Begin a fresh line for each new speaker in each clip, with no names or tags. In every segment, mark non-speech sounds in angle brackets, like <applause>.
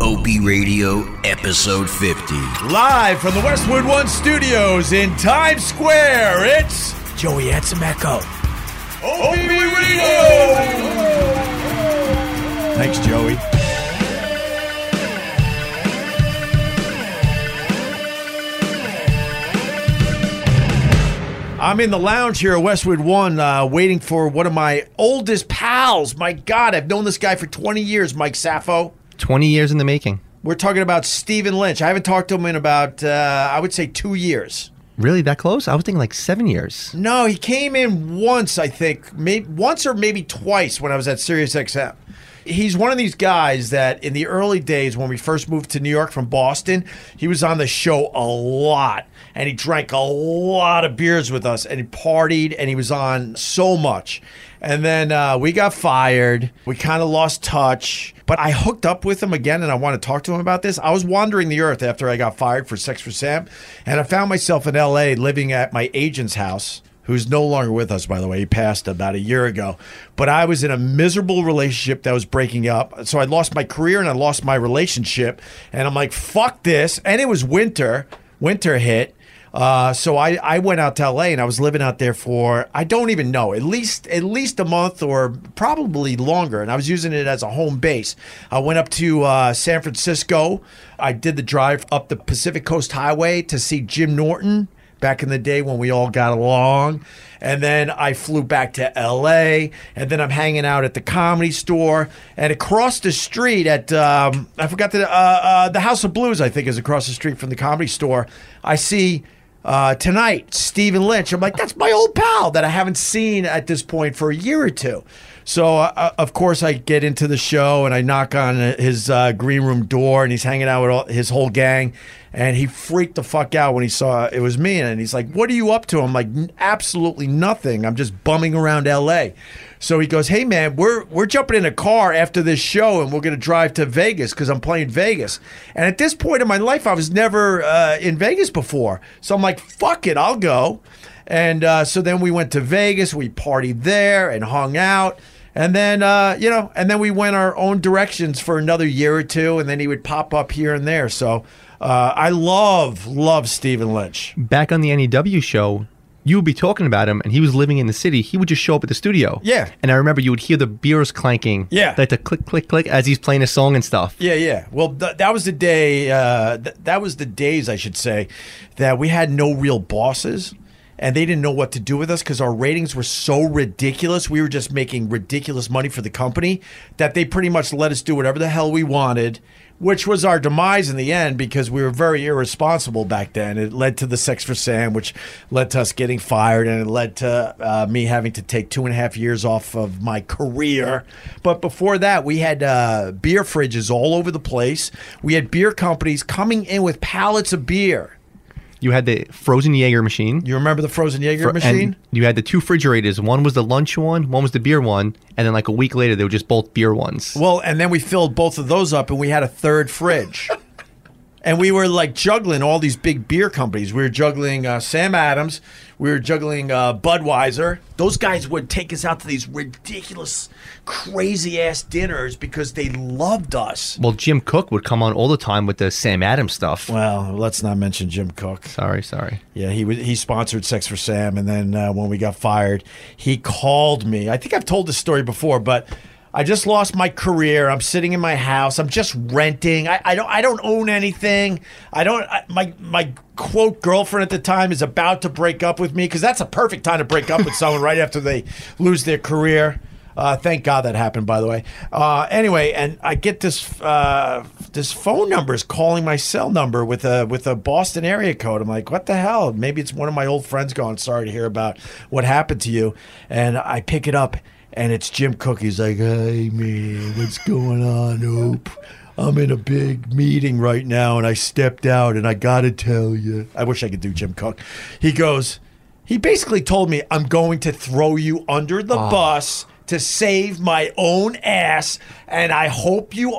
Mopey Radio, episode 50.
Live from the Westwood One Studios in Times Square, it's Joey Ansimeco. Opie Radio! Thanks, Joey. I'm in the lounge here at Westwood One, uh, waiting for one of my oldest pals. My God, I've known this guy for 20 years, Mike Sappho.
20 years in the making.
We're talking about Stephen Lynch. I haven't talked to him in about, uh, I would say, two years.
Really that close? I was thinking like seven years.
No, he came in once, I think, maybe once or maybe twice when I was at SiriusXM. He's one of these guys that in the early days when we first moved to New York from Boston, he was on the show a lot and he drank a lot of beers with us and he partied and he was on so much. And then uh, we got fired. We kind of lost touch, but I hooked up with him again and I want to talk to him about this. I was wandering the earth after I got fired for Sex for Sam and I found myself in LA living at my agent's house who's no longer with us, by the way. He passed about a year ago. But I was in a miserable relationship that was breaking up. So I lost my career and I lost my relationship. And I'm like, fuck this. And it was winter. Winter hit. Uh, so I, I went out to LA and I was living out there for I don't even know at least at least a month or probably longer and I was using it as a home base. I went up to uh, San Francisco. I did the drive up the Pacific Coast Highway to see Jim Norton back in the day when we all got along. And then I flew back to LA. And then I'm hanging out at the comedy store. And across the street at, um, I forgot the, uh, uh, the House of Blues, I think, is across the street from the comedy store. I see uh, tonight Stephen Lynch. I'm like, that's my old pal that I haven't seen at this point for a year or two. So, uh, of course, I get into the show and I knock on his uh, green room door, and he's hanging out with all, his whole gang. And he freaked the fuck out when he saw it was me. And he's like, What are you up to? I'm like, "N- Absolutely nothing. I'm just bumming around LA. So he goes, Hey, man, we're, we're jumping in a car after this show and we're going to drive to Vegas because I'm playing Vegas. And at this point in my life, I was never uh, in Vegas before. So I'm like, Fuck it, I'll go. And uh, so then we went to Vegas, we partied there and hung out. And then, uh, you know, and then we went our own directions for another year or two, and then he would pop up here and there. So uh, I love, love Stephen Lynch.
Back on the NEW show, you would be talking about him, and he was living in the city. He would just show up at the studio.
Yeah.
And I remember you would hear the beers clanking.
Yeah.
Like the click, click, click as he's playing a song and stuff.
Yeah, yeah. Well, th- that was the day. Uh, th- that was the days, I should say, that we had no real bosses, and they didn't know what to do with us because our ratings were so ridiculous. We were just making ridiculous money for the company that they pretty much let us do whatever the hell we wanted, which was our demise in the end because we were very irresponsible back then. It led to the Sex for Sam, which led to us getting fired, and it led to uh, me having to take two and a half years off of my career. But before that, we had uh, beer fridges all over the place. We had beer companies coming in with pallets of beer.
You had the frozen Jaeger machine.
You remember the frozen Jaeger
For-
machine?
And you had the two refrigerators. One was the lunch one, one was the beer one. And then like a week later, they were just both beer ones.
Well, and then we filled both of those up and we had a third fridge. and we were like juggling all these big beer companies. We were juggling uh, Sam Adams, we were juggling uh, Budweiser. Those guys would take us out to these ridiculous, crazy ass dinners because they loved us.
Well, Jim Cook would come on all the time with the Sam Adams stuff.
Well, let's not mention Jim Cook.
Sorry, sorry.
Yeah, he was he sponsored Sex for Sam, and then uh, when we got fired, he called me. I think I've told this story before, but I just lost my career. I'm sitting in my house. I'm just renting. I, I don't I don't own anything. I don't I, my my quote girlfriend at the time is about to break up with me because that's a perfect time to break up with someone right after they lose their career. Uh, thank God that happened, by the way. Uh, anyway, and I get this uh, this phone number is calling my cell number with a with a Boston area code. I'm like, what the hell? Maybe it's one of my old friends going. Sorry to hear about what happened to you. And I pick it up, and it's Jim Cook. He's like, hey man, what's going on, Oop? I'm in a big meeting right now, and I stepped out, and I gotta tell you, I wish I could do Jim Cook. He goes, he basically told me, I'm going to throw you under the bus to save my own ass. And I hope you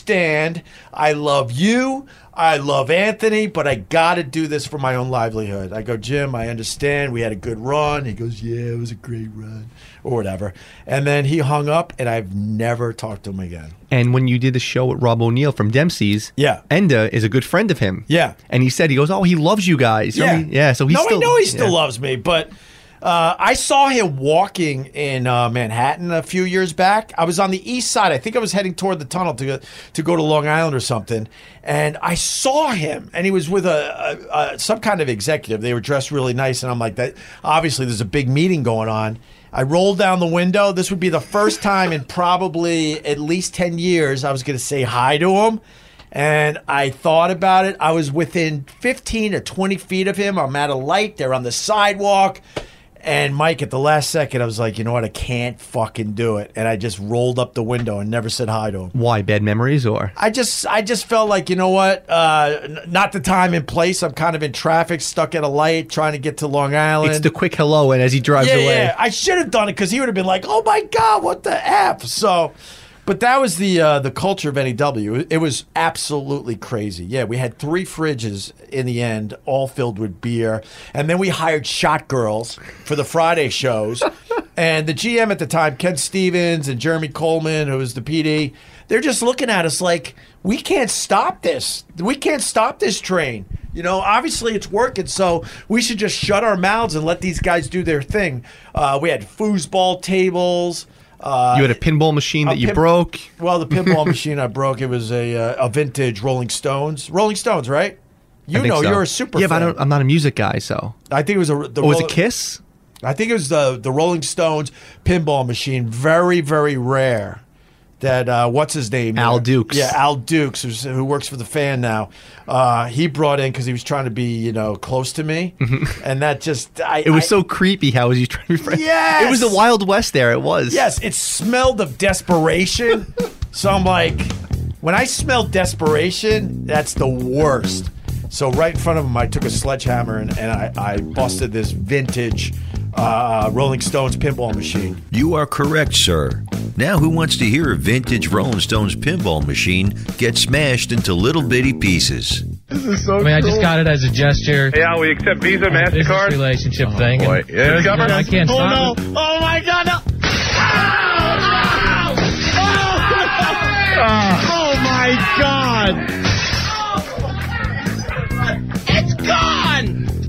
understand. I love you. I love Anthony, but I got to do this for my own livelihood. I go, Jim, I understand. We had a good run. He goes, Yeah, it was a great run, or whatever. And then he hung up, and I've never talked to him again.
And when you did the show with Rob O'Neill from Dempsey's,
Yeah.
Enda is a good friend of him.
Yeah.
and he said he goes, "Oh, he loves you guys." You know what I mean? yeah. So he's
no,
still,
I know he still
yeah.
loves me, but uh, I saw him walking in uh, Manhattan a few years back. I was on the east side. I think I was heading toward the tunnel to go, to go to Long Island or something, and I saw him, and he was with a, a, a some kind of executive. They were dressed really nice, and I'm like, that obviously there's a big meeting going on. I rolled down the window. This would be the first time in probably at least ten years I was going to say hi to him. And I thought about it. I was within 15 or 20 feet of him. I'm at a light. They're on the sidewalk. And Mike, at the last second, I was like, you know what? I can't fucking do it. And I just rolled up the window and never said hi to him.
Why bad memories or?
I just, I just felt like, you know what? Uh, n- not the time and place. I'm kind of in traffic, stuck at a light, trying to get to Long Island.
It's the quick hello, and as he drives
yeah,
away,
yeah. I should have done it because he would have been like, oh my god, what the f? So. But that was the uh, the culture of NEW. It was absolutely crazy. Yeah, we had three fridges in the end, all filled with beer, and then we hired shot girls for the Friday shows. <laughs> and the GM at the time, Ken Stevens and Jeremy Coleman, who was the PD, they're just looking at us like we can't stop this. We can't stop this train. You know, obviously it's working, so we should just shut our mouths and let these guys do their thing. Uh, we had foosball tables. Uh,
you had a pinball machine that you
pin-
broke.
well, the
<laughs>
pinball machine I broke. It was a uh, a vintage Rolling Stones. Rolling Stones, right?
I
You
think
know,
so.
you're a super.
Yeah, but I
fan.
don't, I'm not a music guy, so.
I think it was a. The
Oh, was
Roll-
it Kiss?
I think it was the the Rolling Stones pinball machine. Very very rare. That uh, what's his name?
Al Dukes.
Yeah, Al Dukes, who's, who works for the fan now. Uh, he brought in because he was trying to be you know close to me, and that just I,
Mm-hmm. It was
I-
so creepy. How was he trying to be friends?
Yes!
It was the Wild West there. It was.
Yes, it smelled of desperation. so I'm like, when I smell desperation, that's the worst. So right in front of him, I took a sledgehammer and, and I, I busted this vintage uh, Rolling Stones pinball machine.
You are correct, sir. Now, who wants to hear a vintage Rolling Stones pinball machine get smashed into little bitty pieces?
I mean, I just got it as a gesture,
Yeah, we accept Visa,
business
MasterCard.
relationship thing. and-
boy. Yeah.
You know, I can't stop Ah. it.
Oh my God! No. Oh my God! Oh,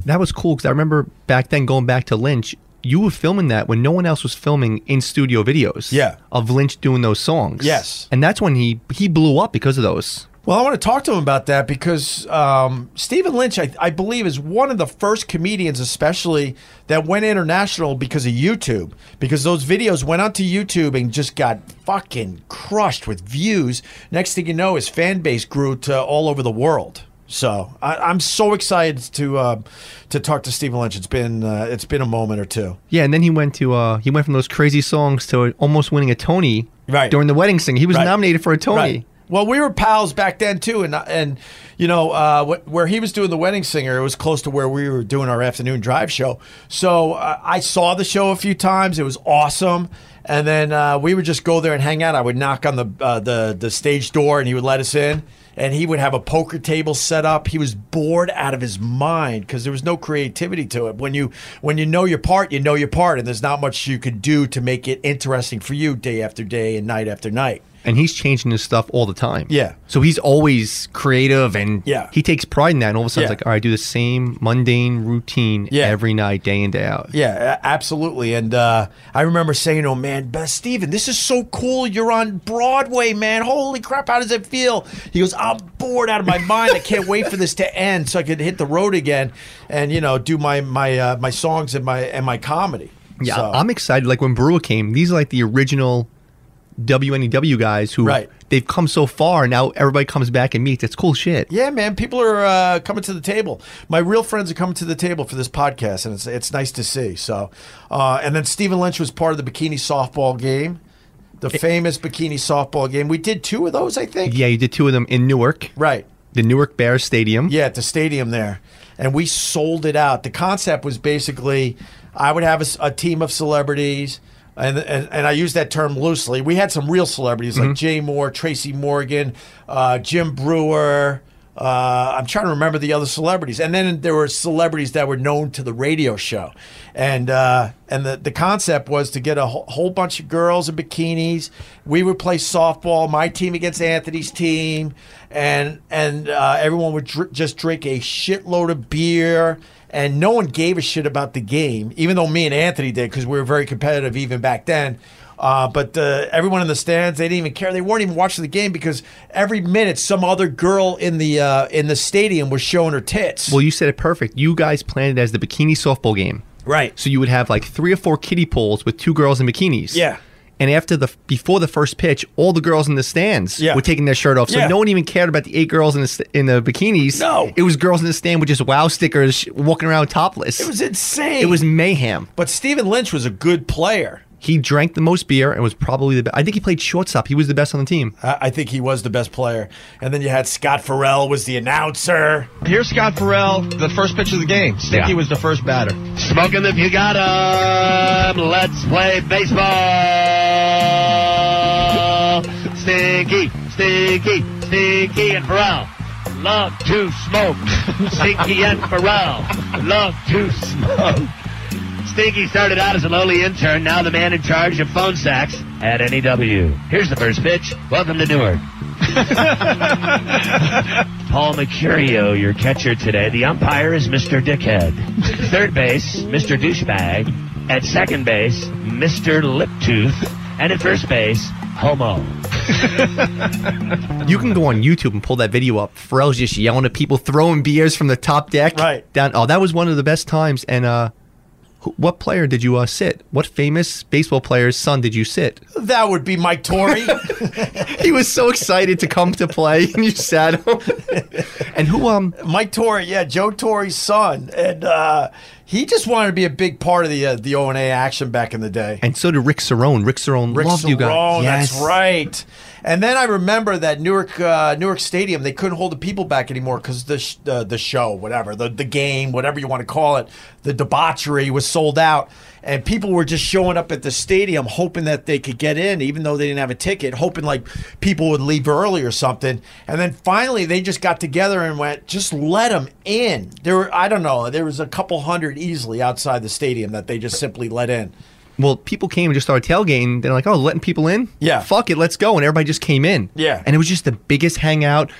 That was cool because I remember back then going back to Lynch. You were filming that when no one else was filming in studio videos.
Yeah.
Of Lynch doing those songs.
Yes.
And that's when he he blew up because of those.
Well, I want to talk to him about that because um, Stephen Lynch, I, I believe, is one of the first comedians, especially that went international because of YouTube. Because those videos went onto YouTube and just got fucking crushed with views. Next thing you know, his fan base grew to all over the world. So I, I'm so excited to uh, to talk to Stephen Lynch. It's been uh, it's been a moment or two.
Yeah, and then he went to uh he went from those crazy songs to almost winning a Tony
Right.
during the wedding sing. He was
Right.
nominated for a Tony.
Right. Well, we were pals back then too, and and you know uh, wh- where he was doing the wedding singer, it was close to where we were doing our afternoon drive show. So uh, I saw the show a few times; it was awesome. And then uh, we would just go there and hang out. I would knock on the uh, the the stage door, and he would let us in. And he would have a poker table set up. He was bored out of his mind because there was no creativity to it. When you when you know your part, you know your part, and there's not much you could do to make it interesting for you day after day and night after night.
And he's changing his stuff all the time.
Yeah.
So he's always creative and
Yeah.
he takes pride in that. And all of a sudden,
Yeah.
it's like, all right, do the same mundane routine
Yeah.
every night, day in, day out.
Yeah, a- absolutely. And uh, I remember saying, "Oh man, but Steven, this is so cool. You're on Broadway, man. Holy crap, how does it feel?" He goes, "I'm bored out of my mind. I can't wait for this to end so I could hit the road again and you know do my my uh, my songs and my and my comedy."
Yeah,
So-
I'm excited. Like when Brewer came, these are like the original WNEW guys who
Right.
they've come so far. Now everybody comes back and meets. It's cool shit.
Yeah, man, people are uh, coming to the table. My real friends are coming to the table for this podcast, and it's it's nice to see. So, uh, and then Stephen Lynch was part of the bikini softball game, the famous bikini softball game. We did two of those, I think.
Yeah, you did two of them in Newark,
Right.
the Newark Bears Stadium.
Yeah, at the stadium there, and we sold it out. The concept was basically, I would have a, s- a team of celebrities. and, and and I use that term loosely. We had some real celebrities
Mm-hmm.
like Jay Moore, Tracy Morgan, uh, Jim Brewer. Uh, I'm trying to remember the other celebrities, and then there were celebrities that were known to the radio show, and uh, and the, the concept was to get a whole, whole bunch of girls in bikinis. We would play softball, my team against Anthony's team, and and uh, everyone would dr- just drink a shitload of beer and no one gave a shit about the game, even though me and Anthony did because we were very competitive even back then. Uh, but uh, everyone in the stands, they didn't even care. They weren't even watching the game because every minute, some other girl in the uh, in the stadium was showing her tits.
Well, you said it perfect. You guys planned it as the bikini softball game.
right.
So you would have like three or four kiddie pools with two girls in bikinis.
Yeah.
And after the before the first pitch, all the girls in the stands
Yeah.
were taking their shirt off, so
Yeah.
no one even cared about the eight girls in the st- in the bikinis.
No.
it was girls in the stand with just wow stickers sh- walking around topless.
it was insane.
it was mayhem.
But Stephen Lynch was a good player.
He drank the most beer and was probably the best. I think he played shortstop. He was the best on the team.
I I think he was the best player. And then you had Scott Farrell was the announcer.
Here's Scott Farrell, the first pitch of the game. Sticky was the first batter.
Smoking if you got 'em. Let's play baseball. Stinky, stinky, stinky and Pharrell. Love to smoke. Stinky and Pharrell. Love to smoke. Stinky started out as a lowly intern, now the man in charge of phone sacks at NEW. Here's the first pitch. Welcome to Newark. Paul Mercurio, your catcher today. The umpire is Mr. Dickhead. Third base, Mr. Douchebag. At second base, Mr. Liptooth. And at first base, Homo.
You can go on YouTube and pull that video up. Pharrell's just yelling at people, throwing beers from the top deck.
Right.
Down. Oh, that was one of the best times. And uh, wh- what player did you uh, sit? What famous baseball player's son did you sit?
That would be Mike Torrey.
<laughs>
<laughs>
he was so excited to come to play, and you sat
<laughs>
him. and who um
Mike Torrey, yeah, Joe Torrey's son, and uh, he just wanted to be a big part of the uh, the O and A action back in the day.
and so did Rick Cerrone. Rick Cerrone
Rick
loved you guys.
Cerrone,
Yes.
that's right. And then I remember that Newark uh, Newark Stadium, they couldn't hold the people back anymore because the sh- uh, the show, whatever the the game, whatever you want to call it, the debauchery was sold out, and people were just showing up at the stadium hoping that they could get in, even though they didn't have a ticket, hoping like people would leave early or something. And then finally, they just got together and went, just let them in. There were I don't know, there was a couple hundred easily outside the stadium that they just simply let in.
Well, people came and just started tailgating. They're like, "Oh, letting people in?
Yeah.
fuck it, let's go." And everybody just came in.
Yeah.
and it was just the biggest hangout.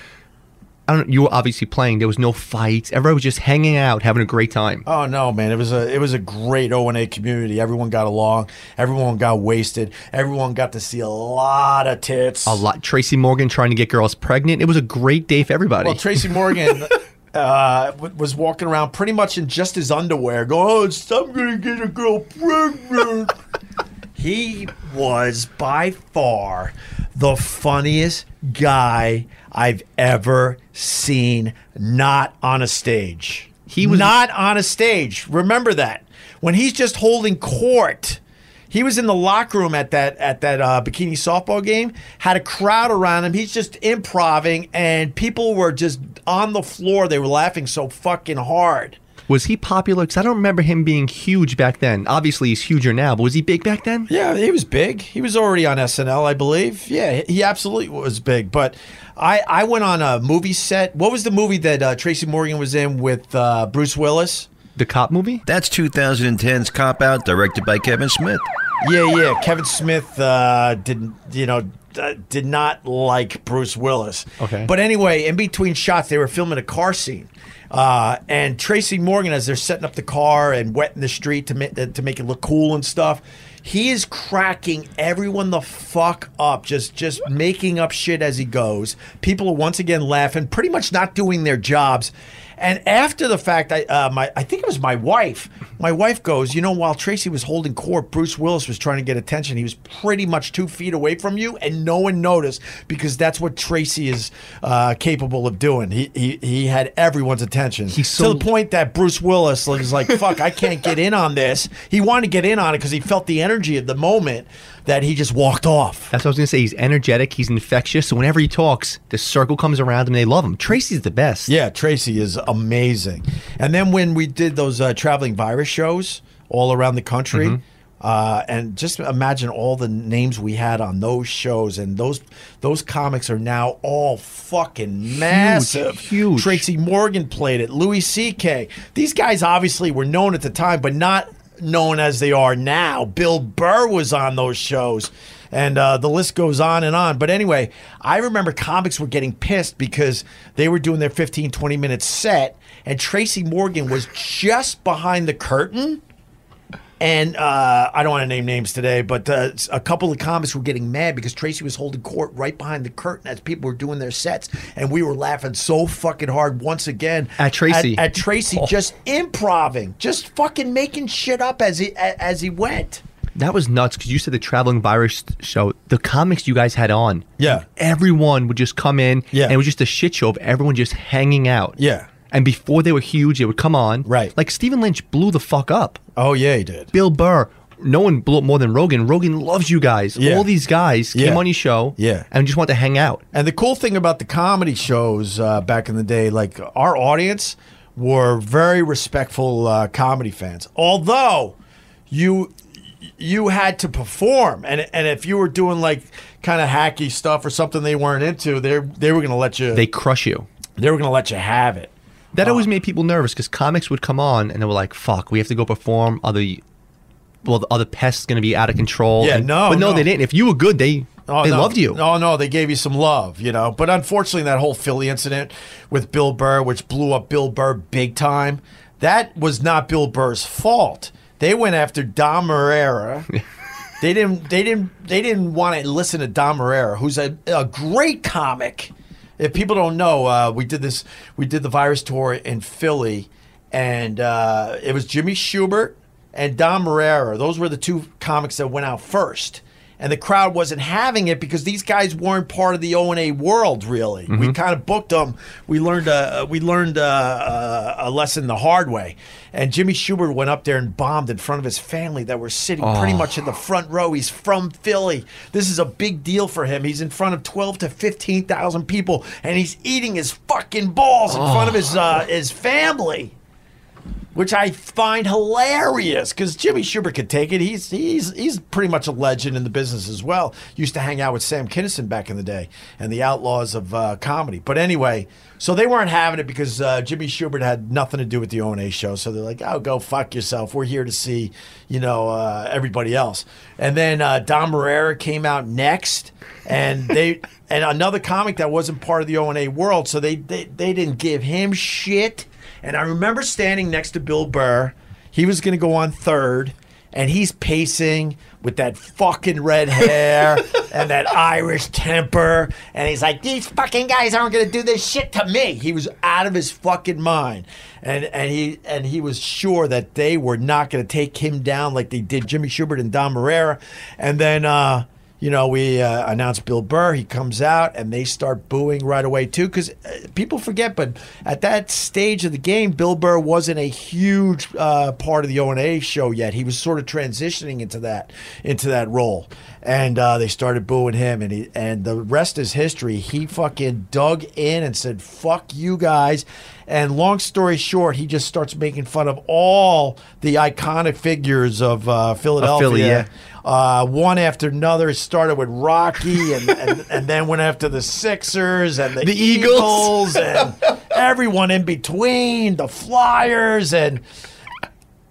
I don't. You were obviously playing. There was no fights. Everybody was just hanging out, having a great time.
Oh no, man! It was a it was a great O and A community. Everyone got along. Everyone got wasted. Everyone got to see a lot of tits.
A lot. Tracy Morgan trying to get girls pregnant. It was a great day for everybody.
Well,
<laughs>
Tracy Morgan uh, w- was walking around pretty much in just his underwear, going, "Oh, it's- I'm gonna get a girl pregnant." he was by far the funniest guy I've ever seen, not on a stage.
He was-
not on a stage. Remember that when he's just holding court. He was in the locker room at that at that uh, bikini softball game. Had a crowd around him. He's just improving, and people were just on the floor. They were laughing so fucking hard.
was he popular? Because I don't remember him being huge back then. Obviously, he's huger now, but was he big back then?
Yeah, he was big. He was already on SNL, I believe. Yeah, he absolutely was big. But I, I went on a movie set. What was the movie that uh, Tracy Morgan was in with uh, Bruce Willis?
The cop movie.
That's 2010's Cop Out, directed by Kevin Smith.
Yeah, yeah. Kevin Smith uh, didn't, you know, uh, did not like Bruce Willis.
Okay.
But anyway, in between shots, they were filming a car scene. Uh, and Tracy Morgan, as they're setting up the car and wetting the street to, ma- uh, to make it look cool and stuff, he is cracking everyone the fuck up, just just making up shit as he goes. People are once again laughing, pretty much not doing their jobs. And after the fact, I uh, my I think it was my wife. My wife goes, you know, while Tracy was holding court, Bruce Willis was trying to get attention. He was pretty much two feet away from you, and no one noticed because that's what Tracy is uh, capable of doing. He, he he had everyone's attention
He's so-
to the point that Bruce Willis was like, "Fuck, I can't get in on this." He wanted to get in on it because he felt the energy of the moment that he just walked off.
That's what I was gonna say. He's energetic. He's infectious. So whenever he talks, the circle comes around him. and They love him. Tracy's the best.
Yeah, Tracy is amazing. And then when we did those uh, traveling virus shows all around the country, Uh, and just imagine all the names we had on those shows, and those those comics are now all fucking massive.
huge.
Tracy Morgan played it. Louis C.K. These guys obviously were known at the time, but not known as they are now. Bill Burr was on those shows, and uh, the list goes on and on. But anyway, I remember comics were getting pissed because they were doing their 15, 20 minute set, and Tracy Morgan was just behind the curtain. And uh, I don't want to name names today, but uh, s- a couple of comics were getting mad because Tracy was holding court right behind the curtain as people were doing their sets, and we were laughing so fucking hard once again
At Tracy. Oh.
At,
<laughs>
at Tracy, just improving, just fucking making shit up as he a- as he went.
That was nuts because you said the traveling virus show, the comics you guys had on.
Yeah.
Everyone would just come in.
Yeah.
And it was just a shit show of everyone just hanging out.
Yeah.
And before they were huge, they would come on.
Right.
Like Stephen Lynch blew the fuck up.
Oh yeah, he did.
Bill Burr, no one blew up more than Rogan. Rogan loves you guys.
Yeah.
All these guys
Yeah.
came on your show.
Yeah.
And just want to hang out.
And the cool thing about the comedy shows uh, back in the day, like our audience were very respectful uh, comedy fans. Although you you had to perform, and and if you were doing like kind of hacky stuff or something they weren't into, they they were gonna let you
They
they,
crush you.
were gonna let you have it. Uh,
That always made people nervous because comics would come on and they were like, "Fuck, we have to go perform." Are the well, the other pest's going to be out of control?
Yeah,
And-
no,
but no,
no.
they didn't. If you were good, they they
no.
loved you.
Oh no, they gave you some love, you know. But unfortunately, that whole Philly incident with Bill Burr, which blew up Bill Burr big time, that was not Bill Burr's fault. They went after Don
<laughs>
Herrera. they didn't. They didn't. They didn't want to listen to Don Herrera, who's a, a great comic. If people don't know, uh, we did this. We did the Virus tour in Philly, and uh, it was Jimmy Schubert and Don Herrera. Those were the two comics that went out first and the crowd wasn't having it because these guys weren't part of the O and A world. Really, we kind of booked them. We learned a we learned uh, a, a lesson the hard way. And Jimmy Schubert went up there and bombed in front of his family that were sitting pretty much in the front row. He's from Philly. This is a big deal for him. He's in front of twelve to fifteen thousand people, and he's eating his fucking balls in front of his uh, his family which I find hilarious because Jimmy Schubert could take it. He's he's he's pretty much a legend in the business as well. Used to hang out with Sam Kinison back in the day and the Outlaws of uh, comedy. But anyway, so they weren't having it because uh, Jimmy Schubert had nothing to do with the O and A show. So they're like, "Oh, go fuck yourself. We're here to see you know uh, everybody else." And then uh, Don Herrera came out next, and they <laughs> and another comic that wasn't part of the O and A world, so they, they they didn't give him shit. And I remember standing next to Bill Burr. He was going to go on third, and he's pacing with that fucking red hair and that Irish temper. And he's like, These fucking guys aren't going to do this shit to me. He was out of his fucking mind. And, and he and he was sure that they were not going to take him down like they did Jimmy Schubert and Don Herrera. And then uh, you know, we uh, announced Bill Burr. He comes out, and they start booing right away too, because uh, people forget. But at that stage of the game, Bill Burr wasn't a huge uh, part of the O and A show yet. He was sort of transitioning into that into that role, and uh, they started booing him. And he, and the rest is history. He fucking dug in and said, "Fuck you guys." And long story short, he just starts making fun of all the iconic figures of uh, Philadelphia
yeah.
uh, one after another. It started with Rocky, and, and, and then went after the Sixers and the,
The Eagles.
Eagles, and everyone in between, the Flyers, and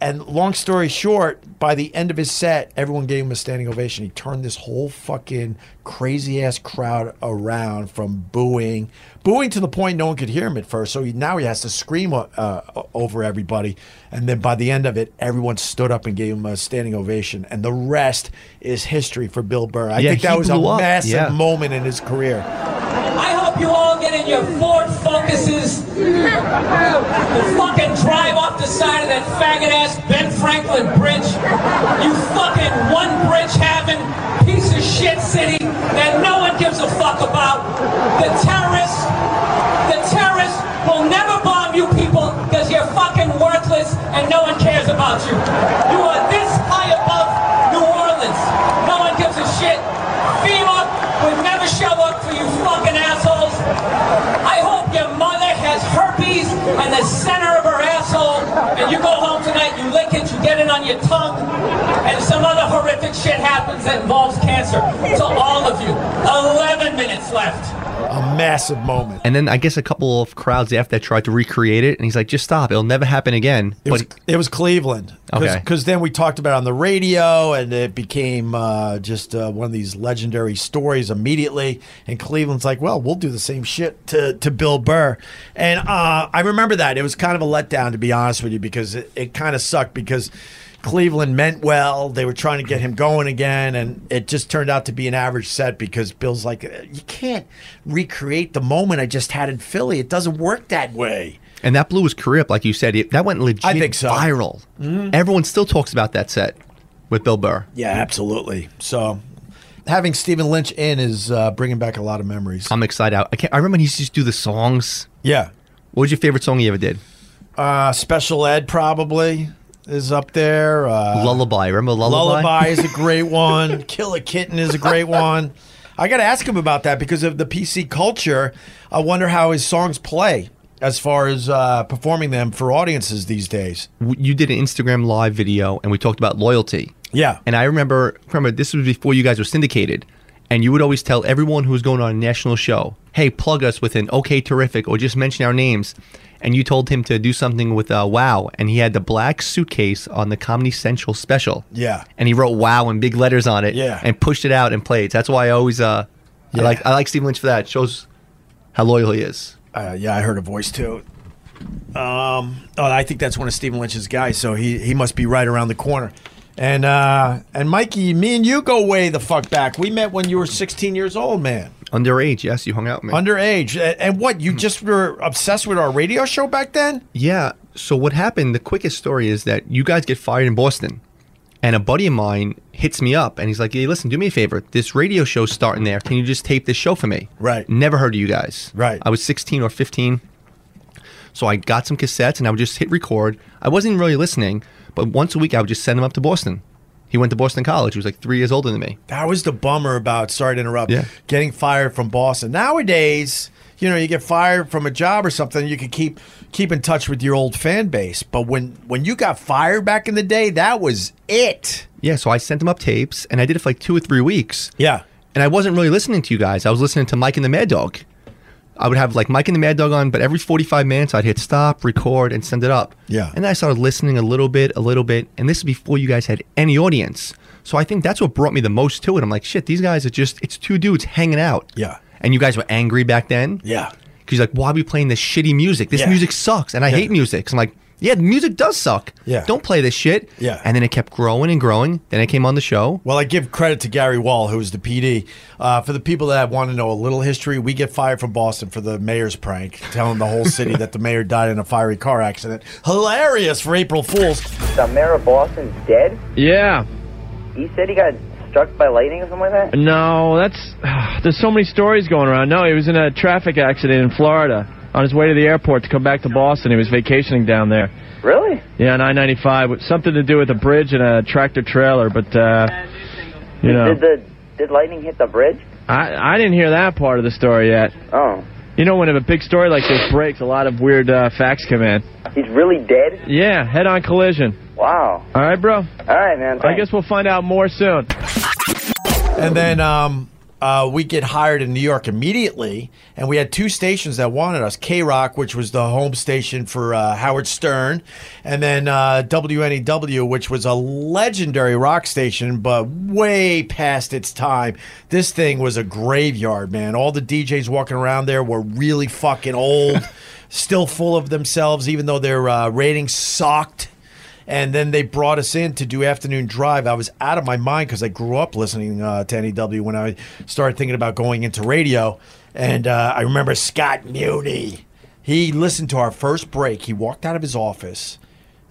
and long story short, by the end of his set, everyone gave him a standing ovation. He turned this whole fucking crazy ass crowd around from booing, booing to the point no one could hear him at first. So he, now he has to scream uh, uh, over everybody. And then by the end of it, everyone stood up and gave him a standing ovation. And the rest is history for Bill Burr. I
Yeah,
think
he
that was a
blew up.
massive
Yeah.
moment in his career.
I hope you all get in your Ford Focuses and fucking drive off the side of that faggot ass Ben Franklin bridge. You fucking one bridge having piece of shit city that no one gives a fuck about. The terrorists, the terrorists will never bomb you people because you're fucking worthless and no one cares about you. You are this high above New Orleans. No one gives a shit. FEMA would never show up for you fucking assholes. I hope your mother has herpes on the center of her asshole and you go home tonight, you lick it, you get it on your tongue, and some other horrific shit happens that involves cancer. To all of you, 11 minutes left.
A massive moment.
And then I guess a couple of crowds after that tried to recreate it, and he's like, "Just stop! It'll never happen again."
It
but
was, it was Cleveland.
Okay.
Because then we talked about it on the radio, and it became uh, just uh, one of these legendary stories immediately. And Cleveland's like, well, we'll do the same shit to, to Bill Burr. And uh, I remember that. It was kind of a letdown, to be honest with you, because it, it kind of sucked because Cleveland meant well. They were trying to get him going again, and it just turned out to be an average set because Bill's like, "Uh, you can't recreate the moment I just had in Philly. It doesn't work that way.
and that blew his career up, like you said. It, that went legit
I think so. Mm-hmm.
viral. Everyone still talks about that set with Bill Burr.
Yeah, absolutely. So having Stephen Lynch in is uh, bringing back a lot of memories.
I'm excited. I can't. I remember he used to just do the songs.
yeah.
What was your favorite song he ever did?
Uh, special Ed probably is up there. Uh,
Lullaby. Remember Lullaby?
Lullaby is a great one. <laughs> Kill a Kitten is a great one. I got to ask him about that because of the PC culture. I wonder how his songs play as far as uh, performing them for audiences these days.
W- You did an Instagram live video, and we talked about loyalty.
Yeah.
And I remember, remember this was before you guys were syndicated, and you would always tell everyone who was going on a national show, "Hey, plug us with an okay, terrific, or just mention our names." And you told him to do something with uh, "Wow," and he had the black suitcase on the Comedy Central special.
Yeah.
And he wrote "Wow" in big letters on it.
Yeah.
And pushed it out and played. That's why I always uh, I like I like Steve Lynch for that. It shows how loyal he is.
Uh, yeah, I heard a voice too. Um, oh, I think that's one of Stephen Lynch's guys, so he he must be right around the corner. And uh, and Mikey, me and you go way the fuck back. We met when you were 16 years old, man,
Underage, yes, you hung out, man.
underage. A- And what you just were obsessed with our radio show back then?
Yeah. So what happened? The quickest story is that you guys get fired in Boston, and a buddy of mine hits me up and he's like, "Hey, listen, do me a favor. This radio show's starting there. Can you just tape this show for me?"
Right.
Never heard of you guys.
Right.
I was 16 or 15, so I got some cassettes and I would just hit record. I wasn't really listening, but once a week I would just send him up to Boston. He went to Boston College. He was like three years older than me.
That was the bummer about. Sorry to interrupt.
Yeah.
Getting fired from Boston. Nowadays, you know, you get fired from a job or something, you can keep keep in touch with your old fan base. But when when you got fired back in the day, that was it.
Yeah. So I sent him up tapes and I did it for like two or three weeks.
Yeah.
and I wasn't really listening to you guys. I was listening to Mike and the Mad Dog. I would have like Mike and the Mad Dog on, but every 45 minutes I'd hit stop, record, and send it up.
Yeah.
And then I started listening a little bit, a little bit, and this is before you guys had any audience. So I think that's what brought me the most to it. I'm like, shit, these guys are just, it's two dudes hanging out.
Yeah.
And you guys were angry back then?
Yeah.
Because like, why are we playing this shitty music? This
Yeah.
music sucks, and I hate music. So I'm like, yeah, the music does suck.
Yeah.
Don't play this shit.
Yeah.
And then it kept growing and growing. Then I came on the show.
Well, I give credit to Gary Wall, who was the PD. Uh, for the people that want to know a little history, we get fired from Boston for the mayor's prank, telling the whole city that the mayor died in a fiery car accident. Hilarious for April Fools.
The mayor of Boston's dead?
Yeah.
He said he got struck by lightning or something like that?
No, that's. <sighs> there's so many stories going around. No, he was in a traffic accident in Florida on his way to the airport to come back to Boston. He was vacationing down there.
Really?
Yeah, on I-95, with something to do with a bridge and a tractor trailer. But uh, you know,
Did the did lightning hit the bridge?
I I didn't hear that part of the story yet.
Oh.
You know, when a big story like this breaks, a lot of weird uh, facts come in.
He's really dead?
Yeah, head-on collision.
Wow.
All right, bro.
All right, man.
I
thanks.
guess we'll find out more soon.
And then um, uh, we get hired in New York immediately, and we had two stations that wanted us: K Rock, which was the home station for uh, Howard Stern, and then uh, WNEW, which was a legendary rock station, but way past its time. This thing was a graveyard, man. All the DJs walking around there were really
<laughs>
fucking old, still full of themselves, even though their uh, ratings sucked. And then they brought us in to do afternoon drive. I was out of my mind because I grew up listening uh, to NEW when I started thinking about going into radio. And uh, I remember Scott Muni. He listened to our first break. He walked out of his office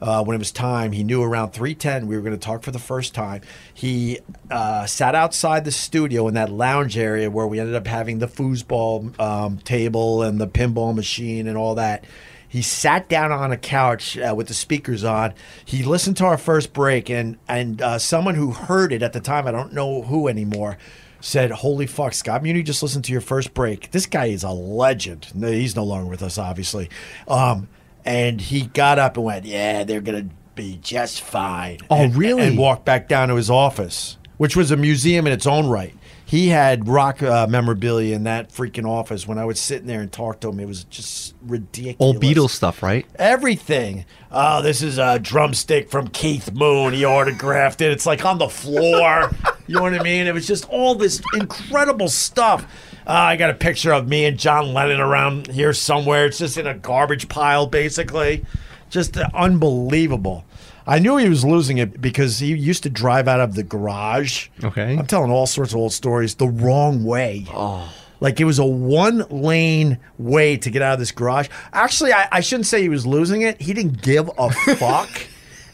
uh, when it was time. He knew around 3:10 we were going to talk for the first time. He uh, sat outside the studio in that lounge area where we ended up having the foosball um, table and the pinball machine and all that. He sat down on a couch uh, with the speakers on. He listened to our first break, and and uh, someone who heard it at the time, I don't know who anymore, said, "Holy fuck, Scott Muni just listened to your first break. This guy is a legend. No, he's no longer with us, obviously." Um, and he got up and went, "Yeah, they're gonna be just fine."
Oh,
And-
really?
And walked back down to his office. which was a museum in its own right. He had rock uh, memorabilia in that freaking office. When I was sitting there and talked to him, it was just ridiculous.
Old Beatles stuff, right?
Everything. Oh, this is a drumstick from Keith Moon. He autographed it. It's like on the floor. you know what I mean? It was just all this incredible stuff. Uh, I got a picture of me and John Lennon around here somewhere. It's just in a garbage pile, basically. Just unbelievable. I knew he was losing it because he used to drive out of the garage.
Okay.
I'm telling all sorts of old stories the wrong way. Oh. Like it was a one lane way to get out of this garage. Actually, I, I shouldn't say he was losing it. He didn't give a fuck.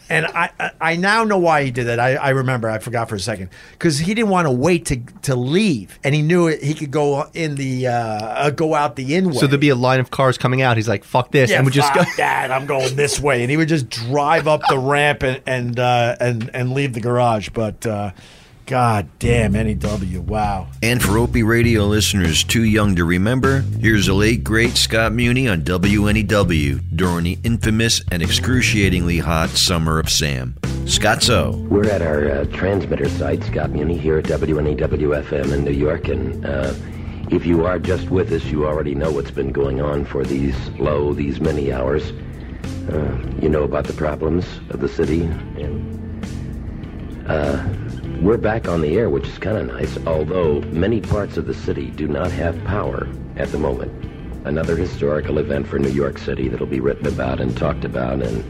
And I, I, I now know why he did that. I, I remember. I forgot for a second because he didn't want to wait to to leave, and he knew it, he could go in the uh, uh, go out the in way.
So there'd be a line of cars coming out. He's like, "Fuck this,"
Yeah,
and we just go.
fuck that. I'm going this way, and he would just drive up the ramp and and uh, and and leave the garage. But uh, god damn, NEW, wow.
And for Opie Radio listeners too young to remember, here's the late great Scott Muni on WNEW during the infamous and excruciatingly hot summer of Sam. Scott's O.
We're at our uh, transmitter site, Scott Muni, here at WNAW FM in New York. And uh, if you are just with us, you already know what's been going on for these low, these many hours. Uh, you know about the problems of the city. And uh, we're back on the air, which is kind of nice, although many parts of the city do not have power at the moment. Another historical event for New York City that'll be written about and talked about and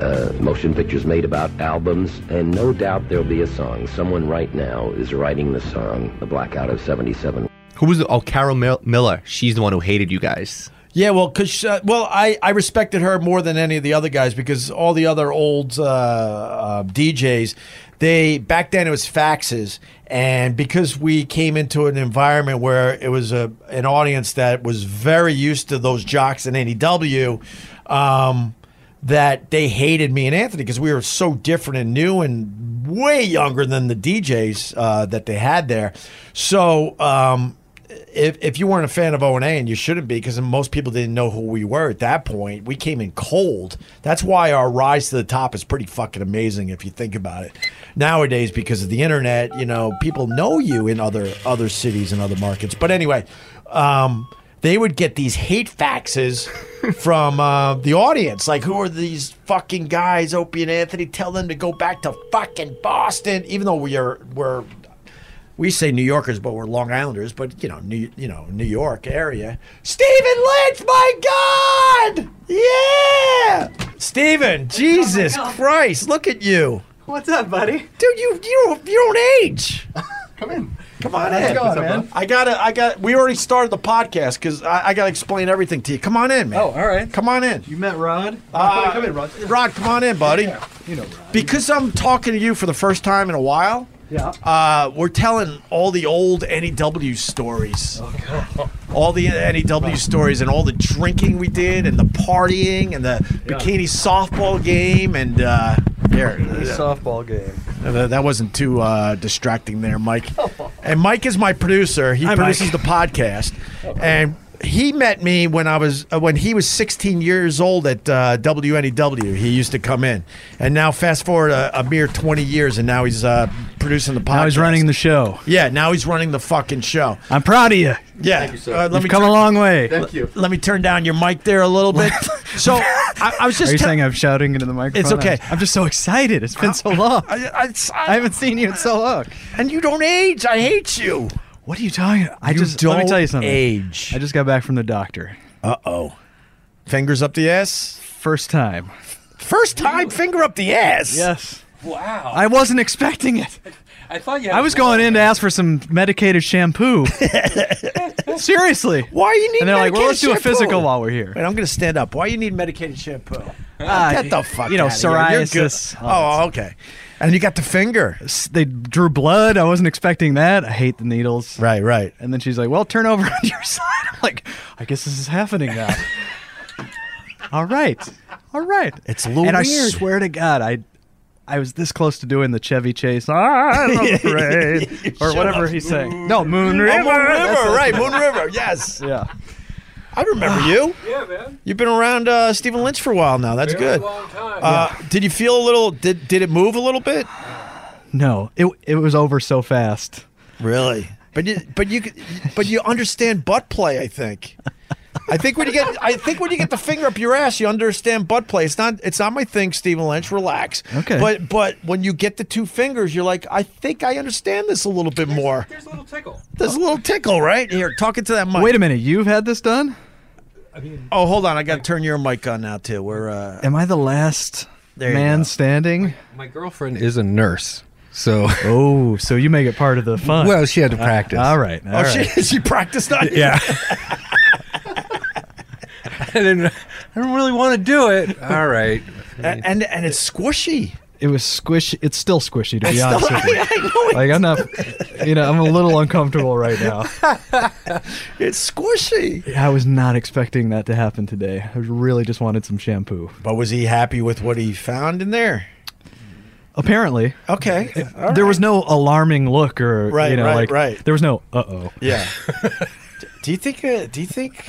uh, motion pictures made about albums, and no doubt there'll be a song. Someone right now is writing the song, The Blackout of 77.
<laughs> Who was the, oh Carol Mil- Miller? She's the one who hated you guys.
Yeah, well, cause uh, well, I, I respected her more than any of the other guys because all the other old uh, uh, DJs, they back then it was faxes, and because we came into an environment where it was a an audience that was very used to those jocks in NEW, um, that they hated me and Anthony because we were so different and new and way younger than the DJs uh, that they had there. So. Um, if, if you weren't a fan of O and A, and you shouldn't be, because most people didn't know who we were at that point. We came in cold. That's why our rise to the top is pretty fucking amazing if you think about it. Nowadays, because of the internet, you know, people know you in other other cities and other markets. But anyway, um, they would get these hate faxes from uh, the audience, like, "Who are these fucking guys, Opie and Anthony? Tell them to go back to fucking Boston." Even though we are we're we say New Yorkers, but we're Long Islanders. But you know, New you know New York area. Stephen Lynch, my God, yeah, Stephen, Jesus Christ, look at you,
What's up, buddy?
dude, you you don't, you don't age.
<laughs> Come in.
Come on
How's it
in,
going, What's up, man? bud?
I gotta, I got. We already started the podcast because I, I gotta explain everything to you. Come on in, man.
Oh, all right.
Come on in.
You met Rod?
Uh,
come in, Rod.
Rod, come on in, buddy.
You know Rod.
Because I'm talking to you for the first time in a while.
Yeah.
Uh, we're telling all the old NEW stories.
Oh,
All the NEW stories and all the drinking we did and the partying and the bikini softball game and uh, there.
Softball game. Oh.
Uh, that wasn't too uh, distracting there, Mike. And Mike is my producer. He produces the podcast, and he met me when I was uh, when he was 16 years old at uh, WNEW. He used to come in, and now fast forward a, a mere 20 years, and now he's uh, producing the podcast.
Now he's running the show.
Yeah, now he's running the fucking show.
I'm proud of you.
Yeah, Uh, let
You've
me
come
turn-
a long way. Are
Thank you.
Let me turn down your mic there a little
<laughs>
bit. so I, I was just
you
tell-
saying I'm shouting into the microphone?
It's okay.
I'm, I'm just so excited. It's <laughs> been so long. I,
I, I, I-
haven't seen you in so long.
and you don't age. I hate you.
What are you talking? I
You
just let me
don't
tell you something.
age.
I just got back from the doctor.
Uh oh. Fingers up the ass.
First time.
First time finger up the ass.
Yes.
Wow.
I wasn't expecting it.
Oh. <laughs> I thought you had
I was going in to ask for some medicated <laughs> shampoo. Seriously.
Why you need?
And they're like, well, let's do a
medicated
physical
shampoo?
while we're here.
Wait, I'm gonna stand up. Why you need medicated shampoo?
Ah,
Get the fuck.
You know,
outta here. You're good.
psoriasis.
Oh, okay. And you got the finger.
s- they drew blood. I wasn't expecting that. I hate the needles.
Right, right.
And then she's like, "Well, turn over <laughs> on your side." I'm like, "I guess this is happening now."
<laughs>
all right, all right.
It's a little
and I
weird.
swear to God, I, I was this close to doing the Chevy Chase.
<laughs>
I love parade, or whatever he sang. No, Moon River.
Oh, Moon
That's
River,
it.
right? Moon
<laughs>
River. Yes,
Yeah. Ah.
I remember you.
Yeah, man.
You've been around uh, Stephen Lynch for a while now. That's
Very
good.
long time.
Uh, Did you feel a little? Did did it move a little bit?
No, it it was over so fast.
Really? But you, but you, could- but you understand butt play. I think. I think when you get, I think when you get the finger up your ass, you understand butt play. It's not, it's not my thing, Stephen Lynch. Relax.
Okay.
But, but when you get the two fingers, you're like, I think I understand this a little bit more. There's a little tickle. There's a little tickle, right? Here, talking to that mic.
Wait a minute, you've had this done?
Oh, hold on. I got to turn your mic on now too. We're. Uh,
Am I the last
There you
man standing?
My girlfriend is a nurse, so
<laughs> oh, so you make it part of the fun.
Well, she had to practice.
all right.
Oh,
all
she, <laughs>
<laughs> right.
she practiced on you?
yeah. I didn't. I didn't really want to do it. <laughs> All right.
And and, and it's squishy.
It was squishy. It's still squishy, to be
It's still-
honest <laughs>
<laughs>
with you.
I know
like I'm not, you know, I'm a little uncomfortable right now.
<laughs> It's squishy.
I was not expecting that to happen today. I really just wanted some shampoo.
But was he happy with what he found in there?
Apparently,
Okay. All
there
right.
was no alarming look or
Right,
you know,
right,
like
right.
there was no uh oh,
Yeah. D- do you think? Uh, do you think?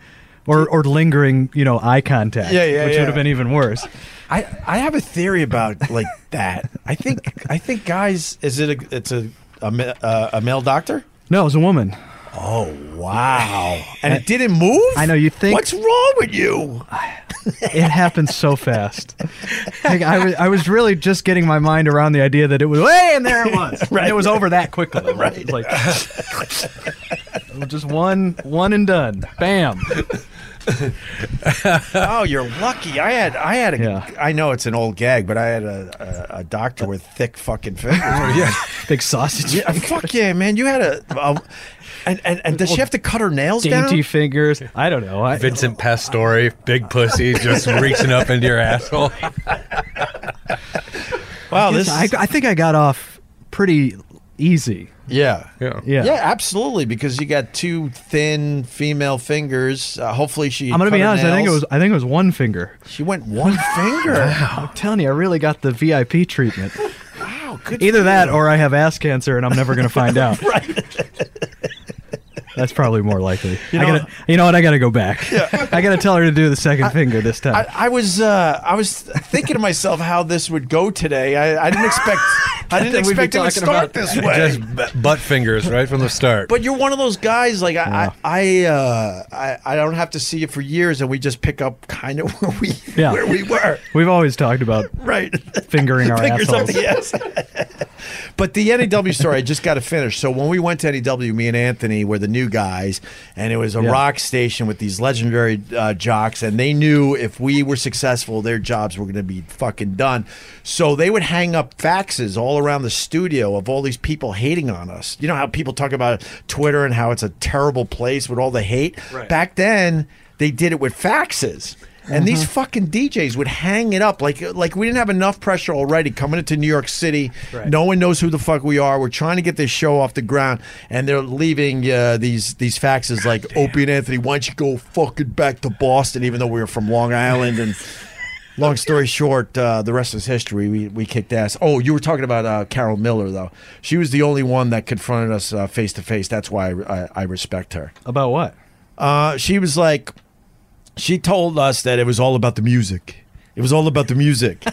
<laughs> or or lingering, you know, eye contact.
Yeah, yeah,
which
yeah.
would have been even worse.
I I have a theory about
<laughs>
like that. I think I think guys. Is it a? It's a a, ma- uh, a male doctor.
No, it was a woman.
Oh
<laughs>
wow! And it didn't move.
I know you think
What's wrong with you?
it happened so fast. Like, I was I was really just getting my mind around the idea that it was hey, and there it was.
<laughs>
And it was over that quickly. Right. It was like just <laughs> one one and done.
<laughs>
Bam.
oh, you're lucky. I had I had a. I know it's an old gag, but I had a a, a doctor with thick fucking
<laughs>
fingers. yeah,
Big Oh, sausage.
yeah,
<laughs>
fuck yeah, man! You had a. a and, and and does she have to cut her nails down?
Dainty fingers. I don't know. I,
Vincent Pastore, big pussy,
<laughs>
just reaching up into your asshole.
Wow,
Yes,
this
I, I think I got off pretty easy.
Yeah.
Yeah.
Yeah.
Yeah, absolutely. Because you got two thin female fingers. Uh, hopefully, she.
I'm gonna
cut
be
her
honest. I think it
nails.
was. I think it was one finger.
She went
<laughs>
one finger.
I'm telling you, I really got the VIP treatment.
Wow, good.
Either
for
that,
you.
or I have ass cancer, and I'm never gonna
<laughs>
find out. right. That's probably more likely.
<laughs> You
I
know-
gotta, you know what? I gotta go back. I gotta tell her to do the second finger this time.
I, I was uh, I was thinking to myself how this would go today. I, I didn't
<laughs>
expect I didn't
think we'd be
expect it to start
talking about
this way.
Just b- butt fingers right from the start.
But you're one of those guys like I I I, uh, I I don't have to see you for years, and we just pick up kind of <laughs> where we
Yeah.
where we were.
We've always talked about
Right. <laughs>
fingering our
Fingers up
assholes.
the ass. <laughs> but the NEW story, I just got to finish. So when we went to NEW, me and Anthony were the new guys, and it was a
Yeah.
rock station with these legendary uh, jocks, and they knew if we were successful, their jobs were going to be fucking done. So they would hang up faxes all around the studio of all these people hating on us. You know how people talk about Twitter and how it's a terrible place with all the hate.
Right.
Back then, they did it with faxes. And these fucking DJs would hang it up like like we didn't have enough pressure already coming into New York City.
Right.
No one knows who the fuck we are. We're trying to get this show off the ground, and they're leaving uh, these these faxes like Opie and Anthony. Why don't you go fucking back to Boston? Even though we were from Long Island,
<laughs>
and long story short, uh, the rest is history. We we kicked ass. Oh, you were talking about uh, Carol Miller though. She was the only one that confronted us uh, face to face. That's why I, I, I respect her.
About what?
Uh, she was like, she told us that it was all about the music. It was all about the music.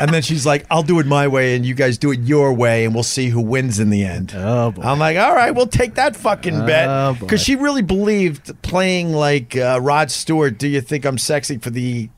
and then she's like, I'll do it my way and you guys do it your way and we'll see who wins in the end.
Oh boy.
I'm like, all right, we'll take that fucking
Oh,
bet.
boy.
Because she really believed playing like uh, Rod Stewart, Do You Think I'm Sexy for the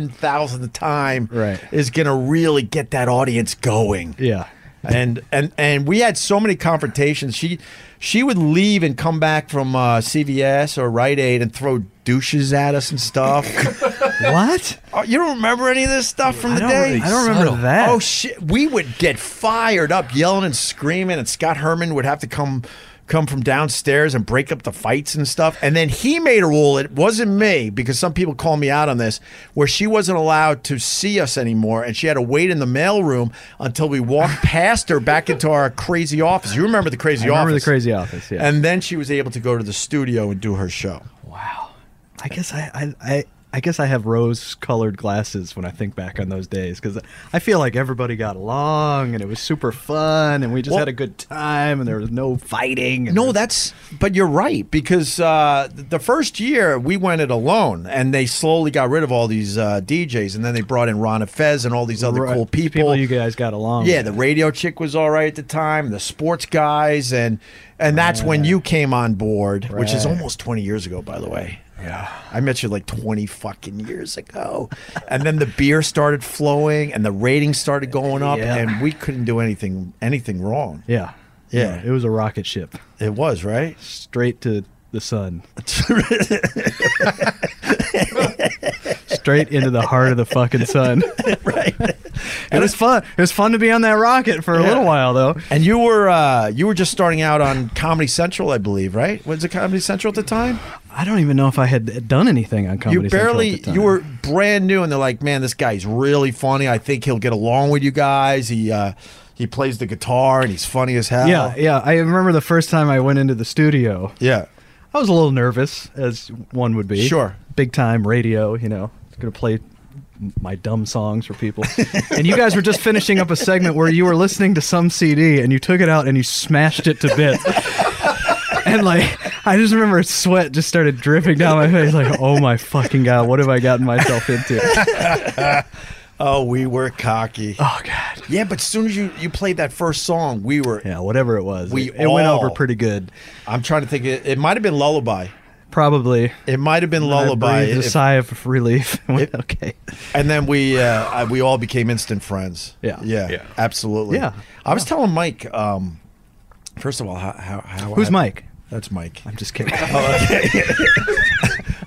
10,000th time
Right.
is going to really get that audience going
Yeah.
and and and we had so many confrontations. She she would leave and come back from uh, CVS or Rite Aid and throw douches at us and stuff. <laughs>
What?
oh, you don't remember any of this stuff from
I
the
don't,
day?
I don't remember that.
Oh shit! We would get fired up, yelling and screaming, and Scott Herman would have to come come from downstairs and break up the fights and stuff. And then he made a rule. It wasn't me because some people call me out on this, where she wasn't allowed to see us anymore, and she had to wait in the mailroom until we walked past her back into our crazy office. You remember the
I
crazy
remember
office?
the crazy office. Yeah.
And then she was able to go to the studio and do her show.
I guess I, I, I I guess I have rose-colored glasses when I think back on those days because I feel like everybody got along and it was super fun and we just
Well-
had a good time and there was no fighting. And
No, that's. But you're right because uh, th- the first year we went it alone, and they slowly got rid of all these uh, DJs, and then they brought in Ron Fez and all these other
Right.
cool people.
you guys got along.
yeah, the radio chick was all right at the time, the sports guys, and and that's when you came on board, which is
Right.
almost 20 years ago, by the way. Yeah, I met you like 20 fucking years ago, and then the beer started flowing, and the ratings started going up,
Yeah.
and we couldn't do anything anything wrong.
Yeah.
Yeah.
It was a rocket ship.
It was, right?
Straight to
<laughs>
the sun. Straight into the heart of the fucking sun.
<laughs> right.
It was fun. It was fun to be on that rocket for a
Yeah.
little while though.
And you were uh, you were just starting out on Comedy Central, I believe, right? Was it Comedy Central at the time?
I don't even know if I had done anything on Comedy
you
Central at
barely
the time.
you were brand new, and they're like, "Man, this guy's really funny. I think he'll get along with you guys. He uh, he plays the guitar, and he's funny as hell."
Yeah, yeah. I remember the first time I went into the studio.
Yeah.
I was a little nervous, as one would be.
Sure.
Big time radio, you know, going to play my dumb songs for people. and you guys were just <laughs> finishing up a segment where you were listening to some CD and you took it out and you smashed it to bits. <laughs> and like, I just remember sweat just started dripping down my face. Like, oh my fucking God, what have I gotten myself into?
oh, we were cocky. Oh God. Yeah, but as soon as you you played that first song, we were
yeah, whatever it was.
We
it, it went over
all-
pretty good.
I'm trying to think. It, it might have been Lullaby.
Probably.
It might have been
And I
Lullaby.
breathed a
if-
sigh of relief. <laughs> I went, okay.
And then we uh, I- we all became instant friends.
Yeah.
yeah, absolutely.
Yeah.
I was telling Mike. Um, first of all, how, how, how
Who's
I-
Mike?
That's Mike. Oh,
I'm just
<laughs>
kidding.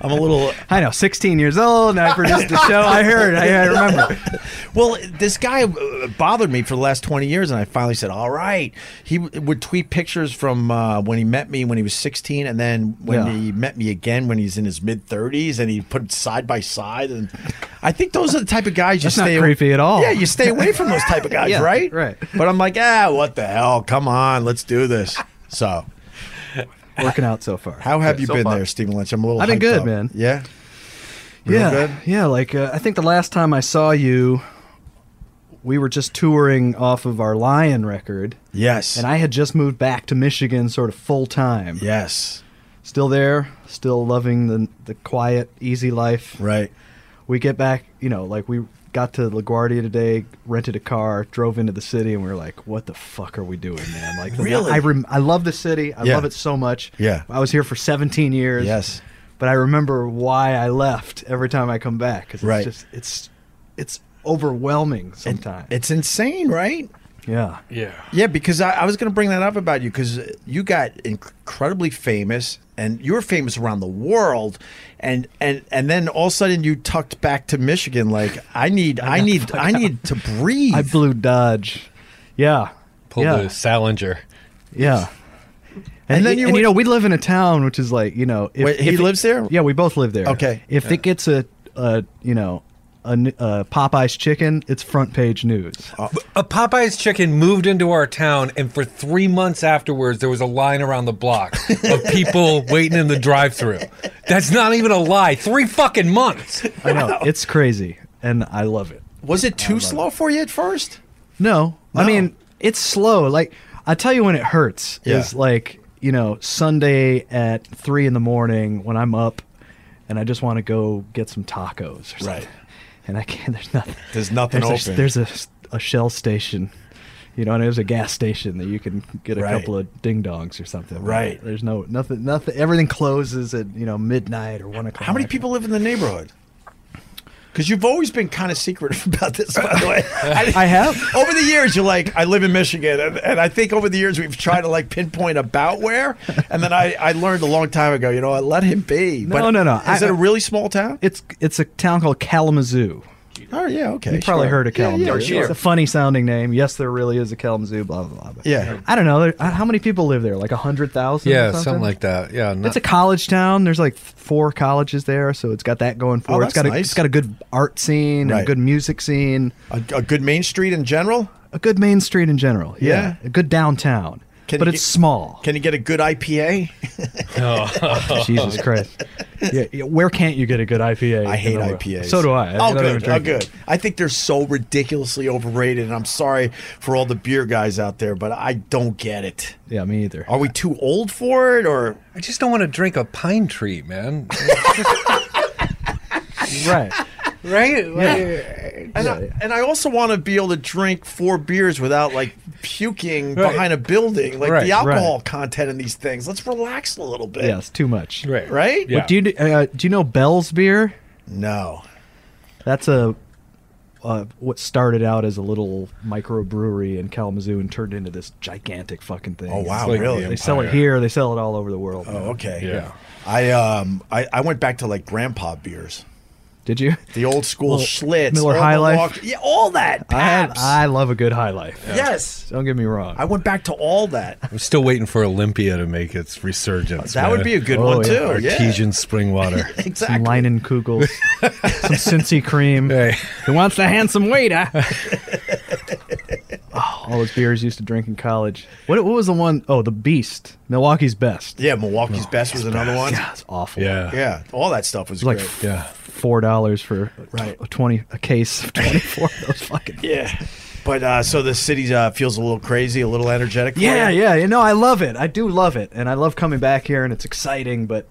I'm a little.
I know, 16 years old, and I produced the show. I heard, I, I remember.
<laughs> Well, this guy uh, bothered me for the last 20 years, and I finally said, All right. He w- would tweet pictures from uh, when he met me when he was 16, and then when
Yeah.
he met me again when he's in his mid 30s, and he put it side by side. And I think those are the type of guys you
That's not
stay
creepy at all.
Yeah, you stay away from those type of guys,
<laughs> Yeah,
right?
right.
But I'm like, Ah, what the hell? Come on, let's do this. So,
Working out so far.
how have
Yeah,
you
so
been
far.
there, Stephen Lynch? I'm a little
I've been
hyped
good,
up.
man.
Yeah. Real
Yeah.
good?
Yeah, like, uh, I think the last time I saw you, we were just touring off of our Lion record.
Yes.
And I had just moved back to Michigan sort of full time.
Yes.
Still there, still loving the, the quiet, easy life.
Right.
We get back, you know, like we got to LaGuardia today, rented a car, drove into the city, and we were like, what the fuck are we doing, man? Like, the-
Really?
I, rem- I love the city. I
Yeah.
love it so much.
Yeah.
I was here for 17 years.
Yes.
But I remember why I left every time I come back because it's
Right.
just, it's, it's overwhelming sometimes.
It's insane, right?
yeah.
Yeah.
Yeah, because I, I was going to bring that up about you because you got inc- incredibly famous, and you were famous around the world, and and and then all of a sudden you tucked back to Michigan. Like I need, I need, I need to breathe.
<laughs> I blew Dodge. Yeah.
Pulled
yeah.
the Salinger.
Yeah. And,
And then
y-
you
and,
were-
you know, we live in a town which is like, you know, if,
Wait, he
if it-
lives there?
Yeah, we both live there.
Okay.
If it gets a, a you know, a, n- a Popeye's chicken, it's front page news.
Uh,
A Popeye's chicken moved into our town, and for three months afterwards, there was a line around the block
<laughs>
of people waiting in the drive-through. That's not even a lie. Three fucking months.
I know it's crazy, and I love it.
Was it too slow for you at first?
No, I mean it's slow. Like I tell you, when it hurts
Yeah.
is like you know Sunday at three in the morning when I'm up, and I just want to go get some tacos or something.
Right.
And I can't. There's nothing.
There's nothing
there's
open.
A, there's a, a Shell station. You know, and there's a gas station that you can get a
Right.
couple of ding dongs or something.
Right.
There's no nothing. Nothing. Everything closes at you know midnight or one o'clock.
How many people live in the neighborhood? Because you've always been kind of secretive <laughs> about this, by the way. I,
I have.
over the years. You're like, I live in Michigan, and, and I think over the years we've tried to like pinpoint about where. And then I, I learned a long time ago, you know, what, let him be.
No, no, no.
Is
I-
it a really small town?
It's it's a town called Kalamazoo.
Oh yeah, okay.
You probably
sure.
heard of Kalamazoo.
Yeah, yeah, sure.
It's a funny sounding name. Yes, there really is a Kalamazoo. Blah blah blah. But
Yeah.
I don't know. There, uh, how many people live there? Like a hundred thousand?
Yeah, something? like that. Yeah, not,
It's a college town. There's like four colleges there, so it's got that going for
Oh,
it.
that's
It's got a,
nice.
it's got a good art scene, and
Right.
a good music scene,
A, a good main street in general.
a good main street in general.
Yeah.
a good downtown. but it's small.
Can you get a good IPA?
<laughs> Oh. Jesus Christ. Yeah, yeah, where can't you get a good IPA?
I hate
in the world?
IPAs.
So do I.
Oh,
I don't even
good. Oh,
drink it.
good. I think they're so ridiculously overrated. And I'm sorry for all the beer guys out there, but I don't get it.
Yeah, me either.
Are we too old for it, or
I just don't want to drink a pine tree, man.
right.
Right?
Yeah.
And, I, and I also want to be able to drink four beers without like puking
Right.
behind a building. Like
Right,
the
right.
alcohol content in these things. Let's relax a little bit.
Yeah, it's too much.
Right.
Right?
But do you uh, do you know Bell's beer?
No.
That's a uh, what started out as a little microbrewery in Kalamazoo and turned into this gigantic fucking thing.
Oh,
It's
wow,
like-
really?
They sell it
Empire.
here. They sell it all over the world.
Oh, okay. I um I, I went back to like grandpa beers.
Did you?
The old school
Little
Schlitz,
Miller
Old
High Life?
Milwaukee- Yeah, all that.
I had-
Pabst.
I love a good high life.
Yes.
Don't get me wrong.
I went back to all that.
I'm still waiting for Olympia to make its resurgence.
That would
man.
be a good one
one
too. Yeah.
Artesian spring water.
<laughs> exactly.
Oh, Some
<laughs>
Leinen Kugels, some Cincy cream. Who wants the handsome waiter? oh, all those beers used to drink in college. What, what was the one oh the Beast. Milwaukee's best.
Yeah, Milwaukee's Best was another one.
Yeah, it's awful.
Yeah, all that stuff was,
It was like
great.
f- four dollars for
Right.
a twenty a
<laughs>
case of twenty four of those fucking
Yeah. But uh, so the city uh, feels a little crazy, a little energetic. for
Yeah,
you?
yeah, you know, I love it. I do love it, and I love coming back here, and it's exciting, but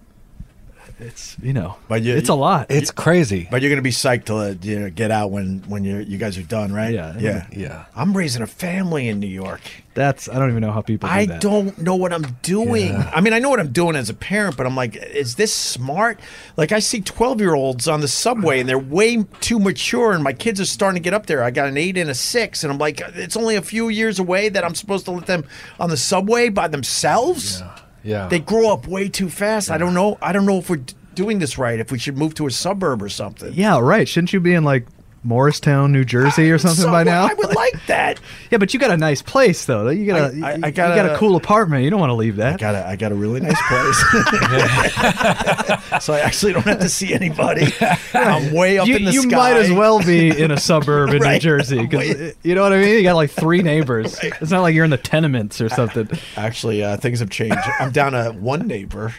it's you know,
But you,
it's a lot.
It's crazy.
But you're gonna be psyched to uh, you know, get out when when you you guys are done, right?
Yeah.
yeah,
yeah.
I'm raising a family in New York.
That's I don't even know how people. Do
I
that.
don't know what I'm doing. I mean, I know what I'm doing as a parent, but I'm like, is this smart? Like, I see 12 year olds on the subway and they're way too mature, and my kids are starting to get up there. I got an eight and a six, and I'm like, it's only a few years away that I'm supposed to let them on the subway by themselves.
Uh-huh.
Yeah.
They grow up way too fast. I don't know. I don't know if we're d- doing this right. If we should move to a suburb or something. <laughs>
Yeah, right. Shouldn't you be in like Morristown, New Jersey, or something by
Somewhere-
now?
I
<laughs>
would like that.
yeah, but you got a nice place though. You got a
I- I- I
you
got
got
a-
a cool apartment. You don't want to leave that. I
got a I got a really nice
<laughs>
place. so I actually don't have to see
<laughs>
anybody. I'm way up
you,
in the
you
sky.
might as well be in a
<laughs>
suburb in New
Right.
Jersey 'cause, you know what I mean. You got
<laughs>
like three neighbors. It's not like you're in the tenements or something.
Actually, uh, things have changed. I'm down to <laughs> one neighbor.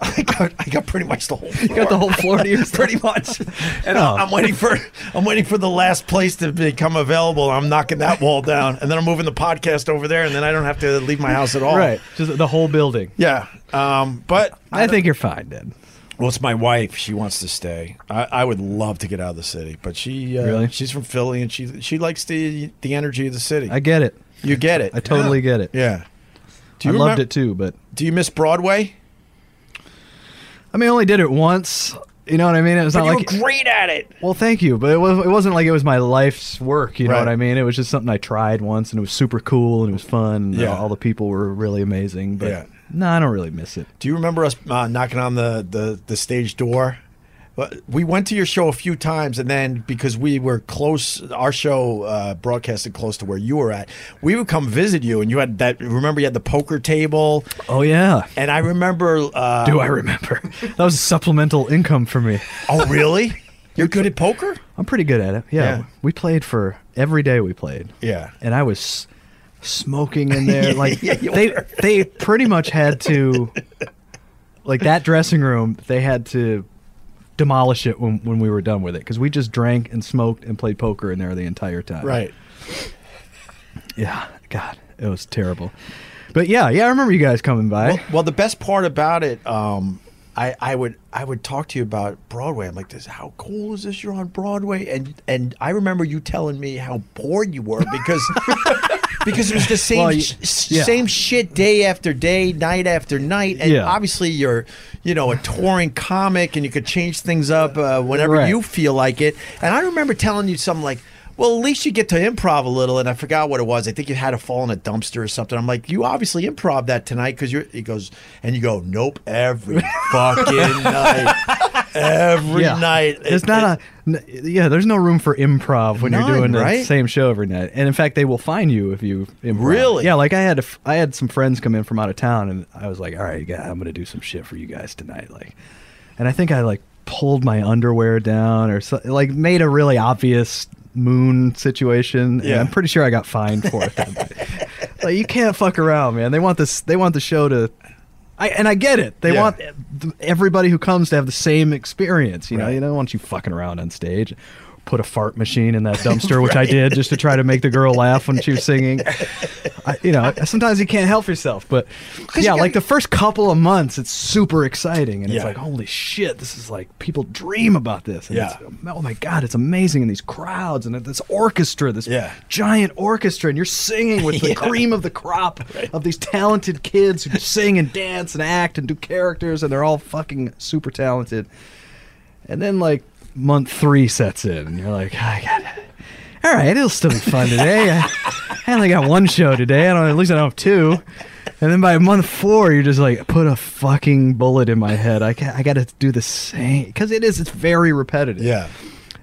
I got, I got pretty much the whole floor.
got the whole floor to
<laughs>
yourself.
pretty much. And
Oh.
I'm waiting for I'm waiting for the last place to become available. I'm knocking that wall down, and then I'm moving the podcast over there, and then I don't have to leave my house at all.
Right, just the whole building.
Yeah. Um, but
I, think you're fine, then.
Well, it's my wife. She wants to stay. I, I would love to get out of the city, but she uh,
Really?
she's from Philly and she she likes the the energy of the city.
I get it.
You get it.
I totally get it.
Yeah. Do
I
you
loved
remem-
it too, but
Do you miss Broadway?
I mean, I only did it once. You know what I mean? It was
But
not
you
like
were great at it.
Well, thank you, but it, was, it wasn't like it was my life's work. You know what I mean? It was just something I tried once, and it was super cool, and it was fun. and
Yeah.
all the people were really amazing. But
Yeah.
no, I don't really miss it.
Do you remember us uh, knocking on the, the, the stage door? Well, We went to your show a few times, and then because we were close, our show uh, broadcasted close to where you were at, we would come visit you, and you had that. Remember, you had the poker table.
Oh yeah.
And I remember. Uh,
Do I remember? that was a supplemental income for me.
Oh,
<laughs>
really? You're good at poker?
I'm pretty good at it. Yeah,
Yeah.
we played for every day we played.
Yeah.
and I was s- smoking in there.
<laughs>
Like
Yeah, you
they they pretty much had to, like that dressing room. They had to demolish it when when we were done with it because we just drank and smoked and played poker in there the entire time.
Right.
Yeah. God, it was terrible. But yeah, yeah, I remember you guys coming by.
Well, well, the best part about it, um, I, I would I would talk to you about Broadway. I'm like, this how cool is this? You're on Broadway, and and I remember you telling me how bored you were because <laughs> because it was the same
Well, you-
sh- s-
yeah.
same shit day after day, night after night, and
Yeah.
obviously you're you know a touring comic, and you could change things up uh, whenever
Right.
you feel like it. And I remember telling you something like. Well, at least you get to improv a little, and I forgot what it was. I think you had to fall in a dumpster or something. I'm like, you obviously improv that tonight because you're. He goes, and you go, nope,
<laughs>
every fucking night, every
yeah.
night.
It's not a n- yeah. There's no room for improv when
None,
you're doing the
right?
same show every night. And in fact, they will fine you if you improv.
Really?
Yeah. Like I had a f I had some friends come in from out of town, and <laughs> I was like, all right, yeah, I'm gonna do some shit for you guys tonight. Like, and I think I like pulled my underwear down or so, like made a really obvious moon situation. and
Yeah. <laughs>
I'm pretty sure I got fined for it. that night. like you can't fuck around, man. They want this. They want the show to. I, and I get it. They
Yeah.
want th- everybody who comes to have the same experience. You know, you don't want you fucking around on stage. Put a fart machine in that dumpster,
<laughs>
which I did just to try to make the girl laugh when she was singing. I, you know, sometimes you can't help yourself, but yeah, like the first couple of months, it's super exciting, and it's
Yeah.
like, holy shit, this is like people dream about this. And
Yeah.
it's, oh my god, it's amazing, and these crowds, and this orchestra, this giant orchestra, and you're singing with the
Yeah.
cream of the crop of these talented kids who sing and dance and act and do characters, and they're all fucking super talented. And then like month three sets in, and you're like, I got it. All right, it'll still be fun today. I, I only got one show today. I don't. At least I don't have two. And then by month four, you're just like, put a fucking bullet in my head. I ca I got to do the same because it is. It's very repetitive. Yeah.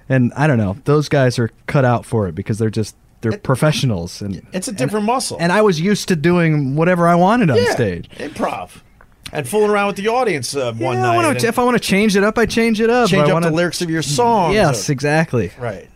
And I don't know. Those guys are cut out for it because they're just they're professionals and
It's a different muscle.
and I was used to doing whatever I wanted on
Yeah,
stage.
Improv. And fooling around with the audience uh, one
I
night.
wanna-
and
if I want to change it up, I change it up.
change
I
up
wanna,
the lyrics of your song.
Yes, exactly.
Right.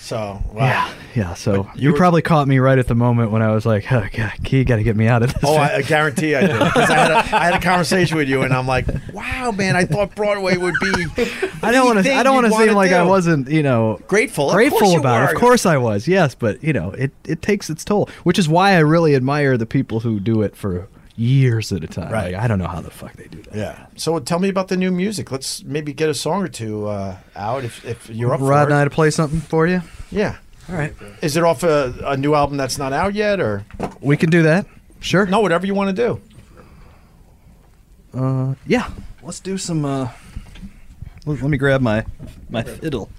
So, wow.
Yeah, yeah. So you, probably caught me right at the moment when I was like, "Oh God, you got to get me out of this."
Oh, I, I guarantee I did. 'Cause I
<laughs>
had, a, I had a conversation with you, and I'm like, wow, man, I thought Broadway would <laughs> be.
I don't want to. I don't want to seem like I
was.
wasn't, you know,
Grateful. Of course
grateful
you
about it.
were.
Of course I was. Yes, but you know, it it takes its toll, which is why I really admire the people who do it for years at a time.
Right.
Like, I don't know how the fuck they do that.
Yeah. So tell me about the new music. Let's maybe get a song or two uh, out if, if you're up
Rod
for
and I
it.
to play something for you.
Yeah.
All right.
Is it off a, a new album that's not out yet, or
We can do that. Sure.
no? Whatever you want to do.
Uh, yeah. Let's do some. Uh, let, let me grab my my fiddle.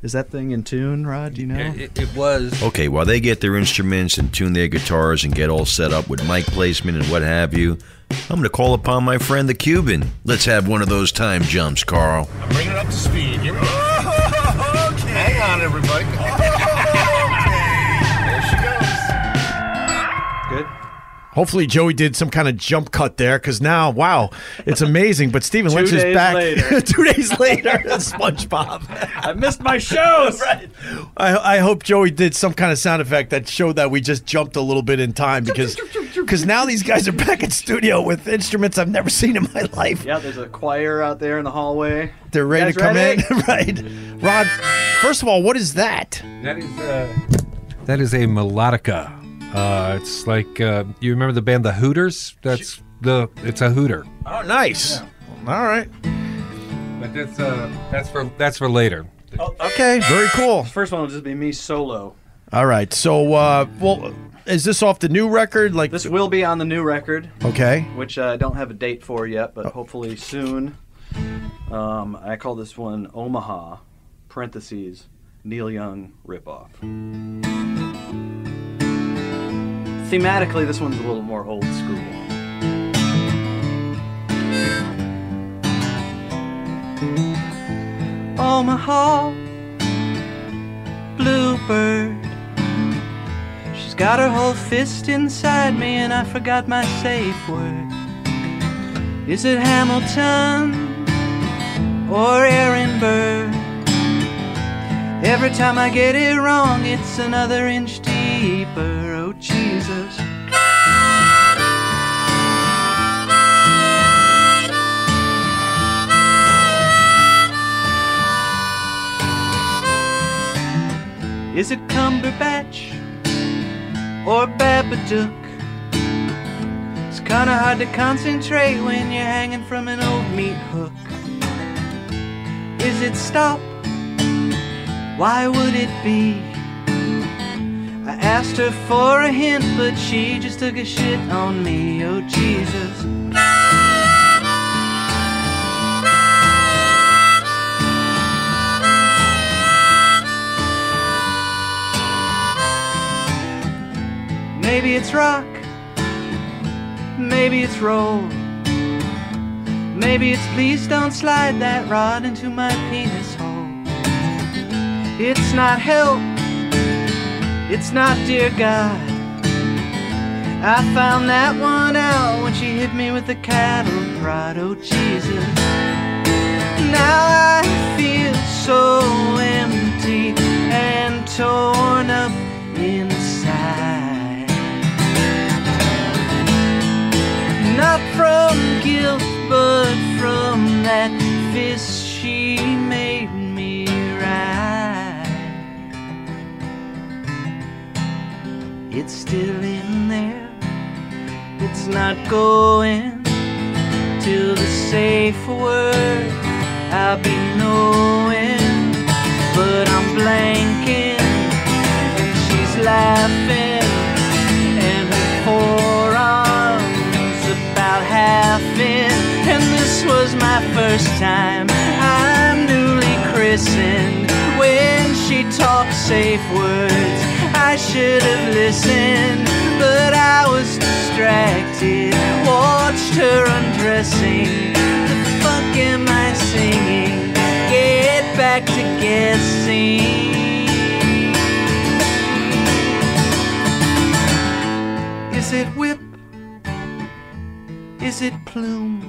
Is that thing in tune, Rod? Do you know?
It, it was.
Okay, while they get their instruments and tune their guitars and get all set up with mic placement and what have you, I'm going to call upon my friend the Cuban. Let's have one of those time jumps, Carl.
I'm bringing it up to speed. Here we go. Hang on, <laughs> everybody.
Good. Hopefully, Joey did some kind of jump cut there, because now, wow, it's amazing. But Stephen
Two
Lynch is
days
back
later.
<laughs> two days later. <laughs> SpongeBob. I
missed my shows.
<laughs> right. I, I hope Joey did some kind of sound effect that showed that we just jumped a little bit in time because because now these guys are back in studio with instruments I've never seen in my life.
Yeah, there's a choir out there in the hallway.
They're ready to come in, <laughs> right? Rod, first of all, what is that?
That is. Uh... That is a melodica. Uh, it's like uh, you remember the band The Hooters. That's the. It's a hooter.
Oh, nice. All right.
But that's uh, that's for that's for later.
Okay, very cool.
First one will just be me solo.
All right. So, uh, well,
<laughs>
is this off the new record? Like
This will be on the new record.
Okay.
Which uh, I don't have a date for yet,
Oh.
but hopefully soon. Um, I call this one Omaha, parentheses, Neil Young ripoff. Thematically, this one's a little more old school. Omaha Bluebird.
She's got her whole fist inside me, and I forgot my safe word. Is it Hamilton or Ehrenberg? Every time I get it wrong, it's another inch deeper. Oh, Jesus. Is it Cumberbatch or Babadook? It's kinda hard to concentrate when you're hanging from an old meat hook. Is it stop? Why would it be? I asked her for a hint, but she just took a shit on me. Oh, Jesus. Maybe it's rock. Maybe it's roll. Maybe it's please don't slide that rod into my penis hole. It's not help. It's not dear God. I found that one out when she hit me with the cattle prod. Oh Jesus. Now I feel so empty and torn up inside. It's still in there. It's not going till the safe word I'll be knowing. But I'm blanking, and she's laughing, and her forearms about half in. And this was my first time I'm newly christened. When she talked safe words, I should have listened, but I was distracted. Watched her undressing. The fuck am I singing? Get back to guessing. Is it whip? Is it plume?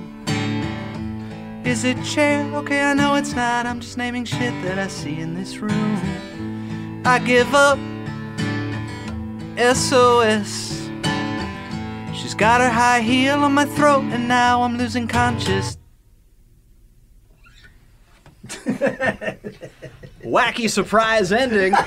Is it chair? Okay, I know it's not. I'm just naming shit that I see in this room. I give up. SOS. She's got her high heel on my throat, and now I'm losing conscious.
Wacky surprise ending. <laughs>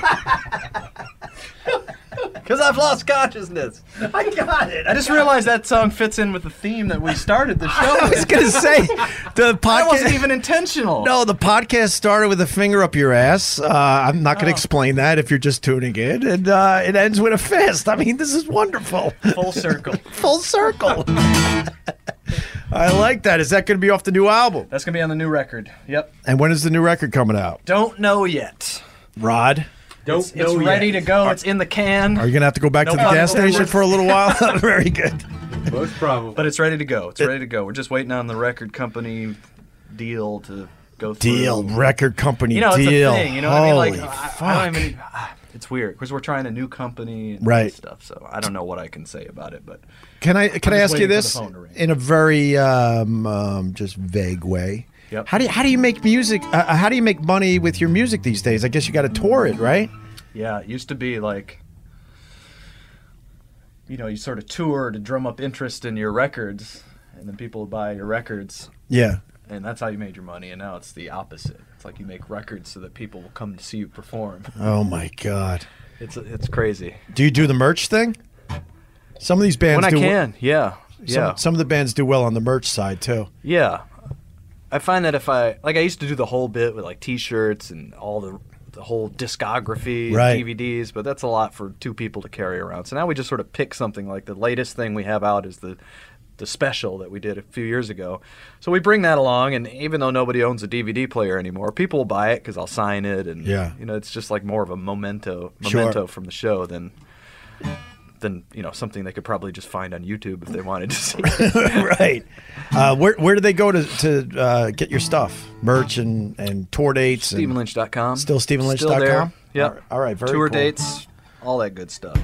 Because I've lost consciousness.
I got it.
I just realized that song fits in with the theme that we started the show.
<laughs> I was
with.
gonna say
<laughs>
the
That
podcast
wasn't even intentional.
No, the podcast started with a finger up your ass. Uh, I'm not going to explain that if you're just tuning in, and uh, it ends with a fist. I mean, this is wonderful.
Full circle.
<laughs> Full circle. <laughs> I like that. Is that going to be off the new album?
That's gonna be on the new record. Yep.
And when is the new record coming out?
Don't know yet.
Rod,
Don't it's, it's ready to go. It's in the can.
are you going to have to go back
No
to the gas
problem.
station for a little while? <laughs> Very good.
Most probably. But it's ready to go. It's ready to go. We're just waiting on the record company deal to go through.
Deal, record company
You know,
deal.
it's a thing. You know what I mean? Like,
Holy
I, I don't even. It's weird because we're trying a new company and
Right.
stuff. So I don't know what I can say about it, but
Can I
I'm
can I
just
ask you
waiting for the
this
phone to ring.
in a very um, um, just vague way?
Yep.
How do you, how do you make music? Uh, how do you make money with your music these days? I guess you got to tour it, right?
Yeah, it used to be like, you know, you sort of tour to drum up interest in your records, and then people would buy your records.
Yeah.
And that's how you made your money. And now it's the opposite. It's like you make records so that people will come to see you perform.
Oh my god.
It's it's crazy.
Do you do the merch thing? Some of these bands
when I
do
can, yeah,
Some,
yeah,
some of the bands do well on the merch side too.
yeah. I find that if I like, I used to do the whole bit with like T-shirts and all the the whole discography, and
Right.
DVDs, but that's a lot for two people to carry around. So now we just sort of pick something like the latest thing we have out is the the special that we did a few years ago. So we bring that along, and even though nobody owns a DVD player anymore, people will buy it because I'll sign it, and
Yeah.
you know, it's just like more of a memento,
Sure.
memento from the show than. Than you know something they could probably just find on YouTube if they wanted to see.
<laughs>
it.
right. Uh, where where do they go to to uh, get your stuff, merch and and tour dates? and-
StephenLynch.com.
Still StephenLynch.com?
Still there. Yep.
All right- all right, very
Tour
cool.
dates, all that good stuff.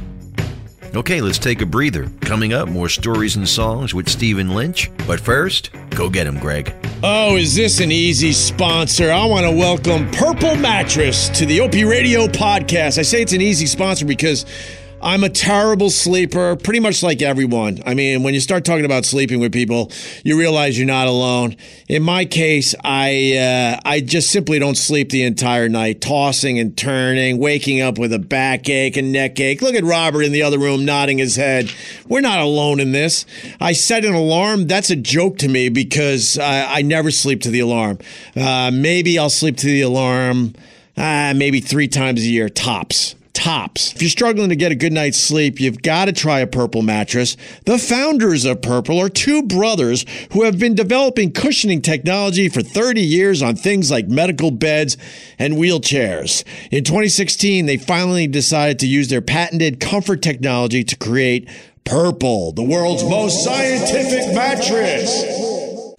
Okay, let's take a breather. Coming up, more stories and songs with Stephen Lynch. But first, go get him, Greg.
Oh, is this an easy sponsor? I want to welcome Purple Mattress to the OP Radio podcast. I say it's an easy sponsor because I'm a terrible sleeper, pretty much like everyone. I mean, when you start talking about sleeping with people, you realize you're not alone. In my case, I uh, I just simply don't sleep the entire night, tossing and turning, waking up with a backache and neck ache. Look at Robert in the other room nodding his head. We're not alone in this. I set an alarm. That's a joke to me because I, I never sleep to the alarm. Uh, maybe I'll sleep to the alarm uh, maybe three times a year, tops. Tops. If you're struggling to get a good night's sleep, you've got to try a Purple mattress. The founders of Purple are two brothers who have been developing cushioning technology for 30 years on things like medical beds and wheelchairs. In 2016, they finally decided to use their patented comfort technology to create Purple, the world's most scientific mattress.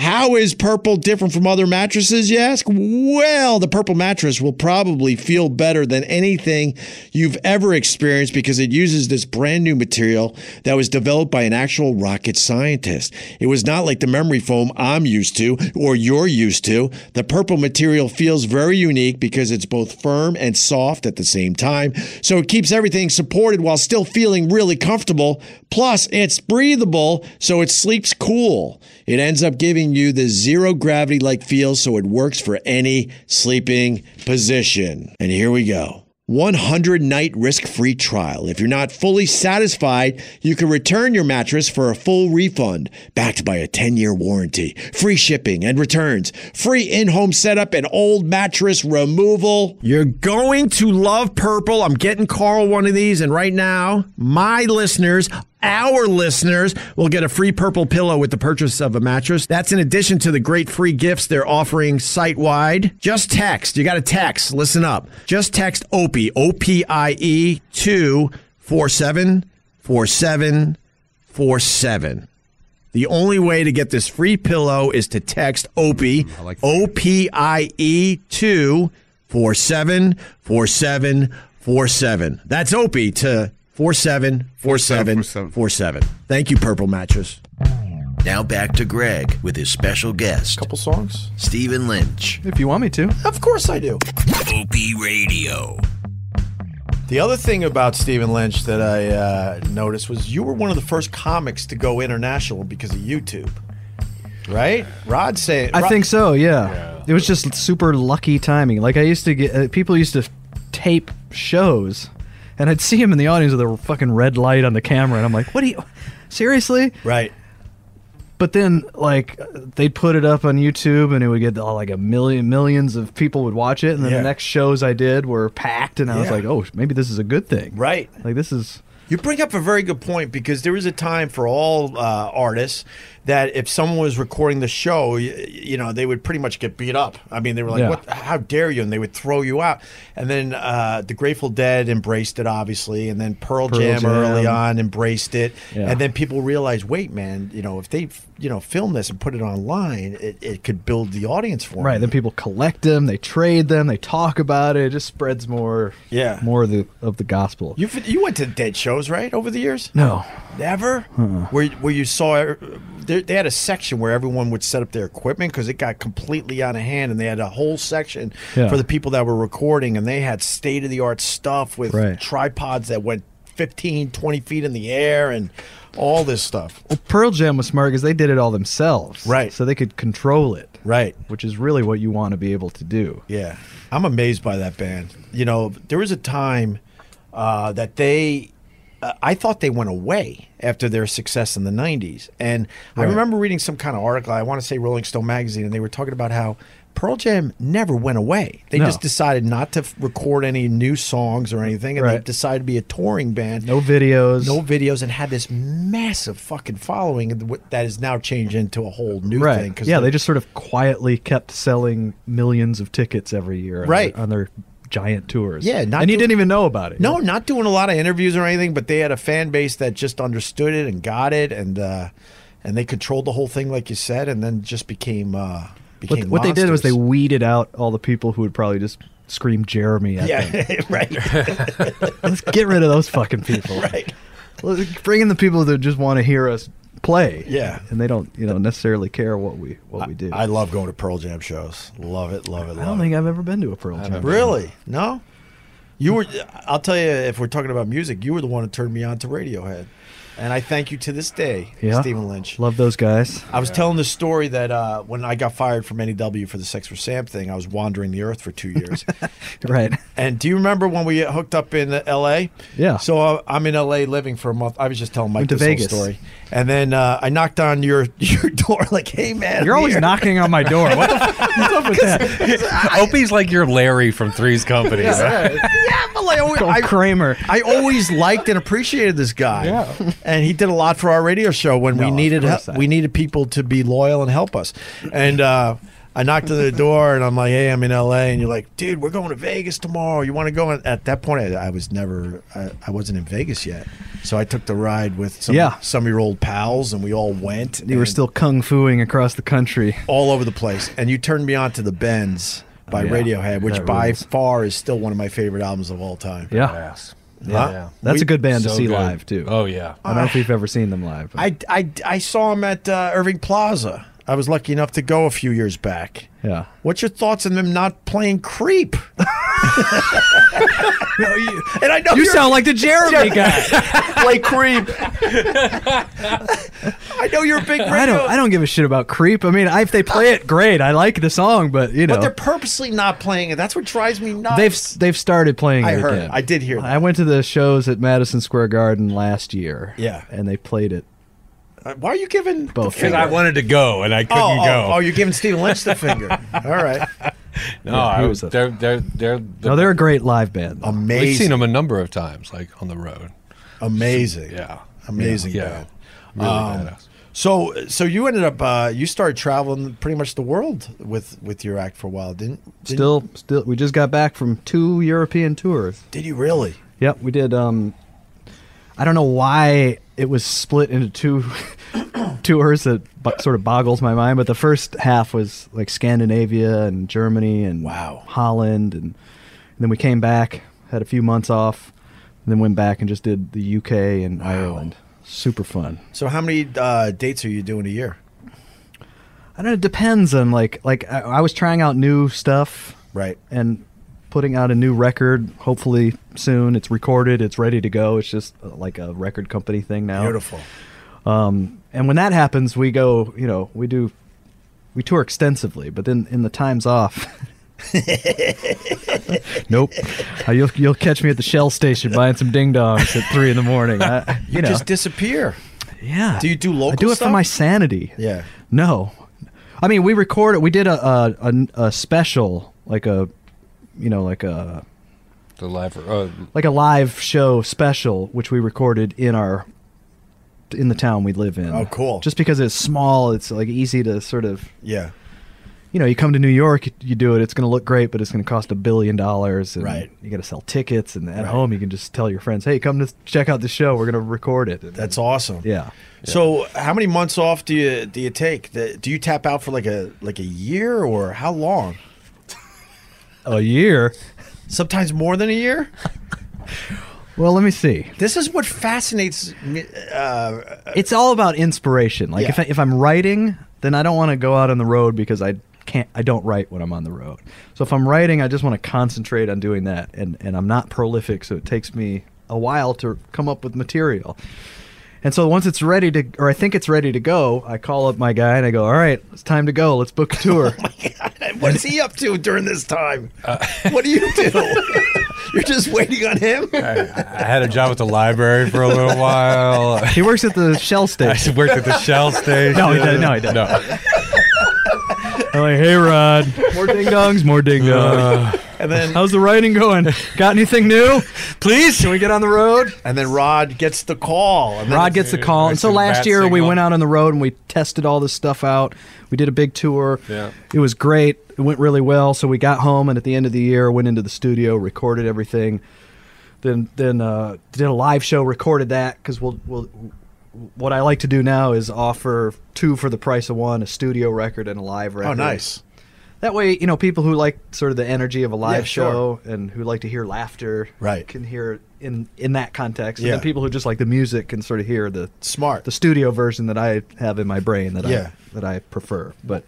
How is purple different from other mattresses, you ask? Well, the purple mattress will probably feel better than anything you've ever experienced because it uses this brand new material that was developed by an actual rocket scientist. It was not like the memory foam I'm used to or you're used to. The purple material feels very unique because it's both firm and soft at the same time, so it keeps everything supported while still feeling really comfortable. Plus, it's breathable, so it sleeps cool. It ends up giving you the zero gravity like feel, so it works for any sleeping position. And here we go.
100 night risk free trial. If you're not fully satisfied, you can return your mattress for a full refund, backed by a 10 year warranty, free shipping and returns, free in home setup, and old mattress removal.
You're going to love purple. I'm getting Carl one of these, and right now, my listeners, our listeners, will get a free purple pillow with the purchase of a mattress. That's in addition to the great free gifts they're offering site wide. Just text. You got to text. Listen up. Just text OPIE, O P I E, to 474747. The only way to get this free pillow is to text OPIE, E O P I E to 474747. That's OPIE to 474747. Thank you, Purple Mattress.
Now back to Greg with his special guest. Couple songs? Stephen Lynch.
If you want me to.
Of course I do.
OP Radio.
The other thing about Stephen Lynch that I uh, noticed was you were one of the first comics to go international because of YouTube, right? Rod said,
I think so. Yeah. it was just super lucky timing. Like I used to get uh, people used to tape shows, and I'd see him in the audience with a fucking red light on the camera, and I'm like, "What do you? Seriously?"
Right.
But then, like, they'd put it up on YouTube, and it would get all, like a million, millions of people would watch it, and then
Yeah.
the next shows I did were packed, and I was
Yeah.
like, "Oh, maybe this is a good thing."
Right.
Like this is.
You bring up a very good point because there was a time for all uh, artists that if someone was recording the show, you, you know, they would pretty much get beat up. I mean, they were like,
Yeah.
"What? How dare you?" and they would throw you out. And then uh, the Grateful Dead embraced it, obviously, and then Pearl,
Pearl
Jam,
Jam.
early on embraced it,
Yeah.
and then people realized, "Wait, man, you know, if they, you know, film this and put it online, it, it could build the audience for 'em."
Right. Then people collect them, they trade them, they talk about it. It just spreads more.
Yeah.
More of the of the gospel.
You've, you went to Dead shows, right, over the years?
No.
Never?
Uh-uh.
Where, where you saw, er, they, they had a section where everyone would set up their equipment because it got completely out of hand and they had a whole section
Yeah.
for the people that were recording and they had state of the art stuff with
Right.
tripods that went 15, 20 feet in the air and all this stuff.
Well, Pearl Jam was smart because they did it all themselves.
Right.
So they could control it.
Right.
Which is really what you want to be able to do.
Yeah, I'm amazed by that band. You know, there was a time uh, that they, uh, I thought they went away after their success in the '90s, and I
Right.
remember reading some kind of article. I want to say Rolling Stone magazine, and they were talking about how Pearl Jam never went away. They
No.
just decided not to f- record any new songs or anything, and they
Right.
decided to be a touring band.
No videos.
No videos and had this massive fucking following and wh- that has now changed into a whole new
right.
thing. 'cause
yeah,
they're-
they just sort of quietly kept selling millions of tickets every year. on
Right.
their- On their, giant tours.
Yeah, not
and you
doing-
didn't even know about it.
No, not doing a lot of interviews or anything, but they had a fan base that just understood it and got it, and uh, and they controlled the whole thing, like you said, and then just became uh,
What,
became
what they did was they
monsters.
weeded out all the people who would probably just scream Jeremy at them.
yeah <laughs> right
<laughs> Let's get rid of those fucking
<laughs>
people.
right.
Let's bring in the people that just want to hear us play.
Yeah.
And they don't, you know, necessarily care what we what we do.
I love going to Pearl Jam shows. Love it, love it,
I don't
love it.
think I've ever been to a Pearl Jam.
Really? No. You were. I'll tell you, if we're talking about music, you were the one who turned me on to Radiohead, and I thank you to this day,
Yeah.
Stephen Lynch.
Love those guys.
I was telling the story that uh, when I got fired from NEW for the Sex for Sam thing, I was wandering the earth for two
<laughs>
years.
<laughs> Right.
And do you remember when we hooked up in L.A.?
Yeah.
So uh, I'm in L.A. living for a month. I was just telling Mike
Went to
this whole
Vegas.
story, and then uh, I knocked on your <laughs> your door like, "Hey man,
You're
I'm
always
here." <laughs>
knocking on my door. What the fuck is up with that?
<laughs> Opie's like your Larry from Three's Company.
<laughs>
right?
yeah, but like, I always- I,
Kramer.
I always liked and appreciated this guy. Yeah. And he did a lot for our radio show when we needed help.
course I-
We needed people to be loyal and help us. And uh, I knocked on the door and I'm like, hey, I'm in LA. And you're like, dude, we're going to Vegas tomorrow. You want to go? And at that point, I, I was never, I, I wasn't in Vegas yet. So I took the ride with some,
Yeah.
some of your old pals and we all went.
You were
and-
still kung fuing across the country.
all over the place. And you turned me on to the Bends by
Oh, yeah.
Radiohead, which
That
by
rules.
far is still one of my favorite albums of all time.
Yeah.
Huh?
That's
We-
a good band to
So
see
good.
live too.
Oh yeah.
I don't know if you've ever seen them live. but-
I, I, I saw him at uh, Irving Plaza. I was lucky enough to go a few years back.
yeah. <laughs>
What's your thoughts on them not playing Creep?
No, you,
and I know
you
you're-
sound like the Jeremy guy.
<laughs> Play creep. <laughs> I know you're a big radio.
I don't. I don't give a shit about Creep. I mean, I, if they play it, great. I like the song, but you know,
But they're purposely not playing it. That's what drives me nuts.
They've they've started playing.
I
it
heard.
again.
I did hear
I went to the shows at Madison Square Garden last year.
Yeah.
and they played it.
Uh, Why are you giving
Both
Because I <laughs> wanted to go and I couldn't
oh, oh,
go.
oh, you're giving Steve Lynch the finger. All right.
<laughs> no,
Yeah,
I
he
was.
was a-
They're they're they're.
No, they're a great live band.
Amazing.
We've seen them a number of times, like on the road.
Amazing.
yeah.
Amazing.
Yeah.
band.
Really
Um,
badass.
so so you ended up uh, you started traveling pretty much the world with with your act for a while, didn't? didn't
Still, still, we just got back from two European tours.
Did you really?
Yep, we did. Um, I don't know why it was split into two <coughs> tours that bo- sort of boggles my mind. But the first half was like Scandinavia and Germany and wow. Holland, and, and then we came back, had a few months off, and then went back and just did the UK and Ireland. Super fun.
So how many uh, dates are you doing a year?
I don't know. It depends on like like I, I was trying out new stuff,
right?
And putting out a new record. Hopefully soon, it's recorded, it's ready to go. It's just uh, like a record company thing now.
Beautiful.
Um, and when that happens, we go. You know, we do we tour extensively, but then in the
<laughs>
times off. nope. Uh, you'll you'll catch me at the Shell station buying some ding dongs at three in the morning. I, you,
<laughs> You,
know,
just disappear.
Yeah.
Do you do local?
I do it
stuff?
for my sanity.
Yeah.
No, I mean we recorded. We did a a, a, a special like a, you know, like a
The live. Uh,
like a live show special, which we recorded in our in the town we live in.
Oh, cool.
Just because it's small, it's like easy to sort of
Yeah.
you know, you come to New York, you do it. It's going to look great, but it's going to cost a billion dollars, and
Right.
you got to sell tickets. And at
Right.
home, you can just tell your friends, "Hey, come to check out the show. We're going to record it." And
That's awesome.
Yeah.
So how many months off do you do you take? The- Do you tap out for like a like a year or how long?
A year.
Sometimes more than a year.
Well, let me see.
This is what fascinates me. Uh,
it's all about inspiration. Like if, I,
Yeah.
if I'm writing, then I don't want to go out on the road because I can't. I don't write when I'm on the road. So if I'm writing, I just want to concentrate on doing that, and and I'm not prolific, so it takes me a while to come up with material. And so once it's ready to, or I think it's ready to go, I call up my guy and I go, "All right, it's time to go. Let's
<laughs>
book a tour."
Oh what is he up to during this time? <laughs> what do you do? You're just waiting on him.
I had a job at the library for a little while.
<laughs> he works
<laughs>
at the Shell station.
I worked at the Shell station.
<laughs> No, he doesn't. No, he doesn't.
No.
<laughs> I'm like, "Hey, Rod, more ding dongs, more ding
Uh,
dongs."
and then
how's the writing going? Got anything new? Please, can we get on the road?
And then Rod gets the call. And then
Rod gets the call. And so last year we went out on the road and we tested all this stuff out. We did a big tour.
Yeah.
It was great. It went really well. So we got home and at the end of the year went into the studio, recorded everything. Then then uh, did a live show, recorded that cuz we'll we'll what I like to do now is offer two for the price of one, a studio record and a live record.
Oh, nice.
That way, you know, people who like sort of the energy of a live
Yeah, sure.
show and who like to hear laughter
Right.
can hear it in in that context. And
Yeah.
then people who just like the music can sort of hear the
smart
the studio version that I have in my brain that
Yeah.
I that I prefer. But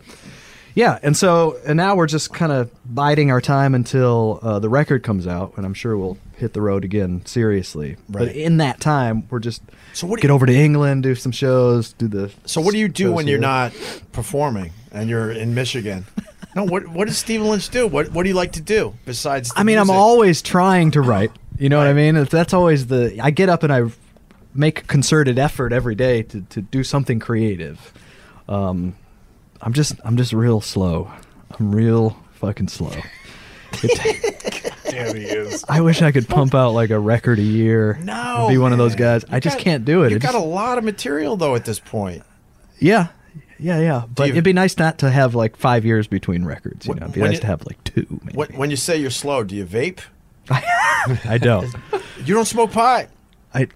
yeah, and so and now we're just kind of biding our time until uh, the record comes out, and I'm sure we'll hit the road again seriously.
Right.
But in that time, we're just
So what do
get
you-
over to England, do some shows, do the.
So what do you do
shows
when you're
here.
not performing and you're in Michigan? No, what what does Stephen Lynch do? What what do you like to do besides? the
I mean, I'm
music?
always trying
<laughs>
to write. You know what I mean? It's- That's always the. I get up and I make a concerted effort every day to, to do something creative. Um, I'm just I'm just real slow. I'm real fucking slow.
<laughs>
It-
<laughs>
<laughs>
Damn, he is.
I wish I could pump out like a record a year. No, be one of those guys. I just
got-
can't do it.
You
It
got
just-
a lot of material though at this point.
yeah, yeah, yeah. But
you-
it'd be nice not to have like five years between records. You know, it'd be
when
nice
you-
to have
<laughs>
like two.
When, when you say you're slow, do you vape?
I don't.
You don't smoke pot,
I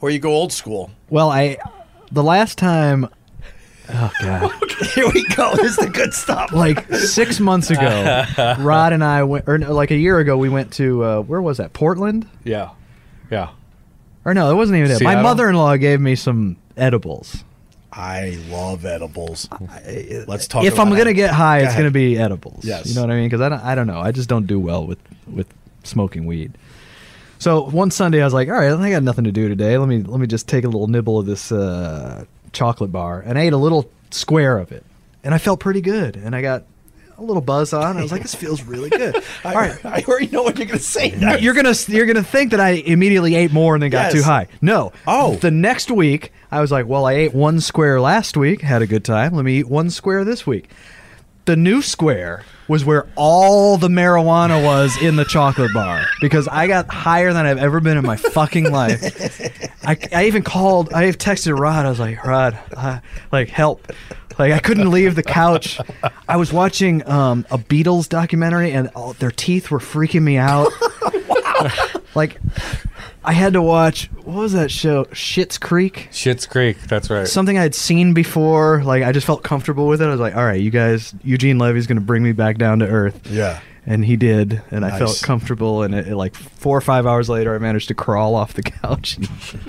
or you go old school.
well, I the last time. Oh god.
<laughs> Here we go. This Oh, is the good stuff.
like six months <laughs> ago, Rod and I went, or no, like a year ago, we went to uh, where was that? Portland?
Yeah. Yeah.
Or no, it wasn't even that. My
Seattle?
mother-in-law gave me some edibles.
I love edibles. Let's talk.
if I'm
about
gonna get high,
Go
it's
ahead.
gonna be edibles.
Yes.
you know what I mean. Because I don't, I don't know. I just don't do well with with smoking weed. So one Sunday, I was like, all right, I got nothing to do today. Let me let me just take a little nibble of this uh, chocolate bar, and I ate a little square of it, and I felt pretty good, and I got a little buzz on. I was like, this feels really good.
All right, <laughs>
<laughs>
I already know what you're gonna say.
No,
next.
you're gonna you're gonna think that I immediately ate more and then got
Yes.
too high. No. Oh. The next week, I was like, well, I ate one square last week, had a good time. Let me eat one square this week. The new square was where all the marijuana was in the chocolate bar because I got higher than I've ever been in my fucking life. I, I even called, I texted Rod. I was like, Rod, uh, like, help. Like, I couldn't leave the couch. I was watching um, a Beatles documentary and all their teeth were freaking me out. Like, I had to watch what was that show? Shit's Creek.
Shit's Creek. That's right.
Something I'd seen before. Like I just felt comfortable with it. I was like, all right, you guys, Eugene Levy's gonna bring me back down to earth.
Yeah.
And he did, and I felt
Nice.
comfortable. And it, it, like four or five hours later, I managed to crawl off the couch and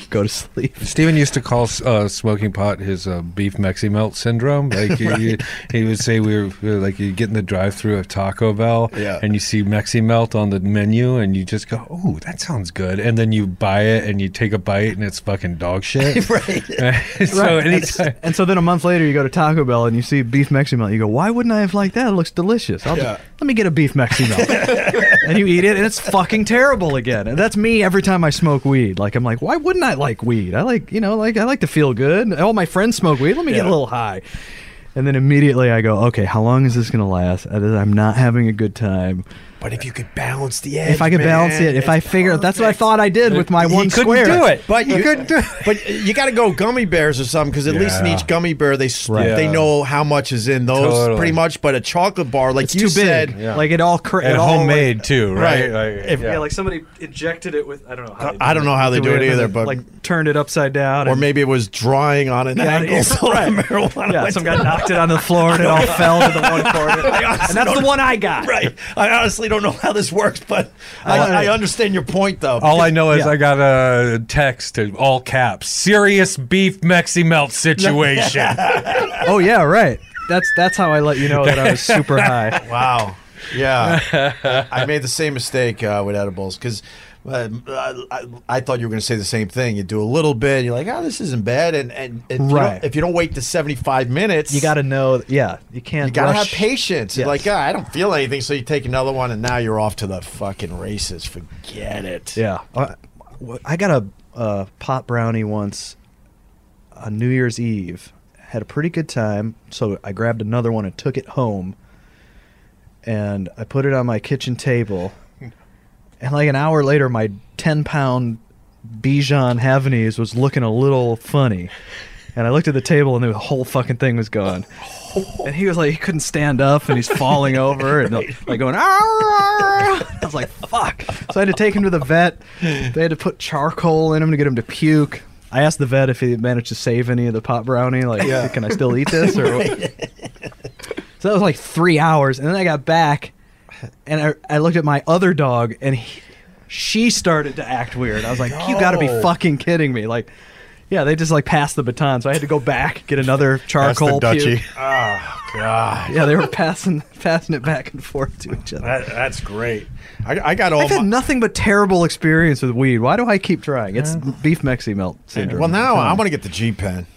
go to sleep.
Steven used to call uh, smoking pot his uh, beef Mexi melt syndrome. Like you- you- he would say, we were, we were like you get in the drive-through of Taco Bell,
Yeah.
and you see Mexi melt on the menu, and you just go, "Oh, that sounds good," and then you buy it, and you take a bite, and it's fucking dog <laughs> shit.
right. <laughs>
so
Right. And s-
anytime.
And, so then a month later, you go to Taco Bell and you see beef Mexi melt. You go, why wouldn't I have liked that? It looks delicious. I'll
Yeah.
just, let me get a beef
<laughs>
Mexi melt. and you eat it, and it's fucking terrible again. And that's me every time I smoke weed. Like I'm like, why wouldn't I like weed? I like, you know, like I like to feel good. All my friends smoke weed. Let me get a
Yeah.
little high. And then immediately I go, okay, how long is this gonna last? I- I'm not having a good time.
But if you could balance the edge,
If I could balance
man,
it, if
it's
I figure that's what I thought I did with my
You
one
couldn't
square.
do it. But you,
couldn't
do it. <laughs> But you got to go gummy bears or something because at least in
Yeah.
each gummy bear they s-
Right.
they
Yeah.
know how much is in those
Totally.
pretty much. But a chocolate bar, like
It's
you
too big.
said,
Yeah. Like, it all cr- And it all, homemade, like- too, right? Like,
If-
yeah.
like
somebody injected it with I don't know. How
I don't know how they do it either, but
like turned it upside down,
or
and-
maybe it was drying on an
Yeah, <laughs>
angle. <laughs>
yeah,
so
right.
the marijuana
Yeah,
went
some guy
down.
knocked it on the floor and it all fell to the one corner.
<laughs> I honestly
And that's the
don't-
one I got.
Right. I honestly don't know how this works, but I, I understand your point though.
All I know is
Yeah.
I got a text to all caps: serious beef Mexi melt <laughs> situation.
oh yeah, right. That's that's how I let you know that
<laughs>
I was super high.
Wow.
<laughs>
Yeah. I made the same mistake uh, with edibles because uh, I, I thought you were going to say the same thing. You do a little bit, you're like, oh, this isn't bad. And, and if, you
Right.
don't, if you don't wait to 75 minutes,
You got to know. Yeah, you can't.
you gotta have
rush.
patience. You're
Yes.
Like, "Ah, I don't feel anything, so you take another one, and now you're off to the fucking races. Forget it.
Yeah. I, I got a, uh pot brownie once on New Year's Eve. Had a pretty good time, so I grabbed another one and took it home. And I put it on my kitchen table. And like an hour later, my 10 pound Bijan Havanese was looking a little funny. And I looked at the table and the whole fucking thing was gone. And he was like, he couldn't stand up and he's falling over and like going, "Arr, arr." I was like, fuck. So I had to take him to the vet. They had to put charcoal in him to get him to puke. I asked the vet if he managed to save any of the pot brownie. Like,
Yeah.
can I still eat this?
<laughs>
Or what? So that was like three hours, and then I got back, and I, I looked at my other dog, and he, she started to act weird. I was like, "You got to be
No.
fucking kidding me!" Like, yeah, they just like passed the baton, so I had to go back get another charcoal. puke.
Ah.
Oh god.
<laughs> Yeah, they were passing passing it back and forth to each other.
That, that's great. I, I got all.
I've had
my-
nothing but terrible experience with weed. Why do I keep trying? It's beef mexi melt syndrome.
Well, now
Come
I
on.
want to get the G pen.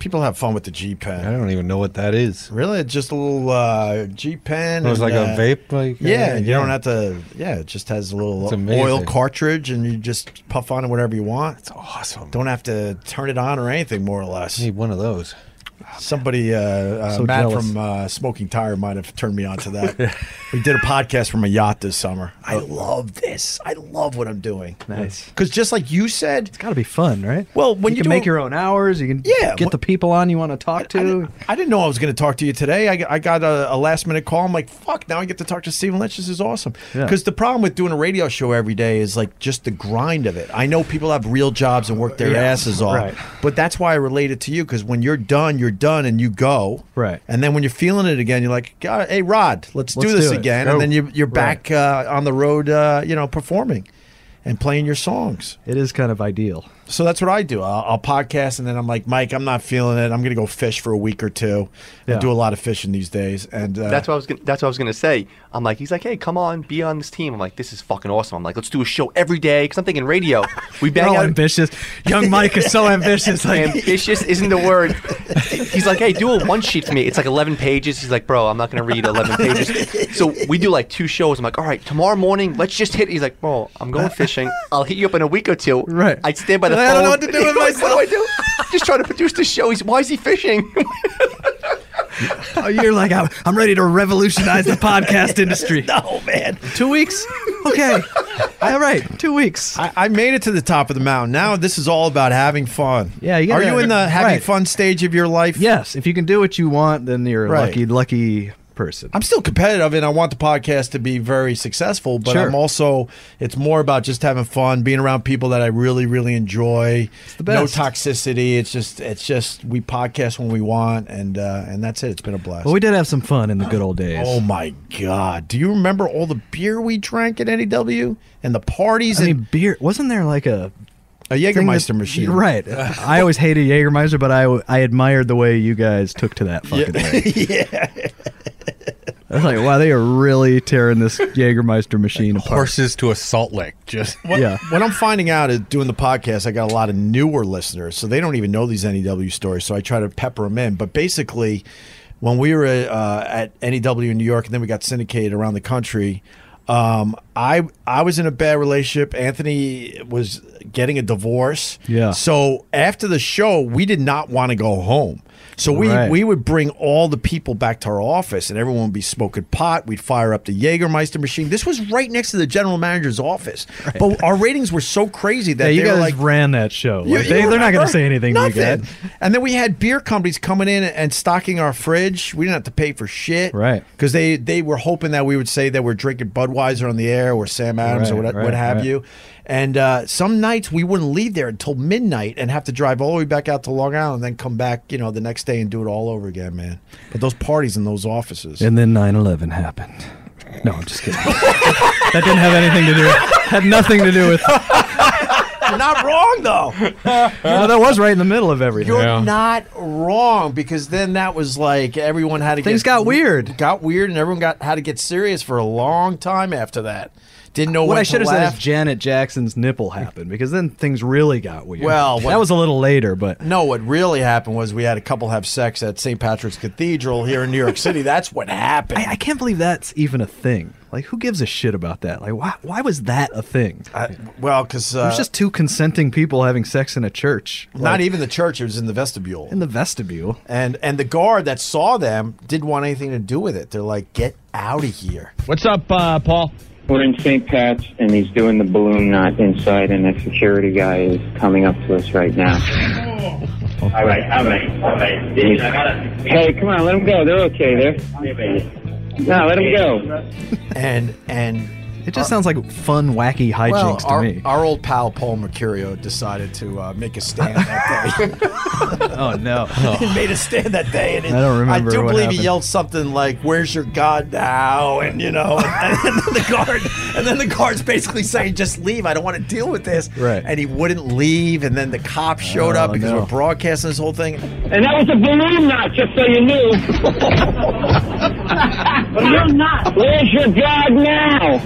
People have fun with the G pen. I
don't even know what that is.
Really, It's just a little uh, G pen.
It was
and,
like a
uh,
vape, like, uh,
yeah, you
yeah.
don't have to. Yeah, it just has a
It's
little
amazing.
oil cartridge, and you just puff on it whatever you want. It's awesome. Don't have to turn it on or anything, more or less. need
one of those.
Somebody, uh, uh,
So
Matt
jealous.
from uh, Smoking Tire, might have turned me on to
<laughs>
that. we did a podcast from a yacht this summer. I
Oh.
love this. I love what I'm doing.
Nice.
Because just like you said, it's
got to be fun, right?
Well, when
you,
you
can
do
make
it-
your own hours, you can
Yeah,
get the people on you want to talk to.
I didn't know I was going to talk to you today. I, I got a, a last minute call. I'm like, fuck, now I get to talk to Stephen Lynch. This is awesome.
Yeah.
Because the problem with doing a radio show every day is like just the grind of it. I know people have real jobs and work their
Yeah,
asses off.
right.
But that's why I relate it to you because when you're done, you're done and you go. Right. And then when you're feeling it again, you're like, God, hey, Rod, let's,
Let's
do this
do it.
again.
Go.
And then you, you're
Right.
back uh, on the road, uh, you know, performing and playing your songs.
It is kind of ideal.
So that's what I do. I'll, I'll podcast, and then I'm like, Mike, I'm not feeling it. I'm going to go fish for a week or two. I
Yeah.
do a lot of fishing these days, and uh, <laughs>
That's what I was. Gonna, that's what I was gonna say. I'm like, he's like, hey, come on, be on this team. I'm like, this is fucking awesome. I'm like, let's do a show every day because I'm thinking radio.
<laughs>
We bang
You're all
out
ambitious.
<laughs>
Young Mike is so ambitious. Like,
ambitious isn't the word. He's like, hey, do a one sheet for me. It's like 11 pages. He's like, bro, I'm not gonna read
<laughs>
11 pages. So we do like two shows. I'm like, all right, tomorrow morning, let's just hit. He's like, bro, I'm
<laughs>
going fishing. I'll hit you up in a week or two. Right. I'd stand by the
I
phone.
don't know what to do
<laughs>
with
Like, What do I do? just trying to produce the show. He's why is he fishing?
oh, you're like, I'm, I'm ready to revolutionize
<laughs>
the podcast industry.
No, oh, man.
Two weeks?
<laughs>
Okay. All right. Two weeks.
I, I made it to the top of the mountain. Now this is all about having fun.
Yeah, you
are
gotta-
you in the having
right.
fun stage of your life?
Yes. If you can do what you want, then you're a
Right.
lucky, lucky person.
I'm still competitive, and I want the podcast to be very successful. But
Sure.
I'm also it's more about just having fun, being around people that I really, really enjoy.
the best.
No toxicity. It's just it's just we podcast when we want, and uh, and that's it. It's been a blast.
But we did have some fun in the good old days.
Oh my god! Do you remember all the beer we drank at NEW and the parties?
I
and
mean, beer wasn't there like a
a
thing that-
Jägermeister machine? <laughs>
<laughs> Right. I always hated Jägermeister, but I, I admired the way you guys took to that
<laughs>
fucking thing.
yeah.
I was like, wow, they are really tearing this Jägermeister machine apart.
Horses to a salt lake. Just
What,
Yeah.
what I'm finding out is doing the podcast, I got a lot of newer listeners, so they don't even know these NEW stories. So I try to pepper them in. But basically, when we were uh, at NEW in New York, and then we got syndicated around the country, um, I I was in a bad relationship. Anthony was getting a divorce.
Yeah.
So after the show, we did not want to go home. So we
Right.
we would bring all the people back to our office, and everyone would be smoking pot. We'd fire up the Jägermeister machine. This was right next to the general manager's office, but our ratings were so crazy that
yeah, you
they were
guys
like.
ran that show.
"You-
Like,
you
they, they're not going
remember?
to say anything to you
Nothing.
guys.
And then we had beer companies coming in and stocking our fridge. We didn't have to pay for shit,
Right.
Because they they were hoping that we would say that we're drinking Budweiser on the air or Sam Adams or
Right,
what,
right,
what have
right.
you. And uh, some nights we wouldn't leave there until midnight and have to drive all the way back out to Long Island and then come back, you know, the next day and do it all over again, man. But those parties in those offices.
And then 9 11 happened. No, I'm just
<laughs>
kidding. that didn't have anything to do Had nothing to <laughs> do with.
You're not wrong
<laughs>
though.
No, that was right in the middle of everything.
You're not wrong because then that was like everyone had to
Things
get,
got weird.
Got weird and everyone got had to get serious for a long time after that. Didn't know
what
when to
I should have said
laugh.
is Janet Jackson's nipple happened because then things really got weird.
Well, what-
that was a little later, but
No, what really happened was we had a couple have sex at St. Patrick's Cathedral here in New York City. That's what happened.
I can't believe that's even a thing. Like, who gives a shit about that? Like, why? Why was that a thing?
I, well, because
it
uh,
was just two consenting people having sex in a church.
not
Like,
even the church; it was in the vestibule.
in the vestibule.
And and the guard that saw them didn't want anything to do with it. They're like, "Get out of here."
What's up, uh, Paul?
We're in St. Pat's, and he's doing the balloon knot inside, and a security guy is coming up to us right now.
<laughs> All right, all right, all right.
Jeez, I Hey, come on, let him go. They're okay. They're no, let him go.
And and
It just sounds like fun, wacky hijinks
well,
to
our,
me.
our old pal Paul Mercurio decided to uh, make a stand that day.
<laughs> oh
<laughs>
no!
he made a stand that day, and it-
I don't remember
I do
what
believe he
happened.
yelled something like, "Where's your God now?" And you know, and, then the <laughs> guard, and then the guard's basically saying, "Just leave. I don't want to deal with this."
Right.
And he wouldn't leave, and then the cops showed
Oh,
up because
no.
we're broadcasting this whole thing.
And that was a balloon knot, just so you
<laughs>
knew. balloon knot. Where's your God
<laughs>
now?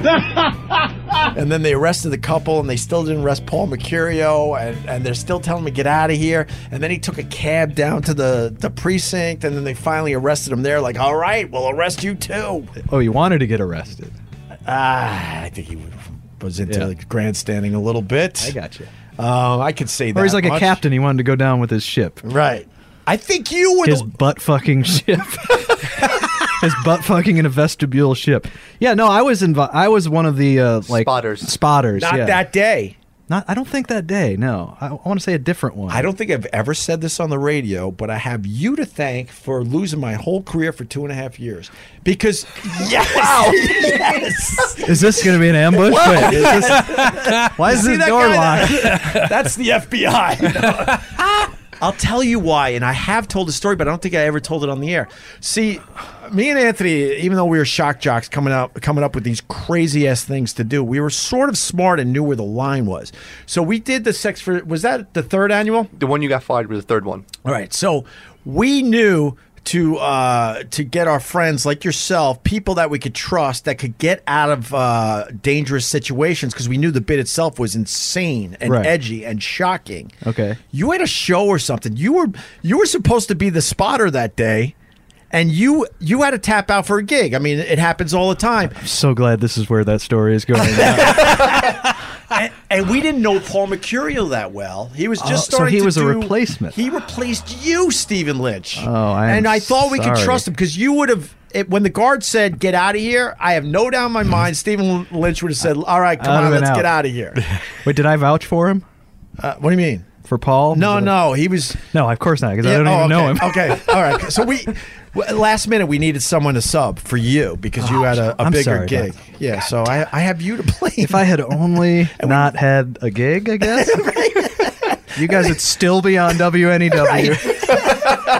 And then they arrested the couple, and they still didn't arrest Paul Mercurio, and, and they're still telling him to get out of here. And then he took a cab down to the, the precinct, and then they finally arrested him there. Like, all right, we'll arrest you too.
<laughs> Oh, you wanted to get arrested.
Ah, I think he was into
Yeah.
like grandstanding a little bit.
I got you.
Um, I could say that.
Or he's like a
much.
captain. He wanted to go down with his ship.
Right. I think you were
His
the.
butt
<laughs>
fucking ship. His butt fucking in a vestibule ship. Yeah, no, I was invi- I was one of the uh, like spotters. Spotters.
Not
yeah.
that day.
Not. I don't think that day. No, I, I want to say a different one.
I don't think I've ever said this on the radio, but I have you to thank for losing my whole career for two and a half years. Because <laughs> <laughs> yes, <laughs> yes.
Is this going to be an ambush?
Whoa.
Wait,
<laughs>
is this- <laughs> why is
See
this
that
door
<laughs> guy
locked?
<laughs>
<laughs>
that- That's the FBI. <laughs> I'll tell you why, and I have told the story, but I don't think I ever told it on the air. See, me and Anthony, even though we were shock jocks coming out coming up with these crazy ass things to do, we were sort of smart and knew where the line was. So we did the sex for was that the third annual?
The one you got fired was the
<laughs>
third one.
All right. So we knew to uh, to get our friends like yourself, people that we could trust that could get out of uh, dangerous situations because we knew the bit itself was insane and
Right.
edgy and shocking.
Okay.
You had a show or something. You were you were supposed to be the spotter that day. And you you had to tap out for a gig. I mean, it happens all the time.
So glad this is where that story is going. now.
<laughs> and, and we didn't know Paul Mercurio that well. He was just
Oh, so
starting.
he
to
was a
do-
replacement.
He replaced you, Stephen Lynch.
Oh, I am
and I thought we could
sorry. <laughs>
trust him because you would have. It, when the guard said "Get out of here," I have no doubt in my mind Stephen Lynch would have said, "All right, come
I'd
on,
have been
let's get
Mm-hmm.
out
out.
of here."
Wait, did <laughs> I vouch for him?
Uh, what do you mean?
For Paul?
No,
Was it a-
no, he was.
No, of course not, because I
Yeah,
don't
oh,
even know him.
okay,
<laughs>
Okay, all right. So we w- last minute we needed someone to sub for you because you had a, a
Ah, I'm
bigger
sorry about
gig. Yeah, so I, I have you to play.
If I had
<laughs>
only not had a gig, I guess. you guys would still be on E WNEW.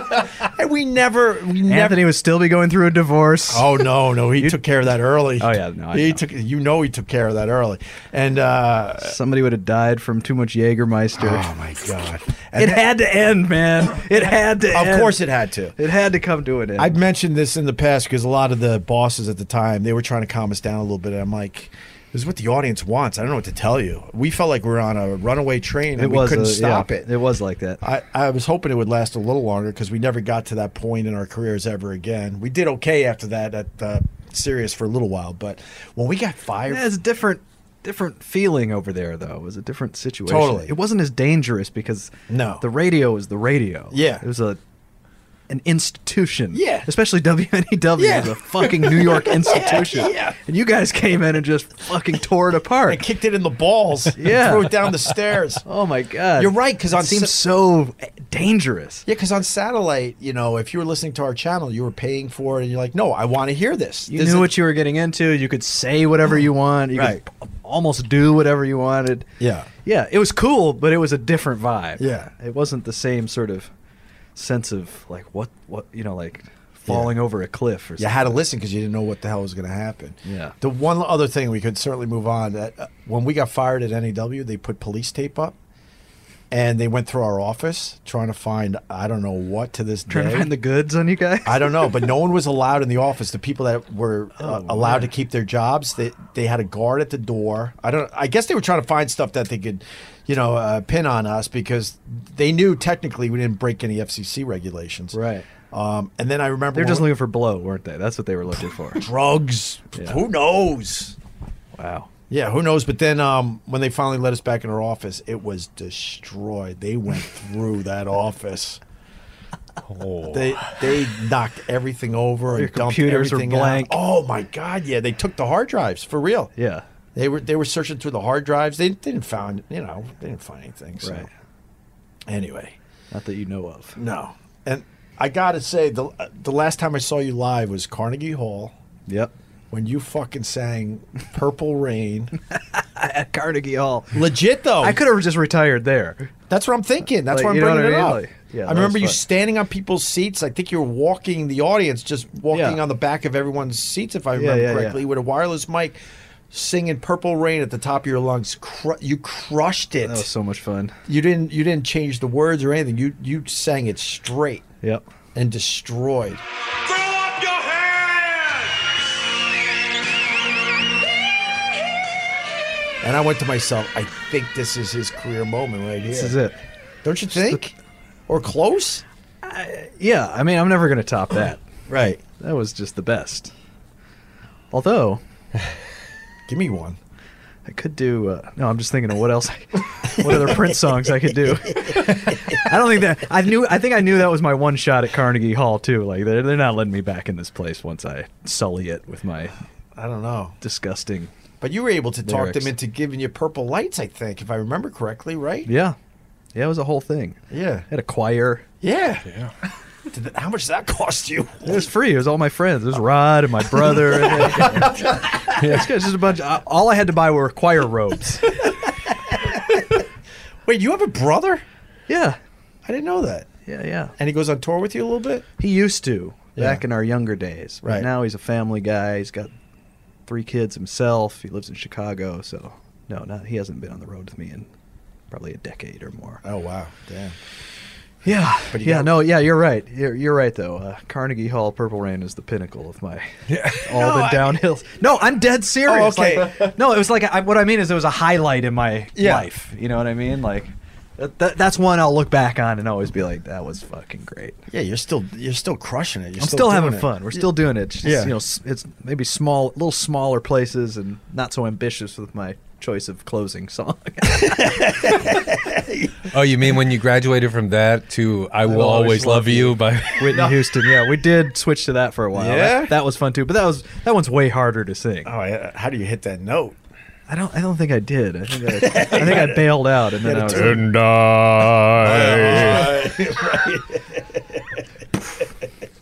<laughs> And we never, we never.
Anthony would still be going through a divorce.
Oh
<laughs>
no, no, he took care of that early.
Oh, yeah, no, I
he took. You know, he took care of that early, and uh,
somebody would have died from too much Jägermeister.
Oh my god!
it had to end, man. It had to.
Of
end.
course, it had to.
It had to come to an end.
I've mentioned this in the past because a lot of the bosses at the time they were trying to calm us down a little bit. And I'm like, this is what the audience wants. I don't know what to tell you. We felt like we were on a runaway train and
It
we
was
couldn't
a-
stop
yeah,
it.
It was like that.
I, I was hoping it would last a little longer because we never got to that point in our careers ever again. We did okay after that at uh, Sirius for a little while, but when we got fired,
Yeah, it's a different different feeling over there though. It was a different situation.
Totally.
It wasn't as dangerous because
no.
the radio is the radio.
Yeah.
It was a an institution.
Yeah.
Especially WNEW is
<laughs> Yeah.
a fucking New York institution.
yeah.
And you guys came in and just fucking tore it apart.
and kicked it in the balls.
Yeah.
and threw it down the stairs.
<laughs> Oh my god.
You're right, 'cause
It
on
seems
sa-
so eh, dangerous.
Yeah, because on satellite, you know, if you were listening to our channel, you were paying for it, and you're like, no, I want to hear this.
You
This
knew
is-
what you were getting into. You could say whatever you want. You
Right.
could almost do whatever you wanted.
Yeah.
Yeah, it was cool, but it was a different vibe.
Yeah.
It wasn't the same sort of sense of like what what you know like falling over a cliff or something.
You had to listen because you didn't know what the hell was going to happen.
Yeah.
The one other thing we could certainly move on that uh, when we got fired at NAW, they put police tape up, and they went through our office trying to find I don't know what to this
Trying
day.
to find the goods on you guys.
I don't know, but no one was allowed in the office. The people that were
Oh,
uh, allowed to keep their jobs, they they had a guard at the door. I don't. I guess they were trying to find stuff that they could, you know, uh, pin on us because they knew technically we didn't break any FCC regulations.
Right.
Um, and then I remember
They're
when
just
we-
looking for blow, weren't they? That's what they were looking
<laughs>
for.
drugs.
Yeah.
Who knows?
Wow.
Yeah, who knows? But then um, when they finally let us back in our office, it was destroyed. They went
<laughs>
through that office. They they knocked everything over
Oh. Your
and dumped
computers were
everything out.
blank.
Oh my god, yeah, they took the hard drives for real.
Yeah.
They were they were searching through the hard drives. They didn't find you know they didn't find anything. So.
Right.
Anyway,
Not that you know of.
no, and I gotta say the uh, the last time I saw you live was Carnegie Hall
Yep.
when you fucking sang "Purple Rain."
<laughs>
<laughs>
At Carnegie Hall.
Legit though,
I could have just retired there.
That's what I'm thinking. That's
Like,
why I'm
you know
bringing
what
it
I mean?
up.
Like, yeah,
I
that
remember
was
you
fun.
standing on people's seats. I think you were walking the audience, just walking
Yeah.
on the back of everyone's seats, if I
Yeah,
remember
yeah, yeah.
correctly, with a wireless mic, singing "Purple Rain" at the top of your lungs. Cru- you crushed it.
That was so much fun.
you didn't. You didn't change the words or anything. You you sang it straight
Yep.
and destroyed. And I went to myself, I think this is his career moment right here.
This is it.
Don't you think? Or close?
Yeah, I mean, I'm never going to top that.
<clears throat> Right.
That was just the best. Although,
<laughs> Give me one.
I could do. Uh, no, I'm just thinking of what else, I, what other Prince songs I
<laughs>
could do. I don't think that I knew. I think I knew that was my one shot at Carnegie Hall too. Like they're they're not letting me back in this place once I sully it with my
I don't know.
disgusting.
But you were able to talk
Lyrics.
them into giving you purple lights, I think, if I remember correctly, right?
Yeah, yeah, it was a whole thing.
Yeah.
had a choir.
Yeah. Yeah. Did that, how much did that cost you?
It was free. It was all my friends. It was Rod and my brother. <laughs> and It's just a bunch. Uh, All I had to buy were
<laughs>
choir robes.
Wait, you have a brother?
Yeah.
I didn't know that.
Yeah, yeah.
And he goes on tour with you a little bit?
He used to
Yeah.
back in our younger days. Right,
Right.
now, he's a family guy. He's got three kids himself. He lives in Chicago, so no, not he hasn't been on the road with me in probably a decade or more.
Oh wow, damn.
Yeah,
But you
yeah,
got-
no, yeah, you're right. You're, you're right though. Uh, Carnegie Hall Purple Rain is the pinnacle
<laughs>
of my all
No,
the
I-
downhills. No, I'm dead serious.
Oh,
okay.
Like, no, it was like I, what I mean is it was a highlight in my
Yeah.
life. You know what I mean? Like that, that, that's one I'll look back on and always be like, that was fucking great.
Yeah, you're still you're still crushing it. You're
I'm still, having
doing it.
fun. We're still doing it. It's Just,
Yeah.
you know, s- it's maybe small, little smaller places, and not so ambitious with my choice of closing song.
<laughs> Oh, you mean when you graduated from that to "I Will
I'll
Always,
Always
Love
Love
You" <laughs> by
<laughs> Whitney Houston. Yeah, we did switch to that for a while.
Yeah?
That, that was fun too. But that was that one's way harder to sing.
Oh, yeah. how do you hit that note?
I don't. I don't think I did. I
<laughs>
think I, I, think I bailed out, and then I was. like- <laughs>
<laughs>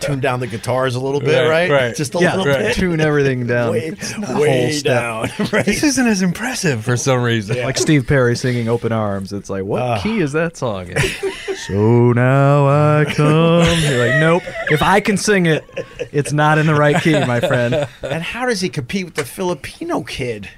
Tune down the guitars a little bit, right? Just a
yeah,
little bit. <laughs>
Tune everything down.
Way-
a
way
whole step.
down, <laughs> right?
This isn't as impressive for some reason.
Like Steve Perry singing "Open Arms." It's like, what
Ah.
key is that song?
<laughs>
In? so now I come. You're like, nope. If I can sing it, it's not in the right key, my friend.
<laughs> And how does he compete with the Filipino kid?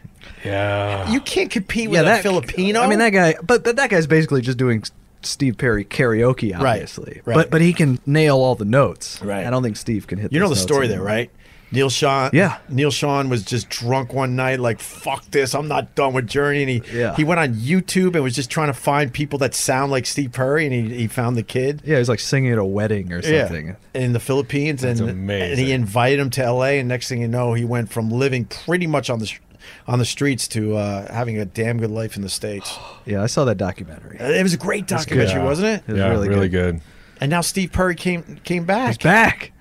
Yeah.
You can't compete with a Filipino.
I mean, that guy. But that, that guy's basically just doing Steve Perry karaoke, obviously.
right.
But but he can nail all the notes.
Right.
I don't think Steve can hit.
You know the
those notes
story there,
anymore.
right? Neil Sean.
Yeah.
Neil Sean was just drunk one night, like, fuck this, I'm not done with Journey. And he
Yeah.
he went on YouTube and was just trying to find people that sound like Steve Perry and he, he found the kid.
Yeah, he's like singing at a wedding or something.
Yeah. In the Philippines and,
That's
and he invited him to LA and next thing you know, he went from living pretty much on the sh- on the streets to uh, having a damn good life in the <gasps> States. Uh,
Yeah, I saw that documentary.
it was a great
That's good.
documentary, wasn't it?
It was Yeah, really really
good.
And now Steve Perry came came back. He's
back.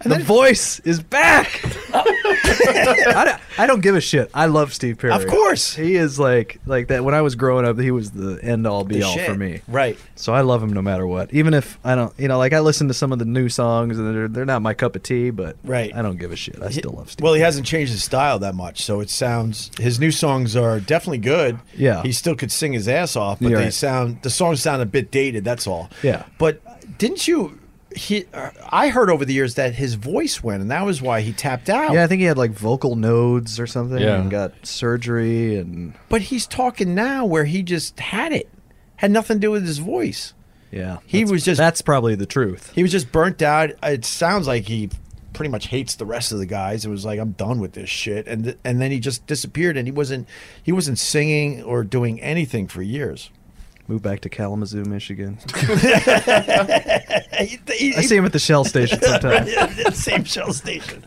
And
the voice
<laughs>
is back. I, don't, I don't give a shit. I love Steve Perry.
Of course.
he is like like that. When I was growing up, he was the end all be
The
all for
shit.
me.
Right.
So I love him no matter what. Even if I don't, you know, like I listen to some of the new songs and they're they're not my cup of tea, but
Right.
I don't give a shit. I still love Steve.
Well, he hasn't changed his style that much, so it sounds his new songs are definitely good.
Yeah.
he still could sing his ass off, but
You're
they
right.
sound the songs sound a bit dated. That's all.
Yeah.
But didn't you? He, uh, I heard over the years that his voice went, and that was why he tapped out.
Yeah, I think he had like vocal nodes or something.
Yeah.
and got surgery and
But he's talking now where he just had it, had nothing to do with his voice.
yeah.
He was just
that's probably the truth.
He was just burnt out. It sounds like he pretty much hates the rest of the guys. It was like I'm done with this shit, and th- and then he just disappeared, and he wasn't he wasn't singing or doing anything for years.
Moved back to Kalamazoo,
<laughs>
Michigan. <laughs>
He-
I
he-
see him at the
<laughs>
Shell station sometimes.
Same Shell station.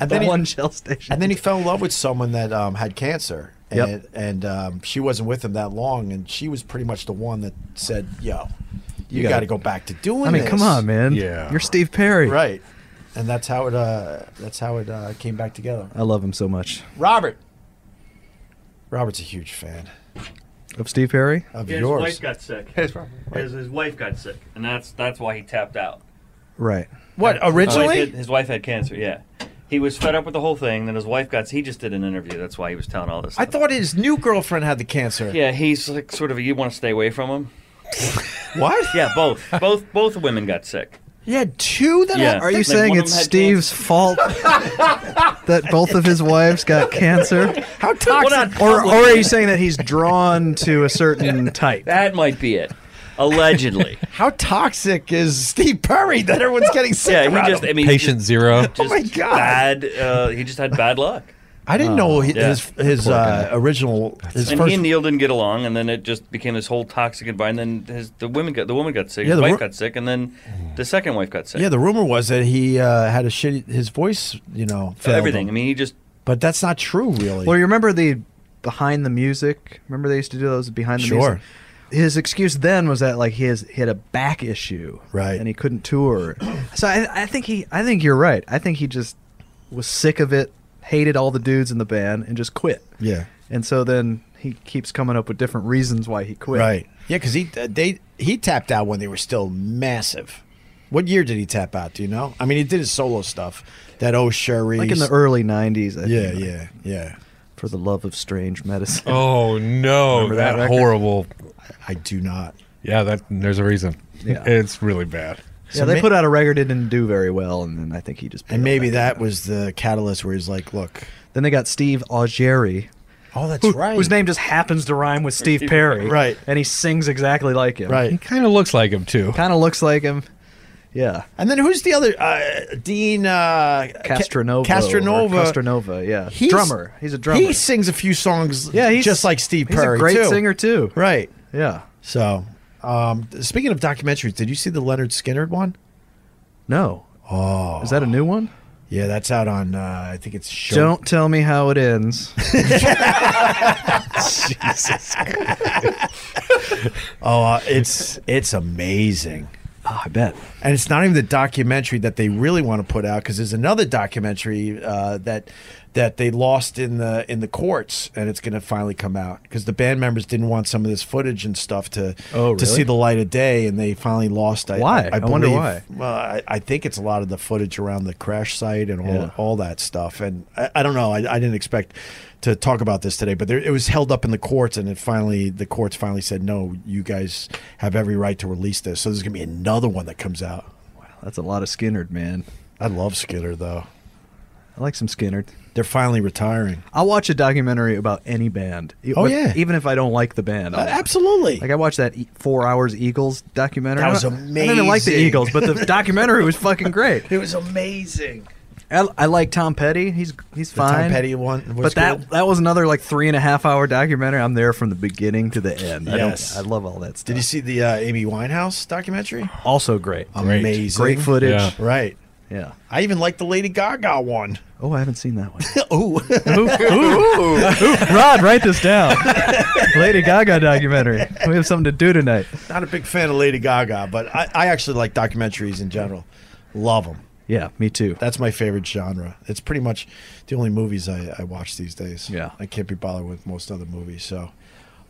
and
then he- <laughs>
one Shell station.
And then he fell in love with someone that um, had cancer, and
Yep.
and um, she wasn't with him that long, and she was pretty much the one that said, "Yo, you,
You
got
gotta-
to go back to doing."
I mean, come
this."
on, man. Yeah. You're Steve Perry.
right? And that's how it uh, that's how it uh, came back together.
I love him so much.
Robert. Robert's a huge fan
Of Steve Perry?
of
Yeah,
yours.
His wife got sick. His, his wife got sick, and that's that's why he tapped out.
Right.
What
His wife
originally?
had- His wife, had, cancer. Yeah, he was fed up with the whole thing. Then his wife got. He just did an interview. That's why he was telling all this.
I
Stuff.
thought his new girlfriend had the cancer. <laughs>
yeah, he's like sort of. a, You want to stay away from him?
what?
Yeah, both both both women got sick.
He had two that
Yeah.
Are you
Like,
saying
one of
it's
them had <laughs>
Steve's fault that both of his wives got cancer?
How toxic?
Or, or are you saying that he's drawn to a
<laughs>
certain type?
That might be it. Allegedly.
How toxic is Steve Perry that everyone's getting sick?
yeah, he Oh
around
just.
him?
I mean, he
Patient
just,
zero.
Just
my God.
Bad. Uh, he just had bad luck.
I
Oh,
didn't know he,
Oh, Yeah.
his his
Poor
uh, original his
and
first.
he and Neil didn't get along, and then it just became this whole toxic environment. Then his, the women got the woman got sick,
Yeah,
his
the
wife
wor-
got sick, and then the second wife got sick.
yeah, the rumor was that he uh, had a shitty his voice. You know, failed
Uh, everything. I
him.
mean, he just
but that's not true, really.
Well, you remember the behind the music? Remember they used to do those behind the
Sure.
music? His excuse then was that like his he had a back issue,
Right.
and he couldn't tour. <clears throat> So I, I think he, I think you're right. I think he just was sick of it, hated all the dudes in the band, and just quit.
Yeah.
And so then he keeps coming up with different reasons why he quit.
Right. Yeah, because he uh, they he tapped out when they were still massive. What year did he tap out? Do you know? I mean, he did his solo stuff. That oh Sherry,
Like in the early '90s. I
Yeah,
think,
yeah, yeah.
For the love of strange medicine.
Oh no,
Remember that
that,
record?
horrible.
I do not.
Yeah, that there's a reason.
Yeah.
<laughs> It's really bad.
yeah, they put out a record it didn't do very well, and then I think he just.
And maybe that was the catalyst where he's like, "Look."
Then they got Steve Algeri.
Oh, that's
who-
right.
Whose name just happens to rhyme
<laughs>
with Steve Perry,
Right.
And he sings exactly like him,
Right. He
kind of looks like him too.
Kind of looks like him. Yeah,
And then who's the other uh, Dean uh,
Castronovo.
Castronova.
or Castronova. Yeah,
He's-
drummer. He's a drummer.
He sings a few songs. Yeah, he's just like Steve
he's a
Perry.
great
too.
singer, too.
Right.
Yeah.
So, um, speaking of documentaries, did you see the Leonard Skinner one?
No.
Oh,
is that a new one?
Yeah, that's out on. Uh, I think it's. Show-
Don't tell me how it <laughs> ends.
Jesus. oh, uh, it's it's amazing.
Oh, I bet.
And it's not even the documentary that they really want to put out because there's another documentary uh, that that they lost in the in the courts, and it's going to finally come out because the band members didn't want some of this footage and stuff to
Oh,
to
really?
see the light of day, and they finally lost. I,
Why? I wonder
believe-
why.
Well, I, I think it's a lot of the footage around the crash site and all
Yeah.
all that stuff, and I, I don't know. I, I didn't expect to talk about this today, but there, it was held up in the courts, and it finally the courts finally said, "No, you guys have every right to release this." So there's gonna be another one that comes out. Wow,
that's a lot of Skinnerd, man.
I love Skinner though.
I like some Skinnerd.
They're finally retiring.
I'll watch a documentary about any band. E-
Oh,
with-
yeah. Uh,
even if I don't like the band. I'll-
absolutely.
Like I watched that E- Four Hours Eagles documentary.
That was
I- I didn't like the
amazing.
Eagles, but
<laughs>
the documentary was fucking great.
It was amazing.
I, I like Tom Petty. He's he's
The Tom
fine.
Petty one was
but that
good.
that was another like three and a half hour documentary. I'm there from the beginning to the end. I,
Yes.
don't, I love all that stuff.
Did you see the uh, Amy Winehouse documentary?
Also great.
Amazing,
Great footage.
Right.
Yeah.
I even like the Lady Gaga one. <laughs>
Oh, I haven't seen that one. <laughs>
oh,
Rod, write
<laughs>
this down. Lady Gaga documentary. We have something to do tonight.
Not a big fan of Lady Gaga, but I, I actually like documentaries in general. Love them.
Yeah, me too.
That's my favorite genre. It's pretty much the only movies I, I watch these days. Yeah, I can't be bothered with most other movies. So,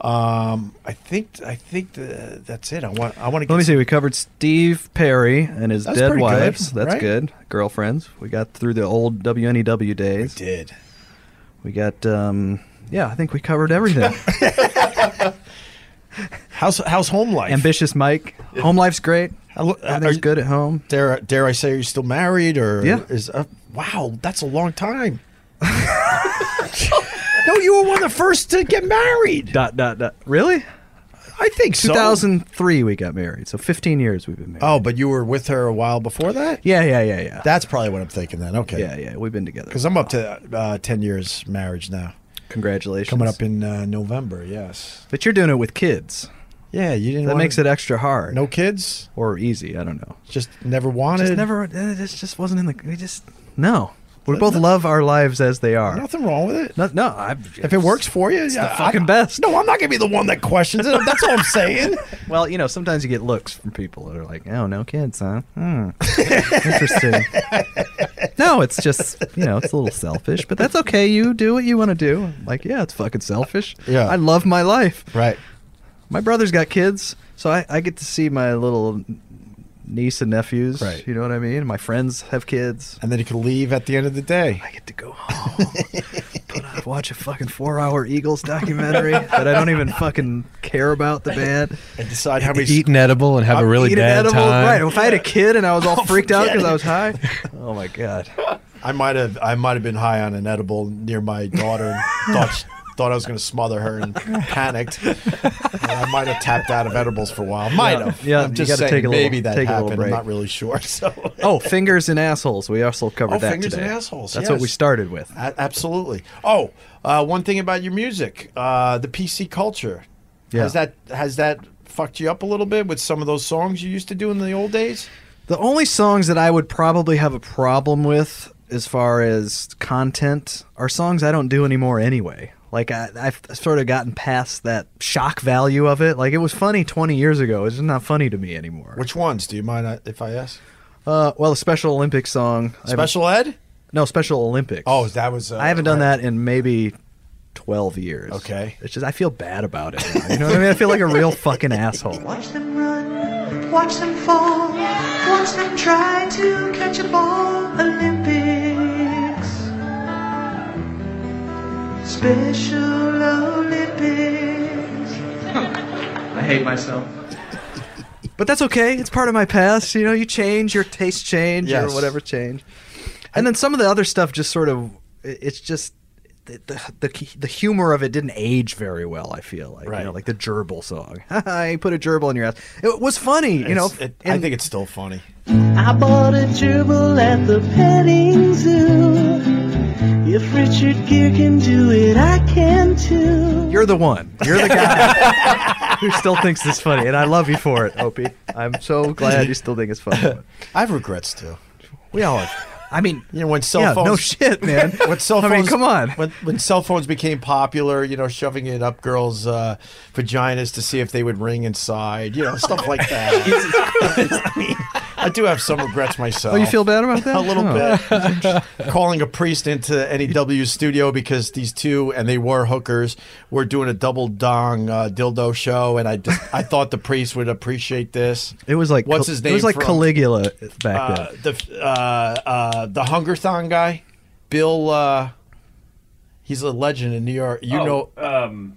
um, I think I think the, that's it. I want I want to.
Let me see. We covered Steve Perry and his
That's
dead
pretty good,
wives. That's
right?
good. Girlfriends. We got through the old WNEW days. We
did.
We got. um Yeah, I think we covered everything.
<laughs> How's how's home life?
Ambitious Mike. Home life's great. Everything's
are-
good at home.
Dare dare I say, are you still married or
Yeah.
Is uh, wow, that's a long time. <laughs> no, you were one of the first to get married.
Dot dot dot. Really?
I think so.
2003 we got married. So 15 years we've been married.
Oh, but you were with her a while before that.
Yeah, yeah, yeah, yeah.
That's probably what I'm thinking then. Okay.
Yeah, yeah. We've been together.
Because I'm up to uh, 10 years marriage now.
Congratulations.
Coming up in uh, November, yes.
But you're doing it with kids.
Yeah, you didn't.
That
wanna-
makes it extra hard.
No kids
or easy. I don't know.
Just never wanted.
Just never. eh, This just wasn't in the. We just no. We both love our lives as they are.
Nothing wrong with it.
No, no I,
If it works for you,
it's
yeah,
the
I-
fucking best.
No, I'm not gonna be the one that questions it. That's all I'm
<laughs>
saying.
Well, you know, sometimes you get looks from people that are like, "Oh, no kids, huh? Hmm.
<laughs>
Interesting." no, it's just you know, it's a little selfish, but that's okay. You do what you want to do. I'm like, yeah, it's fucking selfish.
Yeah.
I love my life.
Right.
My brother's got kids, so I, I get to see my little niece and nephews.
Right.
You know what I mean? My friends have kids.
And then you can leave at the end of the day.
I get to go home. Put on, watch a fucking four-hour Eagles documentary that I don't even fucking care about the band.
And decide how many.
Eat an edible and have a really
eat an
bad
edible.
time.
Right. If I had a kid and I was all
<laughs>
<laughs>
Oh,
freaked out
forget
because I
it.
was high. Oh my god.
I might have I might have been high on an edible near my daughter and
<laughs>
thought she- thought I was going to smother her and panicked. And I might have tapped out of edibles for a while. Might
Yeah,
have.
yeah,
I'm
you
just
gotta
saying
take a little-
maybe that
take a little
happened. I'm
break.
not really sure. <laughs> So
Oh, fingers and assholes. We also covered
Oh,
that
fingers
today.
and assholes.
That's what
yes.
we started with.
A- absolutely. Oh, uh, one thing about your music, uh, the PC culture.
Yeah.
Has that has that fucked you up a little bit with some of those songs you used to do in the old days?
The only songs that I would probably have a problem with as far as content are songs I don't do anymore anyway. Like I, I've sort of gotten past that shock value of it. Like it was funny 20 years ago. It's just not funny to me anymore.
Which ones? Do you mind uh, if I ask?
Uh, well, the Special Olympics song. I haven't-
Special Ed?
No, Special Olympics.
Oh, that was. Uh,
I haven't done that in maybe 12 years.
Okay.
It's just I feel bad about it. now, You know what I mean? I feel like a real fucking asshole.
Watch them run, watch them fall, watch them try to catch a ball. Olympics, Special Olympics.
I hate myself.
But that's okay. It's part of my past. You know, you change, your tastes change,
Yes.
or whatever change. And then some of the other stuff just sort of, it- it's just the the, the, the humor of it didn't age very well. I feel like, you know, like the gerbil song. <laughs> I put a gerbil in your ass. It was funny, you know.
It's- it- I think it's still funny.
I bought a gerbil at the petting zoo. If Richard Gere can do it, I can too.
You're the one. You're the guy who still thinks this funny, and I love you for it, Opie. I'm so glad you still think it's <laughs> funny.
I have regrets too.
We all have. I mean,
<laughs> you know, when cell
yeah,
phones.
no
<laughs>
shit, man.
when cell
I
phones,
mean, come on.
When, when cell phones became popular, you know, shoving it up girls' uh, vaginas to see if they would ring inside, you know, stuff like
<laughs>
that. <laughs> I do have some regrets myself.
Oh, you feel bad about
<laughs>
that?
A little
Oh. <laughs>
bit. Calling a priest into NEW's studio because these two, and they were hookers, were doing a double dong uh, dildo show, and I just, I thought the priest would appreciate this.
It was like
what's
Cal-
his name?
It was like
from-
Caligula back
uh, the uh, uh, the Hunger Thon guy, Bill. Uh, he's a legend in New York. You
Oh,
know,
um,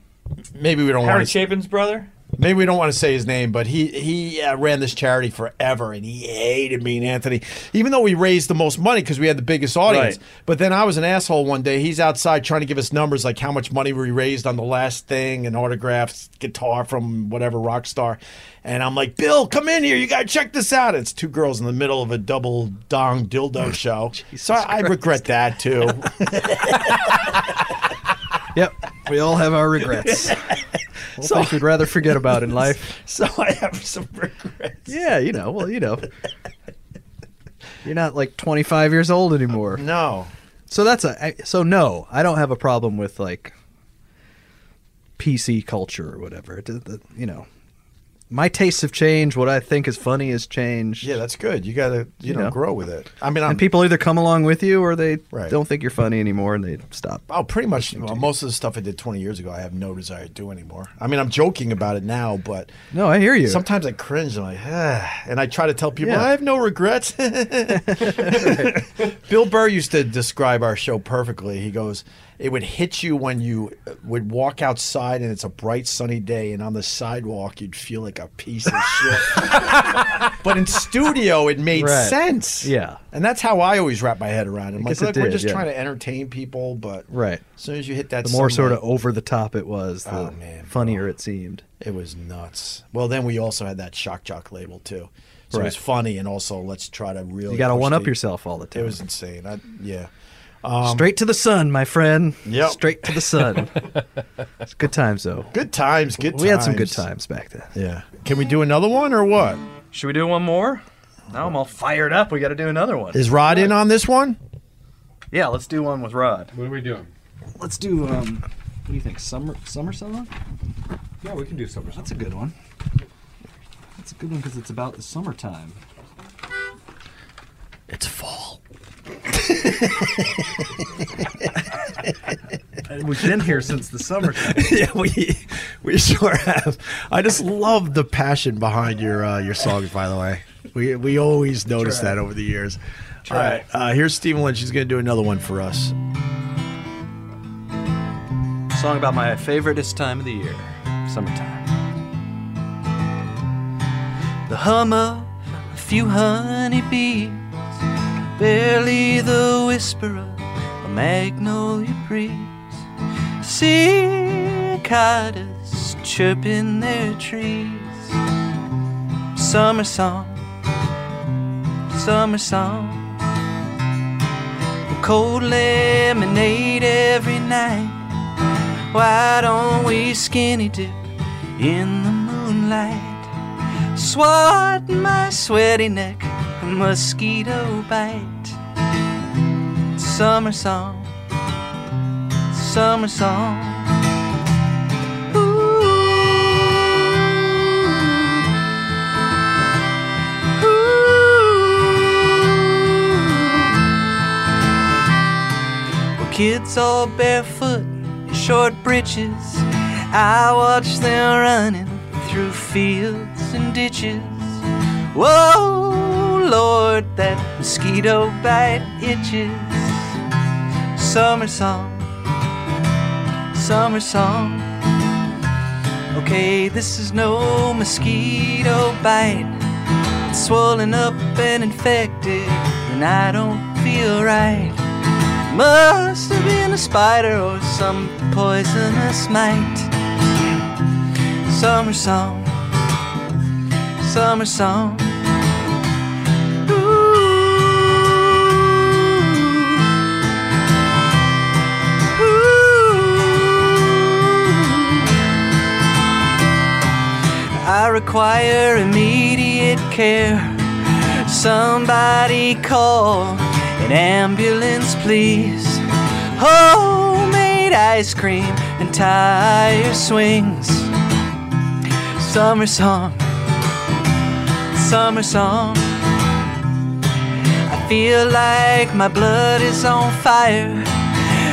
maybe we don't
Harry
want to.
Chapin's brother.
Maybe we don't want to say his name, but he he uh, ran this charity forever, and he hated me and Anthony, even though we raised the most money because we had the biggest audience.
Right.
But then I was an asshole one day. He's outside trying to give us numbers like how much money we raised on the last thing and autographs, guitar from whatever rock star, and I'm like, Bill, come in here. You got to check this out. It's two girls in the middle of a double dong <laughs> dildo show. so I, I regret that too.
then. Yep. We all have our regrets. Well,
So-
things we'd rather forget about
<laughs>
in life.
so I have some regrets.
Yeah, you know. Well, you know. You're not like 25 years old anymore.
No.
So that's a I, so no. I don't have a problem with like PC culture or whatever. It, does- that- you know, my tastes have changed. What I think is funny has changed.
<laughs> Yeah, that's good. You got to you,
You
know,
know.
grow with it. I mean, I'm
and people either come along with you or they
Right.
don't think you're funny anymore and they
<laughs>
stop. <laughs>
Oh, pretty much well, most of the stuff I did 20 years ago, I have no desire to do anymore. I mean, I'm joking about it now, but
No, I hear you.
sometimes I cringe and I'm like, ah, and I try to tell people
Yeah.
I have no regrets. Bill Burr used to describe our show perfectly. He goes, "It would hit you when you uh, would walk outside and it's a bright sunny day, and on the sidewalk you'd feel like a piece of
<laughs>
shit." but in studio, it made
Right.
sense.
Yeah.
and that's how I always wrap my head around it. I'm like,
I guess it
look, we're
did,
just
yeah.
trying to entertain people, but
Right.
As soon as you hit that,
the more sort
sunlight-
of over the top it was, the
Oh, man,
funnier it seemed.
It was nuts. Well, then we also had that shock jock label too, so it was
Right.
funny and also let's try to really.
You gotta
push
one-up
the-
yourself all the
It
time.
was insane. I, yeah. Um,
Straight to the sun, my friend.
Yep.
Straight to
<laughs>
the sun. it's good times though.
Good times. Good.
We had some good
times
back then.
Yeah. Can we do another one or what?
Should we do one more? Now I'm all fired up. We got to do another one.
Is Rod in on this one?
Yeah, let's do one with Rod. What are we doing?
Let's do. Um, what do you think? Summer, summer song.
Yeah, we can do summer
That's a good one. That's a good one because it's about the summertime.
<laughs>
It's fall. We've been here since
<laughs>
the summertime.
yeah, we <laughs> we sure have. I just love the passion behind your uh, your songs. By the way, we we always notice
Try.
that over the years.
Try.
All right, uh, here's Stephen Lynch. He's gonna do another one for us.
Song about my favoriteest time of the year, summertime.
The hum of a few honeybees, barely the whisper of a magnolia breeze. Cicadas chirp in their trees. Summer song, summer song. Cold lemonade every night. Why don't we skinny dip in the moonlight? Swat my sweaty neck, a mosquito bite. Summer song, summer song. Well, kids all barefoot, in short breeches. I watch them running through fields and ditches. Whoa, Lord, that mosquito bite itches. Summer song, summer song. Okay, this is no mosquito bite. It's swollen up and infected, and I don't feel right. Must have been a spider or some poisonous mite. Summer song, summer song. I require immediate care. Somebody call an ambulance, please. Homemade ice cream and tire swings. Summer song, summer song. I feel like my blood is on fire.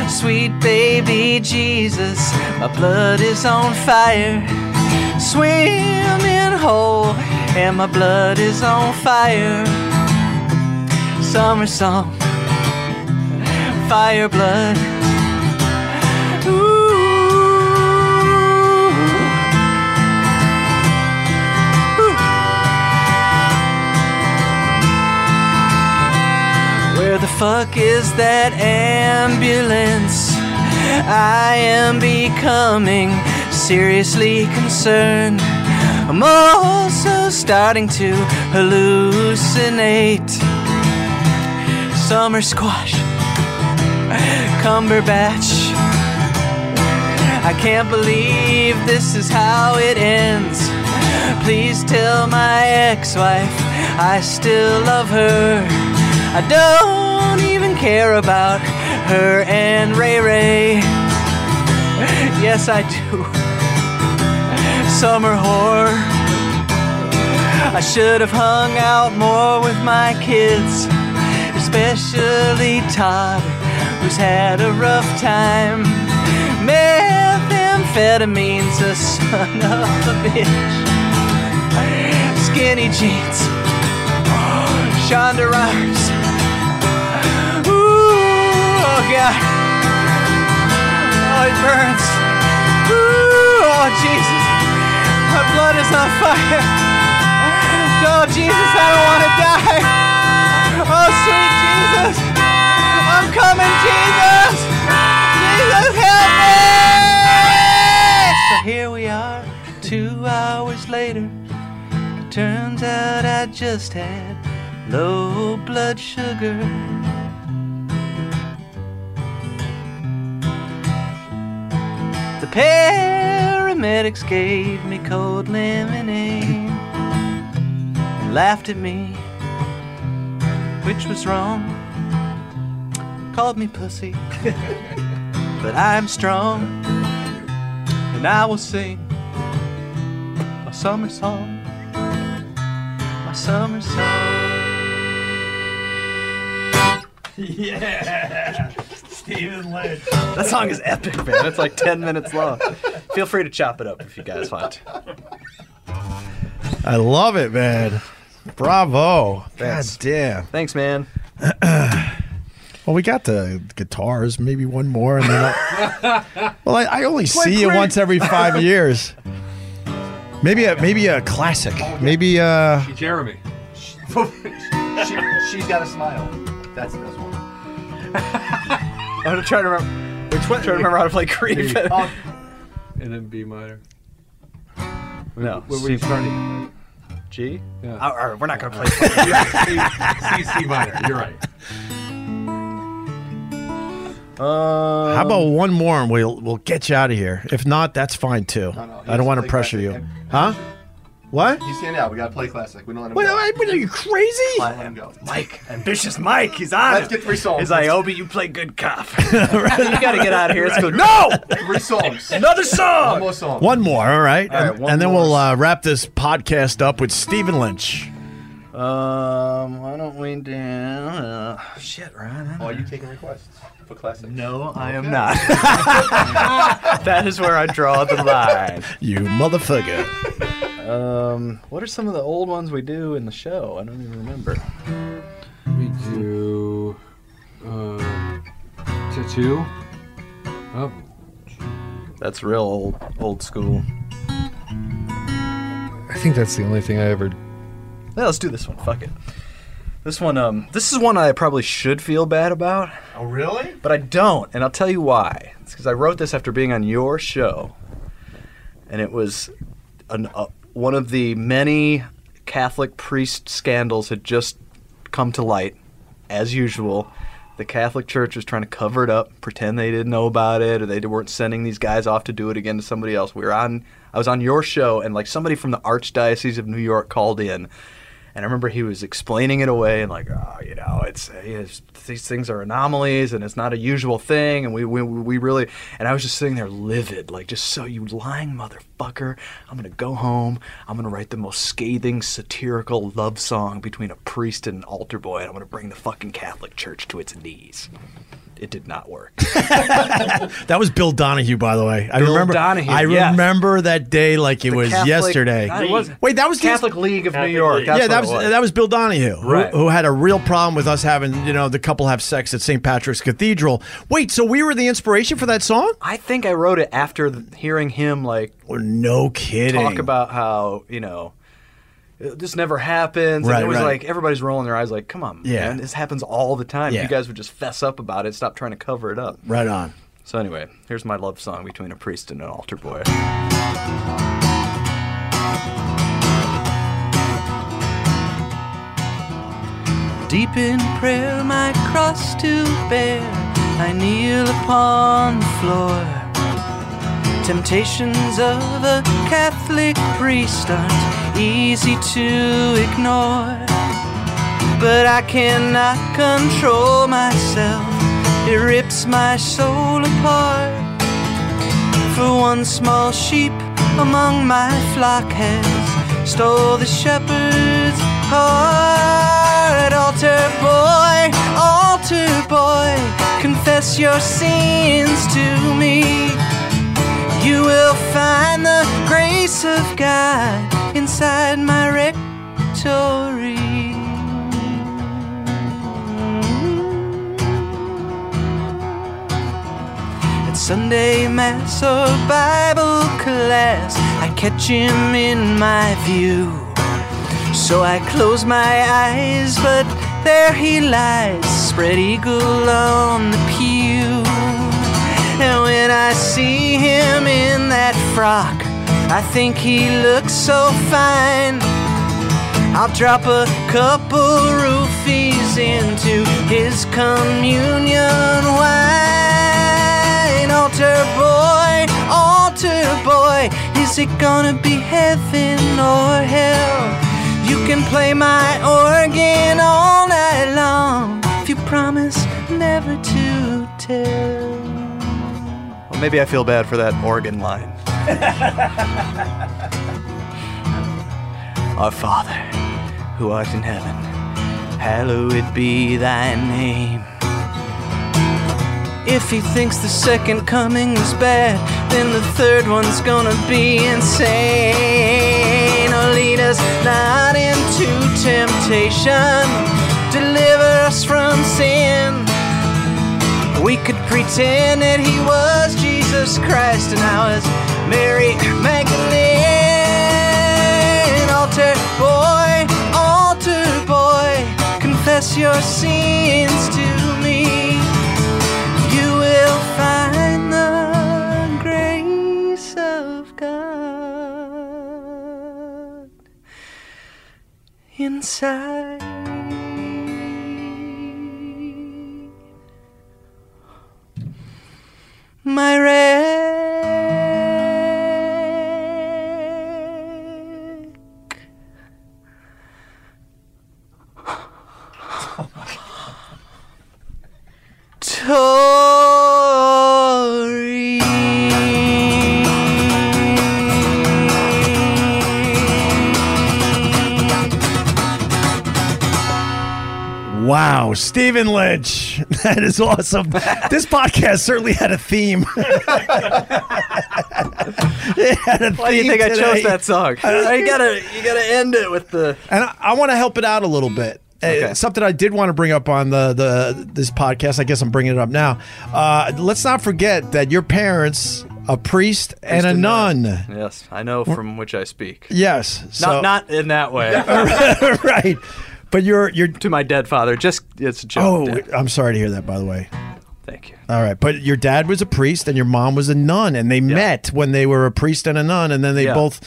Sweet baby Jesus, my blood is on fire swimming hole and my blood is on fire summer song fire blood Where the fuck is that ambulance? I am becoming seriously concerned. I'm also starting to hallucinate. Summer squash, Cumberbatch. I can't believe this is how it ends. Please tell my ex wife I still love her. I don't even care about her and Ray Ray. Yes, I do. Summer whore. I should have hung out more with my kids, especially Todd, who's had a rough time. Methamphetamine's a son of a bitch. Skinny jeans, Shonda Rhimes. Ooh, oh God. Oh, it burns. Ooh, oh, Jesus. My blood is on fire. Oh, Jesus, I don't want to die. Oh, sweet Jesus. I'm coming, Jesus. Jesus, help me. So here we are, two hours later. It turns out I just had low blood sugar. The paramedics gave me cold lemonade and laughed at me, which was wrong. Called me pussy, <laughs> but I'm strong and I will sing my summer song, my summer song.
Yeah. Stephen Lynch.
That song is epic, man. It's like 10 minutes long. Feel free to chop it up if you guys want.
I love it, man. Bravo.
Thanks.
God damn.
Thanks, man.
<clears throat> Well, we got the guitars, maybe one more, and
<laughs>
then I, well, I, I only
Quick,
see you
quick.
once
<laughs>
every five years. Maybe a maybe a classic. Maybe uh,
<laughs> Jeremy.
she, she's got a smile. That's the best one. <laughs> I'm gonna try to remember. Which one? Try to remember how to play Creep.
Creep. Oh. And then B minor.
No,
Where were you
C-
starting?
G?
Yeah.
Uh, All right, we're not
<laughs>
gonna play.
C, C minor. You're right.
how about
Um,
one more, and we'll we'll get you out of here. If not, that's fine too. I don't want to pressure you, huh? What?
You stand out. We gotta play classic. We don't let him
Wait,
go.
wait, wait, are you crazy?
Let him go. Mike,
ambitious Mike, he's on.
Let's
it.
get three songs.
He's like, Obi, you play good cop. <laughs> you gotta get out of here. Let's go. <laughs> No.
Three
<laughs>
songs.
Another song.
One more song.
One more, all right,
All right,
and,
one
and then
more.
we'll uh, wrap this podcast up with Stephen Lynch.
Um, why don't we do? Uh, shit, Ryan.
Oh, are you taking requests for classics?
No, I am not. <laughs> that is where I draw the line.
You motherfucker.
Um, what are some of the old ones we do in the show? I don't even remember.
We do uh, tattoo. Oh,
That's real old, old school.
think that's the only thing I ever.
Yeah, let's do this one. Fuck it. This one, um, this is one I probably should feel bad about. Oh, really? But I don't, and I'll tell you why. It's because I wrote this after being on your show, and it was an, uh, one of the many Catholic priest scandals had just come to light, as usual. The Catholic Church was trying to cover it up, pretend they didn't know about it, or they weren't sending these guys off to do it again to somebody else. We were on, I was on your show, and like somebody from the Archdiocese of New York called in and I remember he was explaining it away and like, oh, you know, it's, it's these things are anomalies and it's not a usual thing. And we, we, we really, and I was just sitting there livid, like, just so you lying motherfucker. I'm going to go home. I'm going to write the most scathing, satirical love song between a priest and an altar boy. And I'm going to bring the fucking Catholic Church to its knees. It did not work.
That was Bill Donahue, by the way. I
Bill
remember.
Donahue,
I
yes.
remember that day like it was
Catholic-
yesterday.
God, it wasn't.
Wait, that was
Catholic League of New York. That's
yeah, that
what
was,
it
that was Bill Donahue, who-
Right.
who, had a real problem with us having you know the couple have sex at St. Patrick's Cathedral. Wait, so we were the inspiration for that song?
I think I wrote it after th- hearing him like
no kidding
talk about how you know this never happens.
Right,
and it was
right.
like everybody's rolling their eyes like, come on,
Yeah.
man, this happens all the time. If
Yeah.
You guys would just fess up about it, stop trying to cover it up.
Right on.
So anyway, here's my love song between a priest and an altar boy.
Deep in prayer, my cross to bear, I kneel upon the floor. Temptations of a Catholic priest aren't easy to ignore. But I cannot control myself, it rips my soul apart. For one small sheep among my flock has stole the shepherd's heart. Altar boy, altar boy, confess your sins to me. You will find the grace of God inside my rectory. At Sunday Mass or Bible class, I catch him in my view. So I close my eyes, but there he lies, spread eagle on the pew. And when I see him in that frock, I think he looks so fine. I'll drop a couple roofies into his communion wine. Altar boy, altar boy, is it gonna be heaven or hell? You can play my organ all night long if you promise never to tell.
Well, maybe I feel bad for that
<laughs>
organ line. Our Father, who art in heaven,
hallowed be thy name. If he thinks the second coming is bad, then the third one's gonna be insane. Oh, lead us not into temptation, deliver us from sin. We could pretend that he was Jesus Christ and I was Mary Magdalene. Altar boy, altar boy, confess your sins to me. You will find the grace of God inside. my Tory.
Wow, Stephen Lynch, <laughs> that is
<laughs>
awesome. this podcast certainly had a theme. <laughs> it had a
Why do you
theme
think I chose
today.
that song?
<laughs>
You gotta- you gotta end it with the.
And I, I want to help it out a little bit. Uh, something I did want to bring up on the, the this podcast. I guess I'm bringing it up now. Uh, let's not forget that your parents a priest and a
Priest
nun.
Yes, I know from which I speak.
Yes, so-
Not not in that
<laughs>
way.
right. But you're you're
to my dead father. Just it's a joke.
Oh,
Dad.
I'm sorry to hear that. By the way.
Thank you.
All right, but your dad was a priest and your mom was a nun, and they met when they were a priest and a nun, and then they
Yeah.
both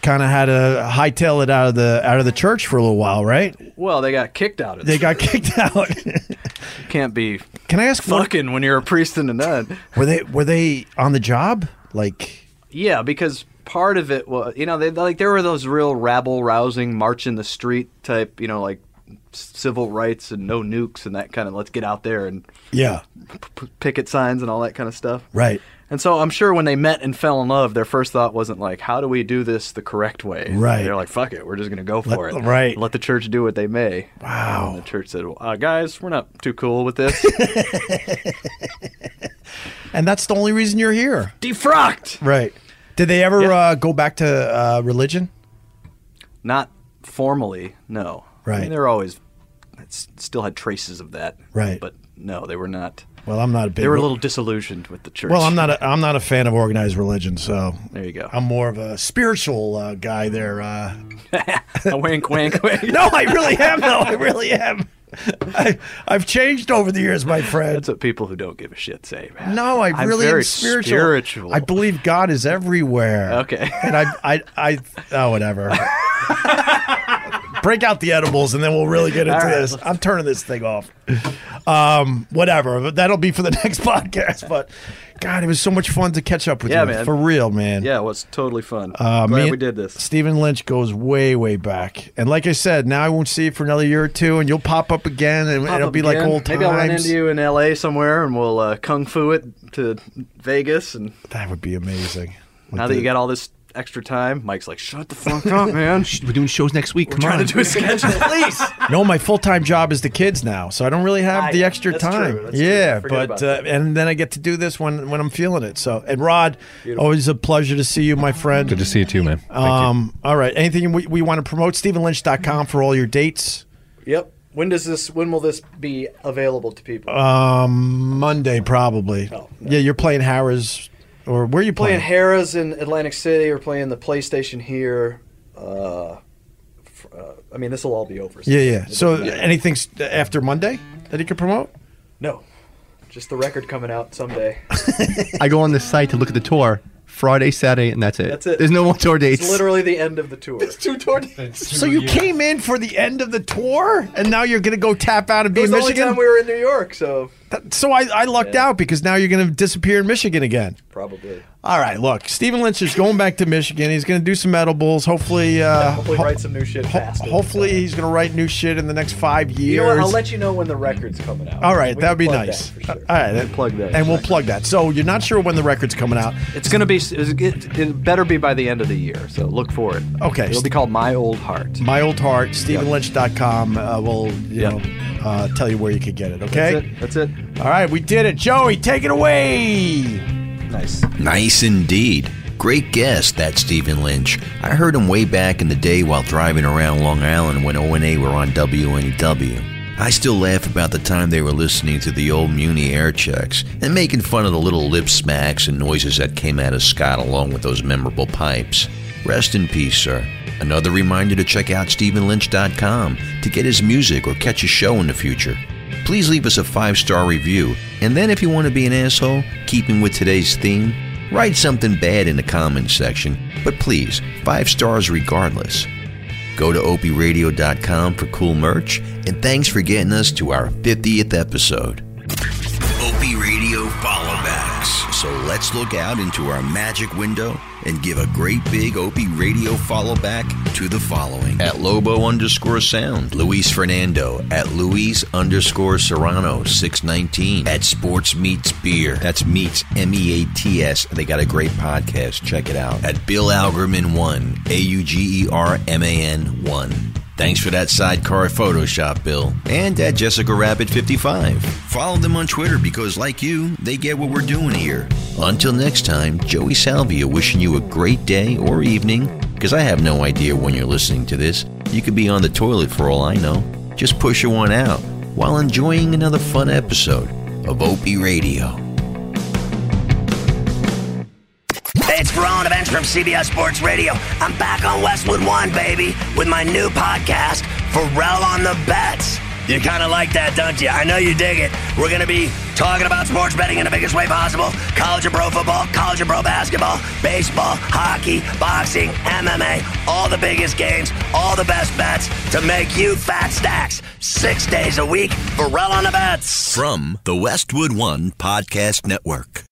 kind of had to hightail it out of the out of the church for a little while, right?
Well, they got kicked out of.
They got kicked out.
You <laughs> can't be.
Can I ask what-
fucking when you're a priest and a nun?
were they were they on the job? Like,
Yeah, because part of it was, you know, they, like there were those real rabble rousing, march in the street type, you know, like s- civil rights and no nukes and that kind of let's get out there and
yeah,
p- picket signs and all that kind of stuff.
right,
And so I'm sure when they met and fell in love, their first thought wasn't like, how do we do this the correct way?
Right.
They're like, fuck it, we're just going to go for it.
right.
Let the church do what they may.
Wow.
the church said, well, uh, guys, we're not too cool with
<laughs>
this.
and that's the only reason you're here,
Defrocked!
right? Did they ever uh, go back to uh, religion?
Not formally, no. I
Right.
mean, they're always, it's still had traces of that.
Right.
But no, they were not.
Well, I'm not a big.
They were a little disillusioned with the church.
Well, I'm not a I'm not a fan of organized religion, so
There you go.
I'm more of a spiritual uh, guy. There, uh,
<laughs> a wink, wink,
<laughs>
wink.
no, I really am. though. I
<laughs>
really am. I, I've changed over the years, my friend.
That's what people who don't give a shit say, man.
No, I
I'm
really
very
am spiritual.
spiritual.
I believe God is everywhere.
Okay.
And I, I, I, oh, whatever. Break out the edibles, and then we'll really get into
All right.
this. I'm turning this thing off. Um, whatever. But That'll be for the <laughs> next podcast. But God, it was so much fun to catch up with
Yeah,
you.
man.
For real, man.
Yeah, it was totally fun.
Uh,
Glad
me-
we did this.
Stephen Lynch goes way, way back, and like I said, now I won't see you for another year or two, and you'll pop up again, and
Pop
it'll
up
be like
again.
old times.
Maybe I'll run into you in L.A. somewhere, and we'll uh, kung fu it to Vegas. And
That would be amazing.
now
Like
that
the-
you got all this extra time, Mike's like, "Shut
<laughs>
the fuck up, man!
We're doing shows next week.
We're
Come
trying
on.
to do a schedule, please."
no, my full time job is the kids now, so I don't really have
Ah,
the
yeah.
extra
That's
time.
true. That's true.
yeah,
Forget
but
about
uh, and then I get to do this when when I'm feeling it. So and Rod, always a pleasure to see you, my friend.
Good to see you too, man. Thank
Um, all right. Anything we, we want to promote? StephenLynch.com for all your dates.
Yep. When does this? When will this be available to people?
Um, Monday probably. Yeah, you're playing Harris, or where are you
Oh, playing
playing?
Harrah's in Atlantic City. We're playing the PlayStation here. Uh, f- uh, I mean, this will all be over.
yeah, yeah. So
Yeah.
anything s- after Monday that he could promote?
No, just the record coming out someday.
I go on this site to look at the tour Friday, Saturday, and that's it.
That's it.
There's no more tour dates.
It's literally the end of the tour. It's two tour dates.
So you came in for the end of the tour, and now you're gonna go tap out and be
It was
in
the
Michigan.
only time we were in New York, so
That- So I, I lucked
Yeah.
out because now you're going to disappear in Michigan again.
probably.
All right, look, Stephen Lynch is going back to Michigan. He's going to do some edibles. Hopefully, uh,
Hopefully,
ho-
write some new shit
ho-
fast.
hopefully he's going to write new shit in the next five years.
You know what? I'll let you know when the record's coming out.
All right,
We
that'd
can
be
plug
nice.
that for sure.
All right,
We can plug that.
and we'll plug that. So you're not sure when the record's coming out.
It's gonna be. It, it better be by the end of the year. So look for it.
Okay.
It'll be called My Old Heart.
My old heart, StephenLynch.com. Uh, will you
Yep.
know uh, tell you where you can get it. Okay.
That's it. That's
it. All right, we did it. Joey, take it away.
Nice.
Nice indeed. Great guest, that Stephen Lynch. I heard him way back in the day while driving around Long Island when O&A were on WNEW. I still laugh about the time they were listening to the old Muni air checks and making fun of the little lip smacks and noises that came out of Scott along with those memorable pipes. Rest in peace, sir. Another reminder to check out StephenLynch.com to get his music or catch a show in the future please leave us a five star review. And then, if you want to be an asshole, keeping with today's theme, write something bad in the comments section. But please, five stars regardless. Go to opradio.com for cool merch, and thanks for getting us to our 50th episode. Opie Radio followbacks. So let's look out into our magic window and give a great big Opie Radio followback to the following. At Lobo underscore sound, Luis Fernando, at Luis underscore Serrano 619, at Sports Meets Beer, that's Meets M E A T S, and they got a great podcast, check it out. At Bill Algerman 1, A U G E R M A N 1. Thanks for that sidecar Photoshop, Bill. And at Jessica Rabbit 55. Follow them on Twitter because, like you, they get what we're doing here. Until next time, Joey Salvia wishing you a great day or evening because I have no idea when you're listening to this. You could be on the toilet for all I know. Just push your one out while enjoying another fun episode of OP Radio.
Hey, it's Verona Bench from CBS Sports Radio. I'm back on Westwood One, baby, with my new podcast, Pharrell on the Bets. You kind of like that, don't you? I know you dig it. We're going to be talking about sports betting in the biggest way possible college and pro football, college and pro basketball, baseball, hockey, boxing, MMA, all the biggest games, all the best bets to make you fat stacks. Six days a week, Pharrell on the Bets.
From the Westwood One Podcast Network.